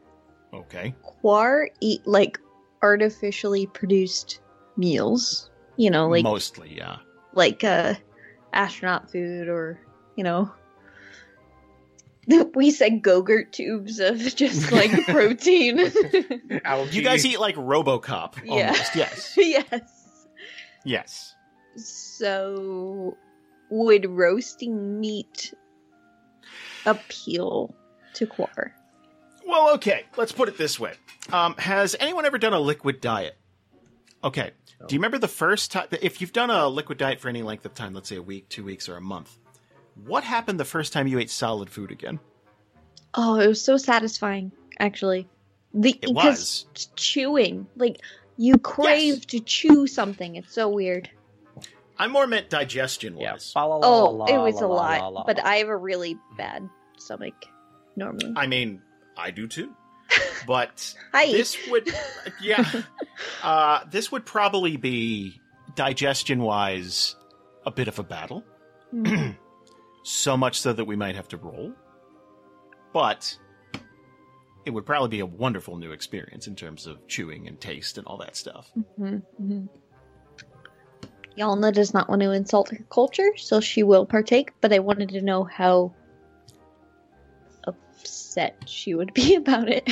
Speaker 2: okay.
Speaker 5: Quar eat like artificially produced meals. You know, like
Speaker 2: Mostly, yeah.
Speaker 5: like uh, astronaut food or you know. (laughs) We said Gogurt tubes of (laughs) just like protein. (laughs)
Speaker 6: Algae.
Speaker 2: You guys eat like RoboCop almost.
Speaker 5: Yeah.
Speaker 2: Yes,
Speaker 5: (laughs) yes.
Speaker 2: yes.
Speaker 5: So, would roasting meat appeal to Quar?
Speaker 2: Well, okay. Let's put it this way. Um, has anyone ever done a liquid diet? Okay. Do you remember the first time? If you've done a liquid diet for any length of time, let's say a week, two weeks, or a month, what happened the first time you ate solid food again?
Speaker 5: Oh, it was so satisfying, actually. The
Speaker 2: It
Speaker 5: because
Speaker 2: was.
Speaker 5: t- chewing, like you crave to chew something. It's so weird.
Speaker 2: I more meant digestion
Speaker 7: Yeah.
Speaker 2: wise.
Speaker 7: Fa la la
Speaker 5: Oh,
Speaker 7: la
Speaker 5: it was
Speaker 7: la
Speaker 5: a
Speaker 7: la
Speaker 5: lot,
Speaker 7: la la
Speaker 5: but
Speaker 7: la.
Speaker 5: I have a really bad stomach normally.
Speaker 2: I mean, I do too. But
Speaker 5: Hi. (clears throat)
Speaker 2: this would, yeah, uh, this would probably be digestion wise a bit of a battle. (clears throat)
Speaker 5: Mm.
Speaker 2: so much so that we might have to roll. But it would probably be a wonderful new experience in terms of chewing and taste and all that stuff.
Speaker 5: Mhm, mhm. Yalna does not want to insult her culture, so she will partake, but I wanted to know how upset she would be (laughs) about it.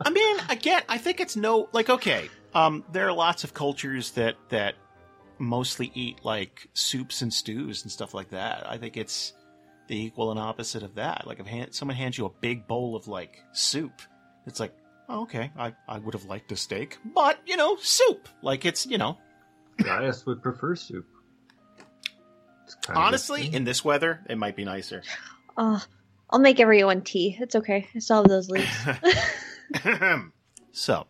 Speaker 2: I mean, again, I think it's no like okay. Um, there are lots of cultures that that mostly eat like soups and stews and stuff like that. I think it's the equal and opposite of that. Like if hand, someone hands you a big bowl of like soup, it's like oh, okay, I I would have liked a steak, but you know, soup. Like it's you know,
Speaker 3: Gaius would prefer soup. It's kind of
Speaker 2: honestly,
Speaker 3: interesting.
Speaker 2: in this weather, it might be nicer.
Speaker 5: Uh, I'll make everyone tea. It's okay. I still have those leaves. (laughs)
Speaker 2: (laughs) so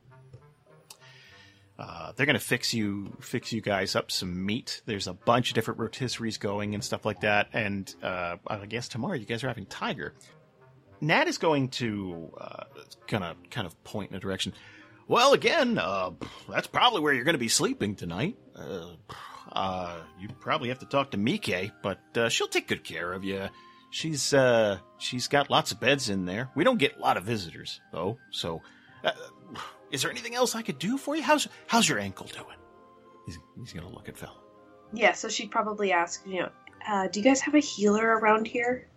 Speaker 2: uh, they're gonna fix you fix you guys up some meat there's a bunch of different rotisseries going and stuff like that and uh, i guess tomorrow you guys are having tiger nat is going to uh, kind of kind of point in a direction well again uh, that's probably where you're gonna be sleeping tonight uh, Uh, you probably have to talk to Mike, but uh, she'll take good care of you. She's uh, she's got lots of beds in there. We don't get a lot of visitors though, so uh, is there anything else I could do for you? How's how's your ankle doing? He's, he's gonna look at Phil.
Speaker 4: Yeah, so she'd probably ask, you know, uh, do you guys have a healer around here?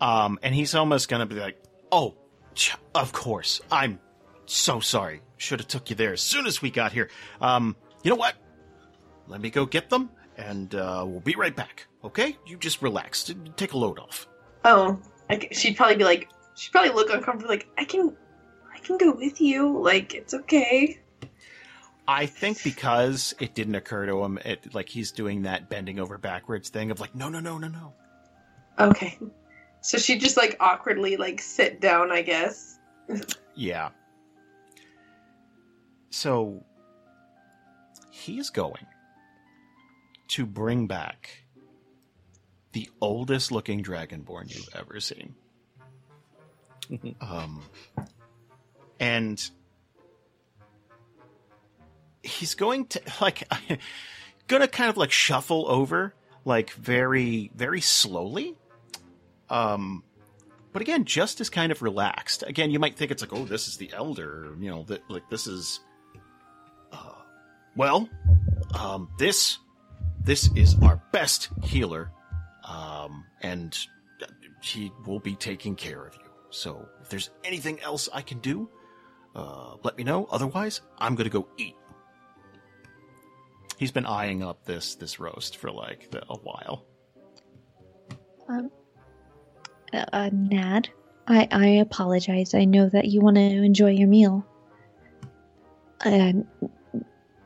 Speaker 2: Um, and he's almost gonna be like, "Oh, ch- of course. I'm so sorry. Should have took you there as soon as we got here. Um, you know what? Let me go get them, and uh, we'll be right back. Okay? You just relax. T- Take a load off.
Speaker 4: Oh, I c she'd probably be like, she'd probably look uncomfortable, like I can, I can go with you. Like it's okay.
Speaker 2: I think because it didn't occur to him, it like he's doing that bending over backwards thing of like, no, no, no, no, no.
Speaker 4: Okay. So she'd just like awkwardly like sit down, I guess.
Speaker 2: Yeah. So he is going to bring back the oldest looking dragonborn you've ever seen. um, and he's going to like (laughs) gonna kind of like shuffle over like very very slowly um but again, just as kind of relaxed. Again, you might think it's like, oh, this is the elder, you know, that like this is. Uh, well, um, this this is our best healer, um, and he will be taking care of you. So, if there's anything else I can do, uh, let me know. Otherwise, I'm gonna go eat. He's been eyeing up this this roast for like the, a while.
Speaker 5: Uh, uh, Nad, I, I apologize. I know that you want to enjoy your meal. Um,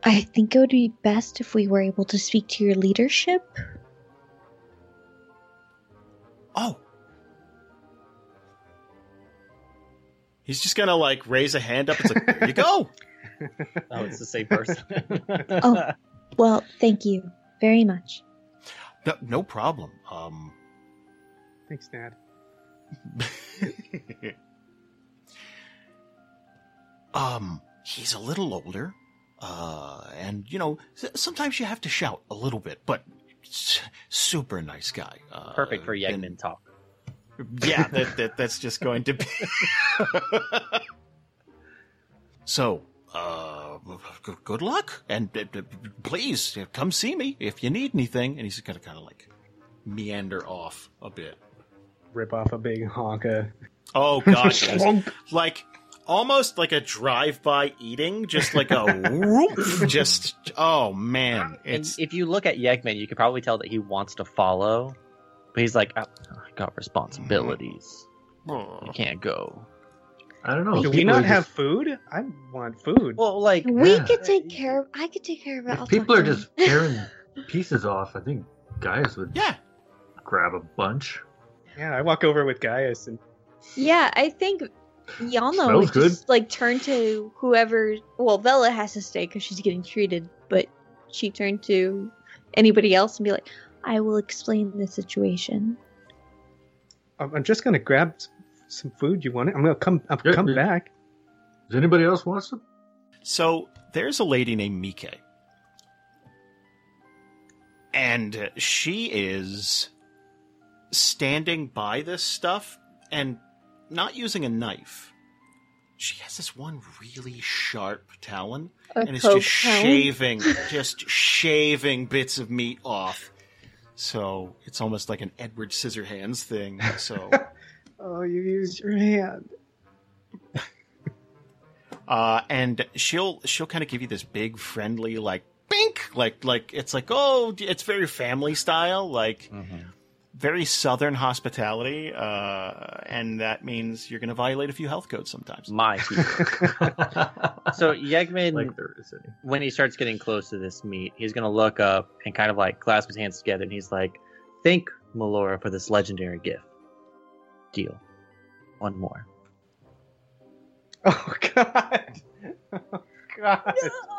Speaker 5: I think it would be best if we were able to speak to your leadership.
Speaker 2: Oh. He's just gonna like raise a hand up. It's like, there you go.
Speaker 7: Oh, it's the same person.
Speaker 5: Oh. Well, thank you very much.
Speaker 2: No, no problem. Um,
Speaker 6: (laughs)
Speaker 2: (laughs)
Speaker 6: Thanks, Dad.
Speaker 2: um, he's a little older, uh, and you know, s- sometimes you have to shout a little bit, but s- super nice guy. Uh,
Speaker 7: (laughs) Perfect for
Speaker 2: been-
Speaker 7: Yegman talk.
Speaker 2: yeah, that, that that's just going to be. (laughs) so, uh, g- good luck, and uh, uh, please uh, come see me if you need anything. And he's gonna kind of like meander off a bit.
Speaker 6: Rip off a big honka.
Speaker 2: Oh
Speaker 6: (laughs)
Speaker 2: gosh, yes.
Speaker 6: Swonk.
Speaker 2: like almost like a drive-by eating, just like a whoop, just oh man, it's
Speaker 7: and if you look at Yegman, you could probably tell that he wants to follow, but he's like, I, I got responsibilities. I can't go.
Speaker 3: I don't know.
Speaker 6: Do
Speaker 3: if
Speaker 6: we
Speaker 3: Oh, people
Speaker 6: not
Speaker 3: are
Speaker 6: have food? I want food.
Speaker 7: Well, like,
Speaker 5: We
Speaker 3: Yeah.
Speaker 5: could take care of. I could take care of it.
Speaker 3: Just,
Speaker 5: I'll
Speaker 3: if people
Speaker 5: talk
Speaker 3: are
Speaker 5: to
Speaker 3: just
Speaker 5: him.
Speaker 3: tearing pieces off, I think Gaius would
Speaker 2: (laughs) yeah.
Speaker 3: grab a bunch.
Speaker 6: yeah, I walk over with Gaius and
Speaker 5: Yeah, I think Yalna
Speaker 3: Smells
Speaker 5: would just like turn to whoever. Well, Vela has to stay because she's getting treated, but she turned to anybody else and be like, "I will explain the situation."
Speaker 6: I'm I'm just gonna grab s- some food. You want it? I'm gonna come. I'll
Speaker 3: Yeah,
Speaker 6: come
Speaker 3: yeah.
Speaker 6: back.
Speaker 3: Does anybody else want some?
Speaker 2: So there's a lady named Mike. And uh, she is standing by this stuff and not using a knife. She has this one really sharp talon
Speaker 5: A
Speaker 2: and it's
Speaker 5: poke
Speaker 2: just
Speaker 5: hound?
Speaker 2: shaving just shaving bits of meat off. So it's almost like an Edward Scissorhands thing. So
Speaker 6: Oh, you used your hand. (laughs)
Speaker 2: uh, and she'll she'll kind of give you this big friendly like bink like like it's like oh it's very family style like
Speaker 7: Mm-hmm.
Speaker 2: very southern hospitality uh, and that means you're going to violate a few health codes sometimes
Speaker 7: (laughs) my. So Yegman,
Speaker 3: like there is any.
Speaker 7: (laughs) when he starts getting close to this meat, he's gonna look up and kind of like clasp his hands together, and he's like, "Thank Melora for this legendary gift." Deal. One more.
Speaker 6: Oh God. Oh God.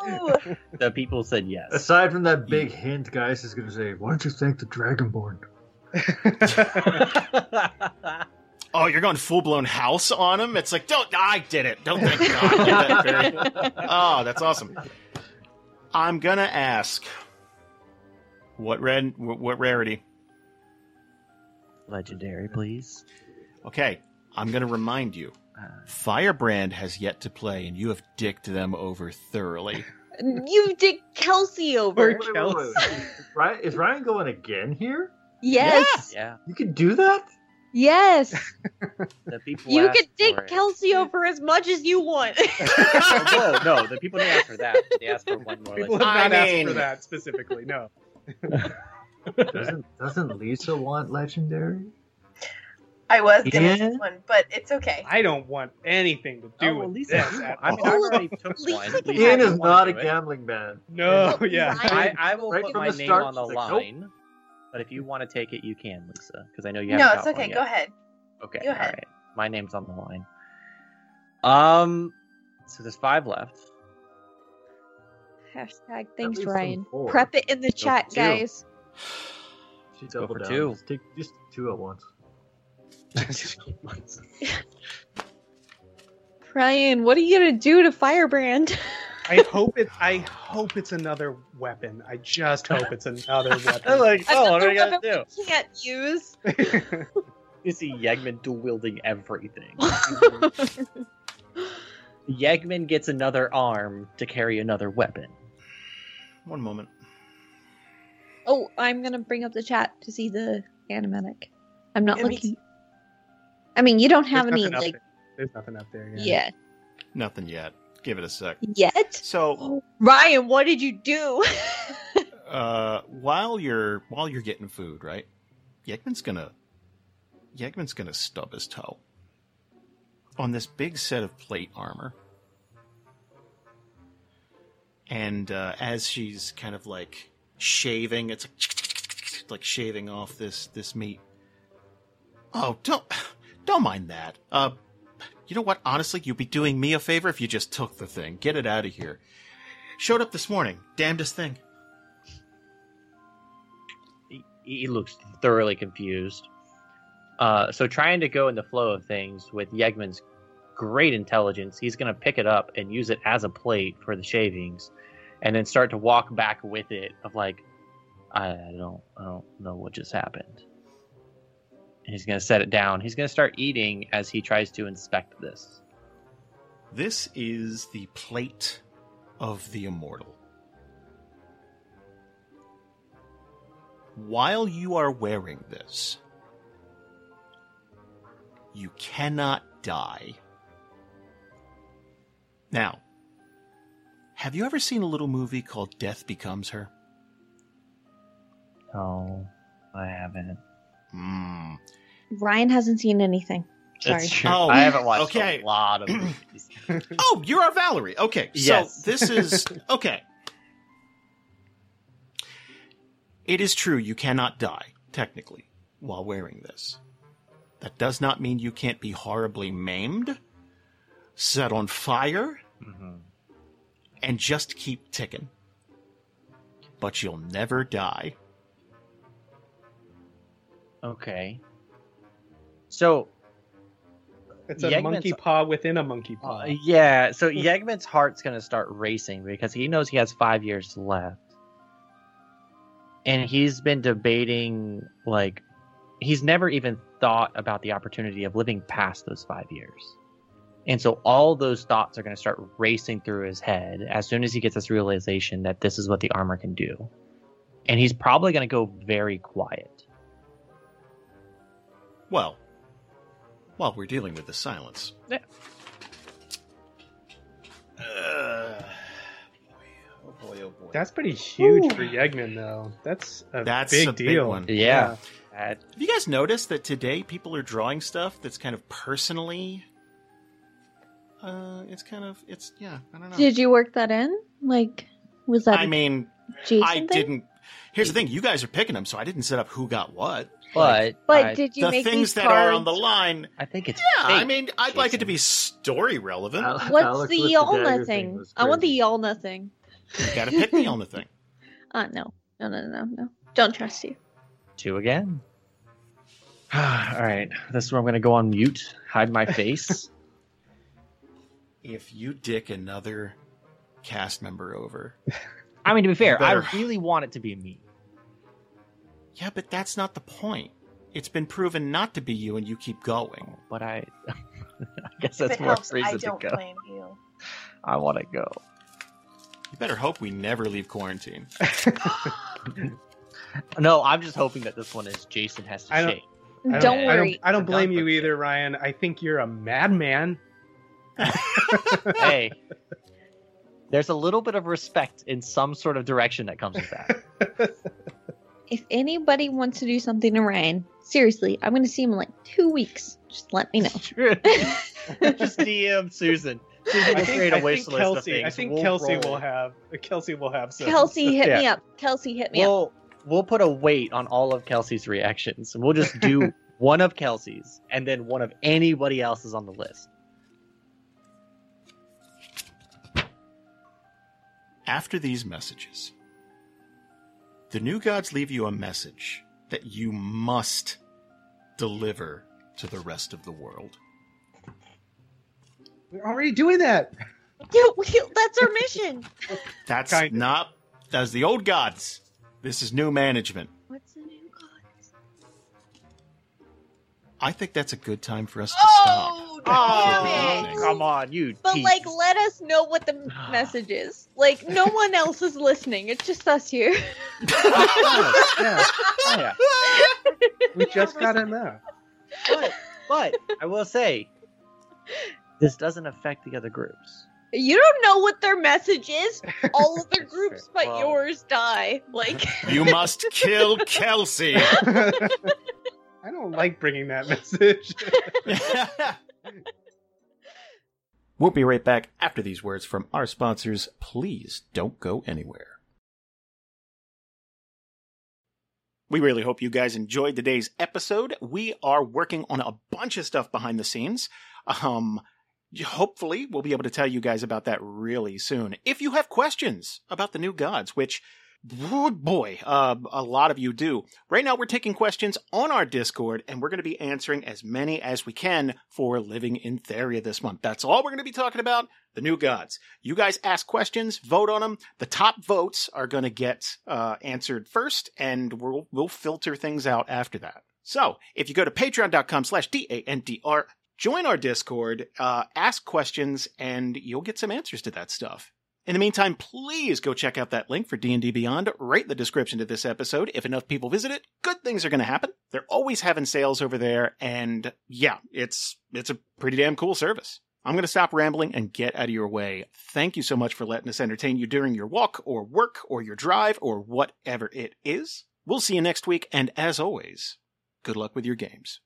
Speaker 4: No.
Speaker 7: The people said yes.
Speaker 3: Aside from that big hint, Gaius is going to say, "Why don't you thank the Dragonborn?"
Speaker 2: oh you're going full-blown house on him it's like don't i did it don't thank god I did that very- oh that's awesome Ah, I'm gonna ask. What red? wh- What rarity?
Speaker 7: Legendary, please.
Speaker 2: Okay, I'm gonna remind you.
Speaker 7: Uh,
Speaker 2: Firebrand has yet to play, and you have dicked them over thoroughly.
Speaker 5: You did Kelsey over.
Speaker 6: Or-
Speaker 3: Is Ryan, is Ryan going again here?
Speaker 5: Yes.
Speaker 7: yeah,
Speaker 3: You can do that?
Speaker 5: Yes.
Speaker 7: the people.
Speaker 5: You
Speaker 7: asked
Speaker 5: could dig
Speaker 7: for it.
Speaker 5: Kelsey over as much as you want.
Speaker 7: (laughs) Oh, no, no, the people didn't ask for that. They asked for one more.
Speaker 6: People
Speaker 7: Legend.
Speaker 6: have not
Speaker 2: I
Speaker 6: asked for
Speaker 2: mean-
Speaker 6: that specifically. No.
Speaker 3: Doesn't doesn't Lisa want legendary?
Speaker 4: I was gonna
Speaker 3: Yeah.
Speaker 4: do one, but it's okay.
Speaker 6: I don't want anything to do
Speaker 7: Oh,
Speaker 6: with
Speaker 7: well, Lisa,
Speaker 6: this.
Speaker 7: you-
Speaker 6: at
Speaker 7: I mean, I
Speaker 6: all.
Speaker 7: already took
Speaker 5: Lisa
Speaker 7: one.
Speaker 5: can
Speaker 7: Lisa,
Speaker 5: have
Speaker 3: Ian
Speaker 7: you
Speaker 3: is
Speaker 7: wanna
Speaker 3: not
Speaker 7: do
Speaker 3: a
Speaker 7: it.
Speaker 3: gambling man.
Speaker 6: no,
Speaker 5: Well,
Speaker 6: Oh, (laughs) yeah.
Speaker 5: Ryan-
Speaker 7: I, I will
Speaker 3: Right
Speaker 7: put
Speaker 3: from
Speaker 7: my
Speaker 3: the
Speaker 7: name
Speaker 3: start,
Speaker 7: on the
Speaker 3: she's like, nope.
Speaker 7: line, but if you want to take it, you can, Lisa, because I know you haven't.
Speaker 4: No, it's
Speaker 7: got
Speaker 4: okay.
Speaker 7: One
Speaker 4: Go
Speaker 7: yet.
Speaker 4: ahead.
Speaker 7: Okay.
Speaker 4: Go ahead.
Speaker 7: All right. My name's on the line. Um, so there's
Speaker 3: (laughs)
Speaker 7: five left. (laughs)
Speaker 5: Hashtag thanks,
Speaker 3: leaves them
Speaker 5: Ryan.
Speaker 3: four.
Speaker 5: Prep it in the chat,
Speaker 7: two.
Speaker 5: guys.
Speaker 3: She
Speaker 7: go
Speaker 3: doubled
Speaker 7: for
Speaker 3: down.
Speaker 7: two.
Speaker 3: Just take just two at once.
Speaker 5: Ryan, what are you gonna do to Firebrand? (laughs)
Speaker 6: I hope it's. I hope it's another weapon. I just hope it's another (laughs)
Speaker 7: I'm
Speaker 6: weapon.
Speaker 7: like, oh, what are we gonna do?
Speaker 5: do? Can't use.
Speaker 7: You see Yegman dual wielding
Speaker 4: (laughs)
Speaker 7: everything. Yegman gets another arm to carry another weapon.
Speaker 2: One moment.
Speaker 5: oh, I'm gonna bring up the chat to see the animatic. I'm not
Speaker 4: Yeah, me
Speaker 5: looking. I mean, you don't have
Speaker 6: There's
Speaker 5: any
Speaker 6: nothing up
Speaker 5: like
Speaker 6: there. There's nothing up there. Yeah.
Speaker 5: yet.
Speaker 2: Nothing yet. Give it a sec.
Speaker 5: Yet,
Speaker 2: So,
Speaker 5: Ryan, what did you do?
Speaker 2: uh, while you're while you're getting food, right? Yegman's gonna Yegman's gonna stub his toe on this big set of plate armor. And uh, as she's kind of like shaving, it's like, like shaving off this this meat. Oh, don't don't mind that. Uh, you know what? Honestly, you'd be doing me a favor if you just took the thing. Get it out of here. Showed up this morning. Damnedest thing.
Speaker 7: He, he looks thoroughly confused. Uh, so trying to go in the flow of things with Yegman's great intelligence, he's gonna pick it up and use it as a plate for the shavings, and then start to walk back with it of like, I don't, I don't know what just happened. And he's gonna set it down. He's gonna start eating as he tries to inspect this.
Speaker 2: This is the plate of the immortal. While you are wearing this, you cannot die. Now, have you ever seen a little movie called Death Becomes Her?
Speaker 7: No, Oh, I haven't.
Speaker 2: Hmm.
Speaker 5: Ryan hasn't seen anything. Sorry.
Speaker 7: It's true.
Speaker 2: Oh,
Speaker 7: I haven't watched
Speaker 2: okay. (clears throat)
Speaker 7: a lot of movies.
Speaker 2: Oh, you're our Valerie. Okay.
Speaker 7: Yes.
Speaker 2: So this is okay. It is true you cannot die technically while wearing this. That does not mean you can't be horribly maimed, set on fire,
Speaker 7: Mhm.
Speaker 2: and just keep ticking. But you'll never die.
Speaker 7: Okay. So
Speaker 6: It's a
Speaker 7: Yegman's-
Speaker 6: monkey paw within a monkey paw.
Speaker 7: Uh, yeah, so Yegman's heart's going to start racing because he knows he has five years left. And he's been debating, like, he's never even thought about the opportunity of living past those five years. And so all those thoughts are going to start racing through his head as soon as he gets this realization that this is what the armor can do. And he's probably going to go very quiet.
Speaker 2: Well, while we're dealing with the silence.
Speaker 7: Yeah.
Speaker 2: Uh, boy, oh boy, oh boy.
Speaker 6: That's pretty huge
Speaker 5: Ooh.
Speaker 6: for Yegman, though. That's a
Speaker 2: That's
Speaker 6: big
Speaker 2: a big
Speaker 6: deal.
Speaker 2: one.
Speaker 7: Yeah. That-
Speaker 2: Have you guys noticed that today people are drawing stuff that's kind of personally? Uh, it's kind of it's yeah. I don't know.
Speaker 5: Did you work that in? Like, was that
Speaker 2: I mean,
Speaker 5: Jason
Speaker 2: I
Speaker 5: thing?
Speaker 2: didn't. Here's the thing: you guys are picking them, so I didn't set up who got what.
Speaker 7: But,
Speaker 5: But
Speaker 7: I,
Speaker 5: did you
Speaker 2: the
Speaker 5: make
Speaker 2: things
Speaker 5: these
Speaker 2: that
Speaker 5: cards?
Speaker 2: are on the line.
Speaker 7: I think it's.
Speaker 2: Yeah, I
Speaker 7: fake.
Speaker 2: mean, I'd like it to
Speaker 7: Jason.
Speaker 2: be story relevant.
Speaker 3: Al-
Speaker 5: What's
Speaker 3: Alex
Speaker 5: the
Speaker 3: with
Speaker 5: Yolna
Speaker 3: dagger
Speaker 5: thing?
Speaker 3: was
Speaker 5: I want the
Speaker 3: crazy.
Speaker 5: Yolna thing.
Speaker 2: you gotta pick me on the thing.
Speaker 5: Uh, no. No, no, no, no. Don't trust you.
Speaker 7: Two again. (sighs) All right, this is where I'm going to go on mute, hide my face.
Speaker 2: If you dick another cast member over,
Speaker 7: (laughs) I mean, to be fair, I
Speaker 2: Better.
Speaker 7: really want it to be me.
Speaker 2: Yeah, but that's not the point. It's been proven not to be you, and you keep going.
Speaker 7: But I, (laughs) I guess
Speaker 4: If
Speaker 7: that's
Speaker 4: it
Speaker 7: more
Speaker 4: helps, I
Speaker 7: reason to
Speaker 4: don't
Speaker 7: go.
Speaker 4: blame you.
Speaker 7: I want to go.
Speaker 2: You better hope we never leave quarantine.
Speaker 7: No, I'm just hoping that this one is Jason has to
Speaker 6: I don't-
Speaker 7: shake. (laughs)
Speaker 6: I
Speaker 5: Don't,
Speaker 7: don't-
Speaker 6: I
Speaker 5: worry.
Speaker 6: don't, I don't
Speaker 7: It's a
Speaker 6: blame
Speaker 7: dunk
Speaker 6: you
Speaker 7: pick.
Speaker 6: either, Ryan. I think you're a madman. (laughs)
Speaker 7: hey, there's a little bit of respect in some sort of direction that comes with
Speaker 4: (laughs)
Speaker 7: that.
Speaker 5: If anybody wants to do something to Ryan, seriously, I'm going to see him in like two weeks. Just
Speaker 7: (laughs)
Speaker 5: let me know.
Speaker 7: True. (laughs) just DM Susan. Susan
Speaker 6: I
Speaker 7: will create
Speaker 6: think,
Speaker 7: a
Speaker 6: I think
Speaker 7: wish list of
Speaker 6: Kelsey.
Speaker 7: things.
Speaker 6: I think
Speaker 7: We'll
Speaker 6: Kelsey
Speaker 7: roll.
Speaker 6: will have. Kelsey will have some.
Speaker 5: Kelsey, hit
Speaker 7: Yeah.
Speaker 5: me up. Kelsey, hit me (laughs) up.
Speaker 7: We'll we'll put a weight on all of Kelsey's reactions, and we'll just
Speaker 5: (laughs)
Speaker 7: do one of Kelsey's and then one of anybody else's on the list.
Speaker 2: After these messages, the new gods leave you a message that you must deliver to the rest of the world.
Speaker 6: We're already doing that.
Speaker 5: Yeah, we- that's
Speaker 7: (laughs)
Speaker 5: our mission.
Speaker 2: That's
Speaker 6: Kind of.
Speaker 2: not. That's the old gods. This is new management.
Speaker 5: What's the new gods?
Speaker 2: I think that's a good time for us to stop.
Speaker 4: Oh,
Speaker 2: Oh,
Speaker 4: damn
Speaker 2: dang.
Speaker 4: it!
Speaker 7: come on, you.
Speaker 5: But
Speaker 7: tease.
Speaker 5: like, let us know what the
Speaker 7: (sighs)
Speaker 5: m- message is. Like, no one else is listening. It's just us here.
Speaker 7: yeah, yeah.
Speaker 6: We just got in there.
Speaker 7: But, but I will
Speaker 5: (laughs)
Speaker 7: say, this doesn't affect the other groups.
Speaker 5: (laughs) You don't know what their message is.
Speaker 7: (laughs)
Speaker 5: All other
Speaker 7: That's
Speaker 5: groups
Speaker 7: fair.
Speaker 5: but
Speaker 7: Well-
Speaker 5: yours die. Like,
Speaker 2: (laughs) You must kill Kelsey.
Speaker 6: (laughs)
Speaker 5: (laughs)
Speaker 6: I don't like bringing that (laughs) message.
Speaker 2: we'll be right back after these words from our sponsors. Please don't go anywhere. We really hope you guys enjoyed today's episode. We are working on a bunch of stuff behind the scenes. Um, hopefully we'll be able to tell you guys about that really soon. If you have questions about the new gods, which oh boy, uh, a lot of you do. Right now we're taking questions on our Discord and we're going to be answering as many as we can for Living in Theria this month. That's all we're going to be talking about, the new gods. You guys ask questions, vote on them. The top votes are going to get uh, answered first and we'll we'll filter things out after that. So, if you go to patreon.com slash D-A-N-D-R join our Discord, uh, ask questions, and you'll get some answers to that stuff. In the meantime, please go check out that link for D&D Beyond right in the description to this episode. If enough people visit it, good things are going to happen. They're always having sales over there and yeah, it's it's a pretty damn cool service. I'm going to stop rambling and get out of your way. Thank you so much for letting us entertain you during your walk or work or your drive or whatever it is. We'll see you next week and as always, good luck with your games.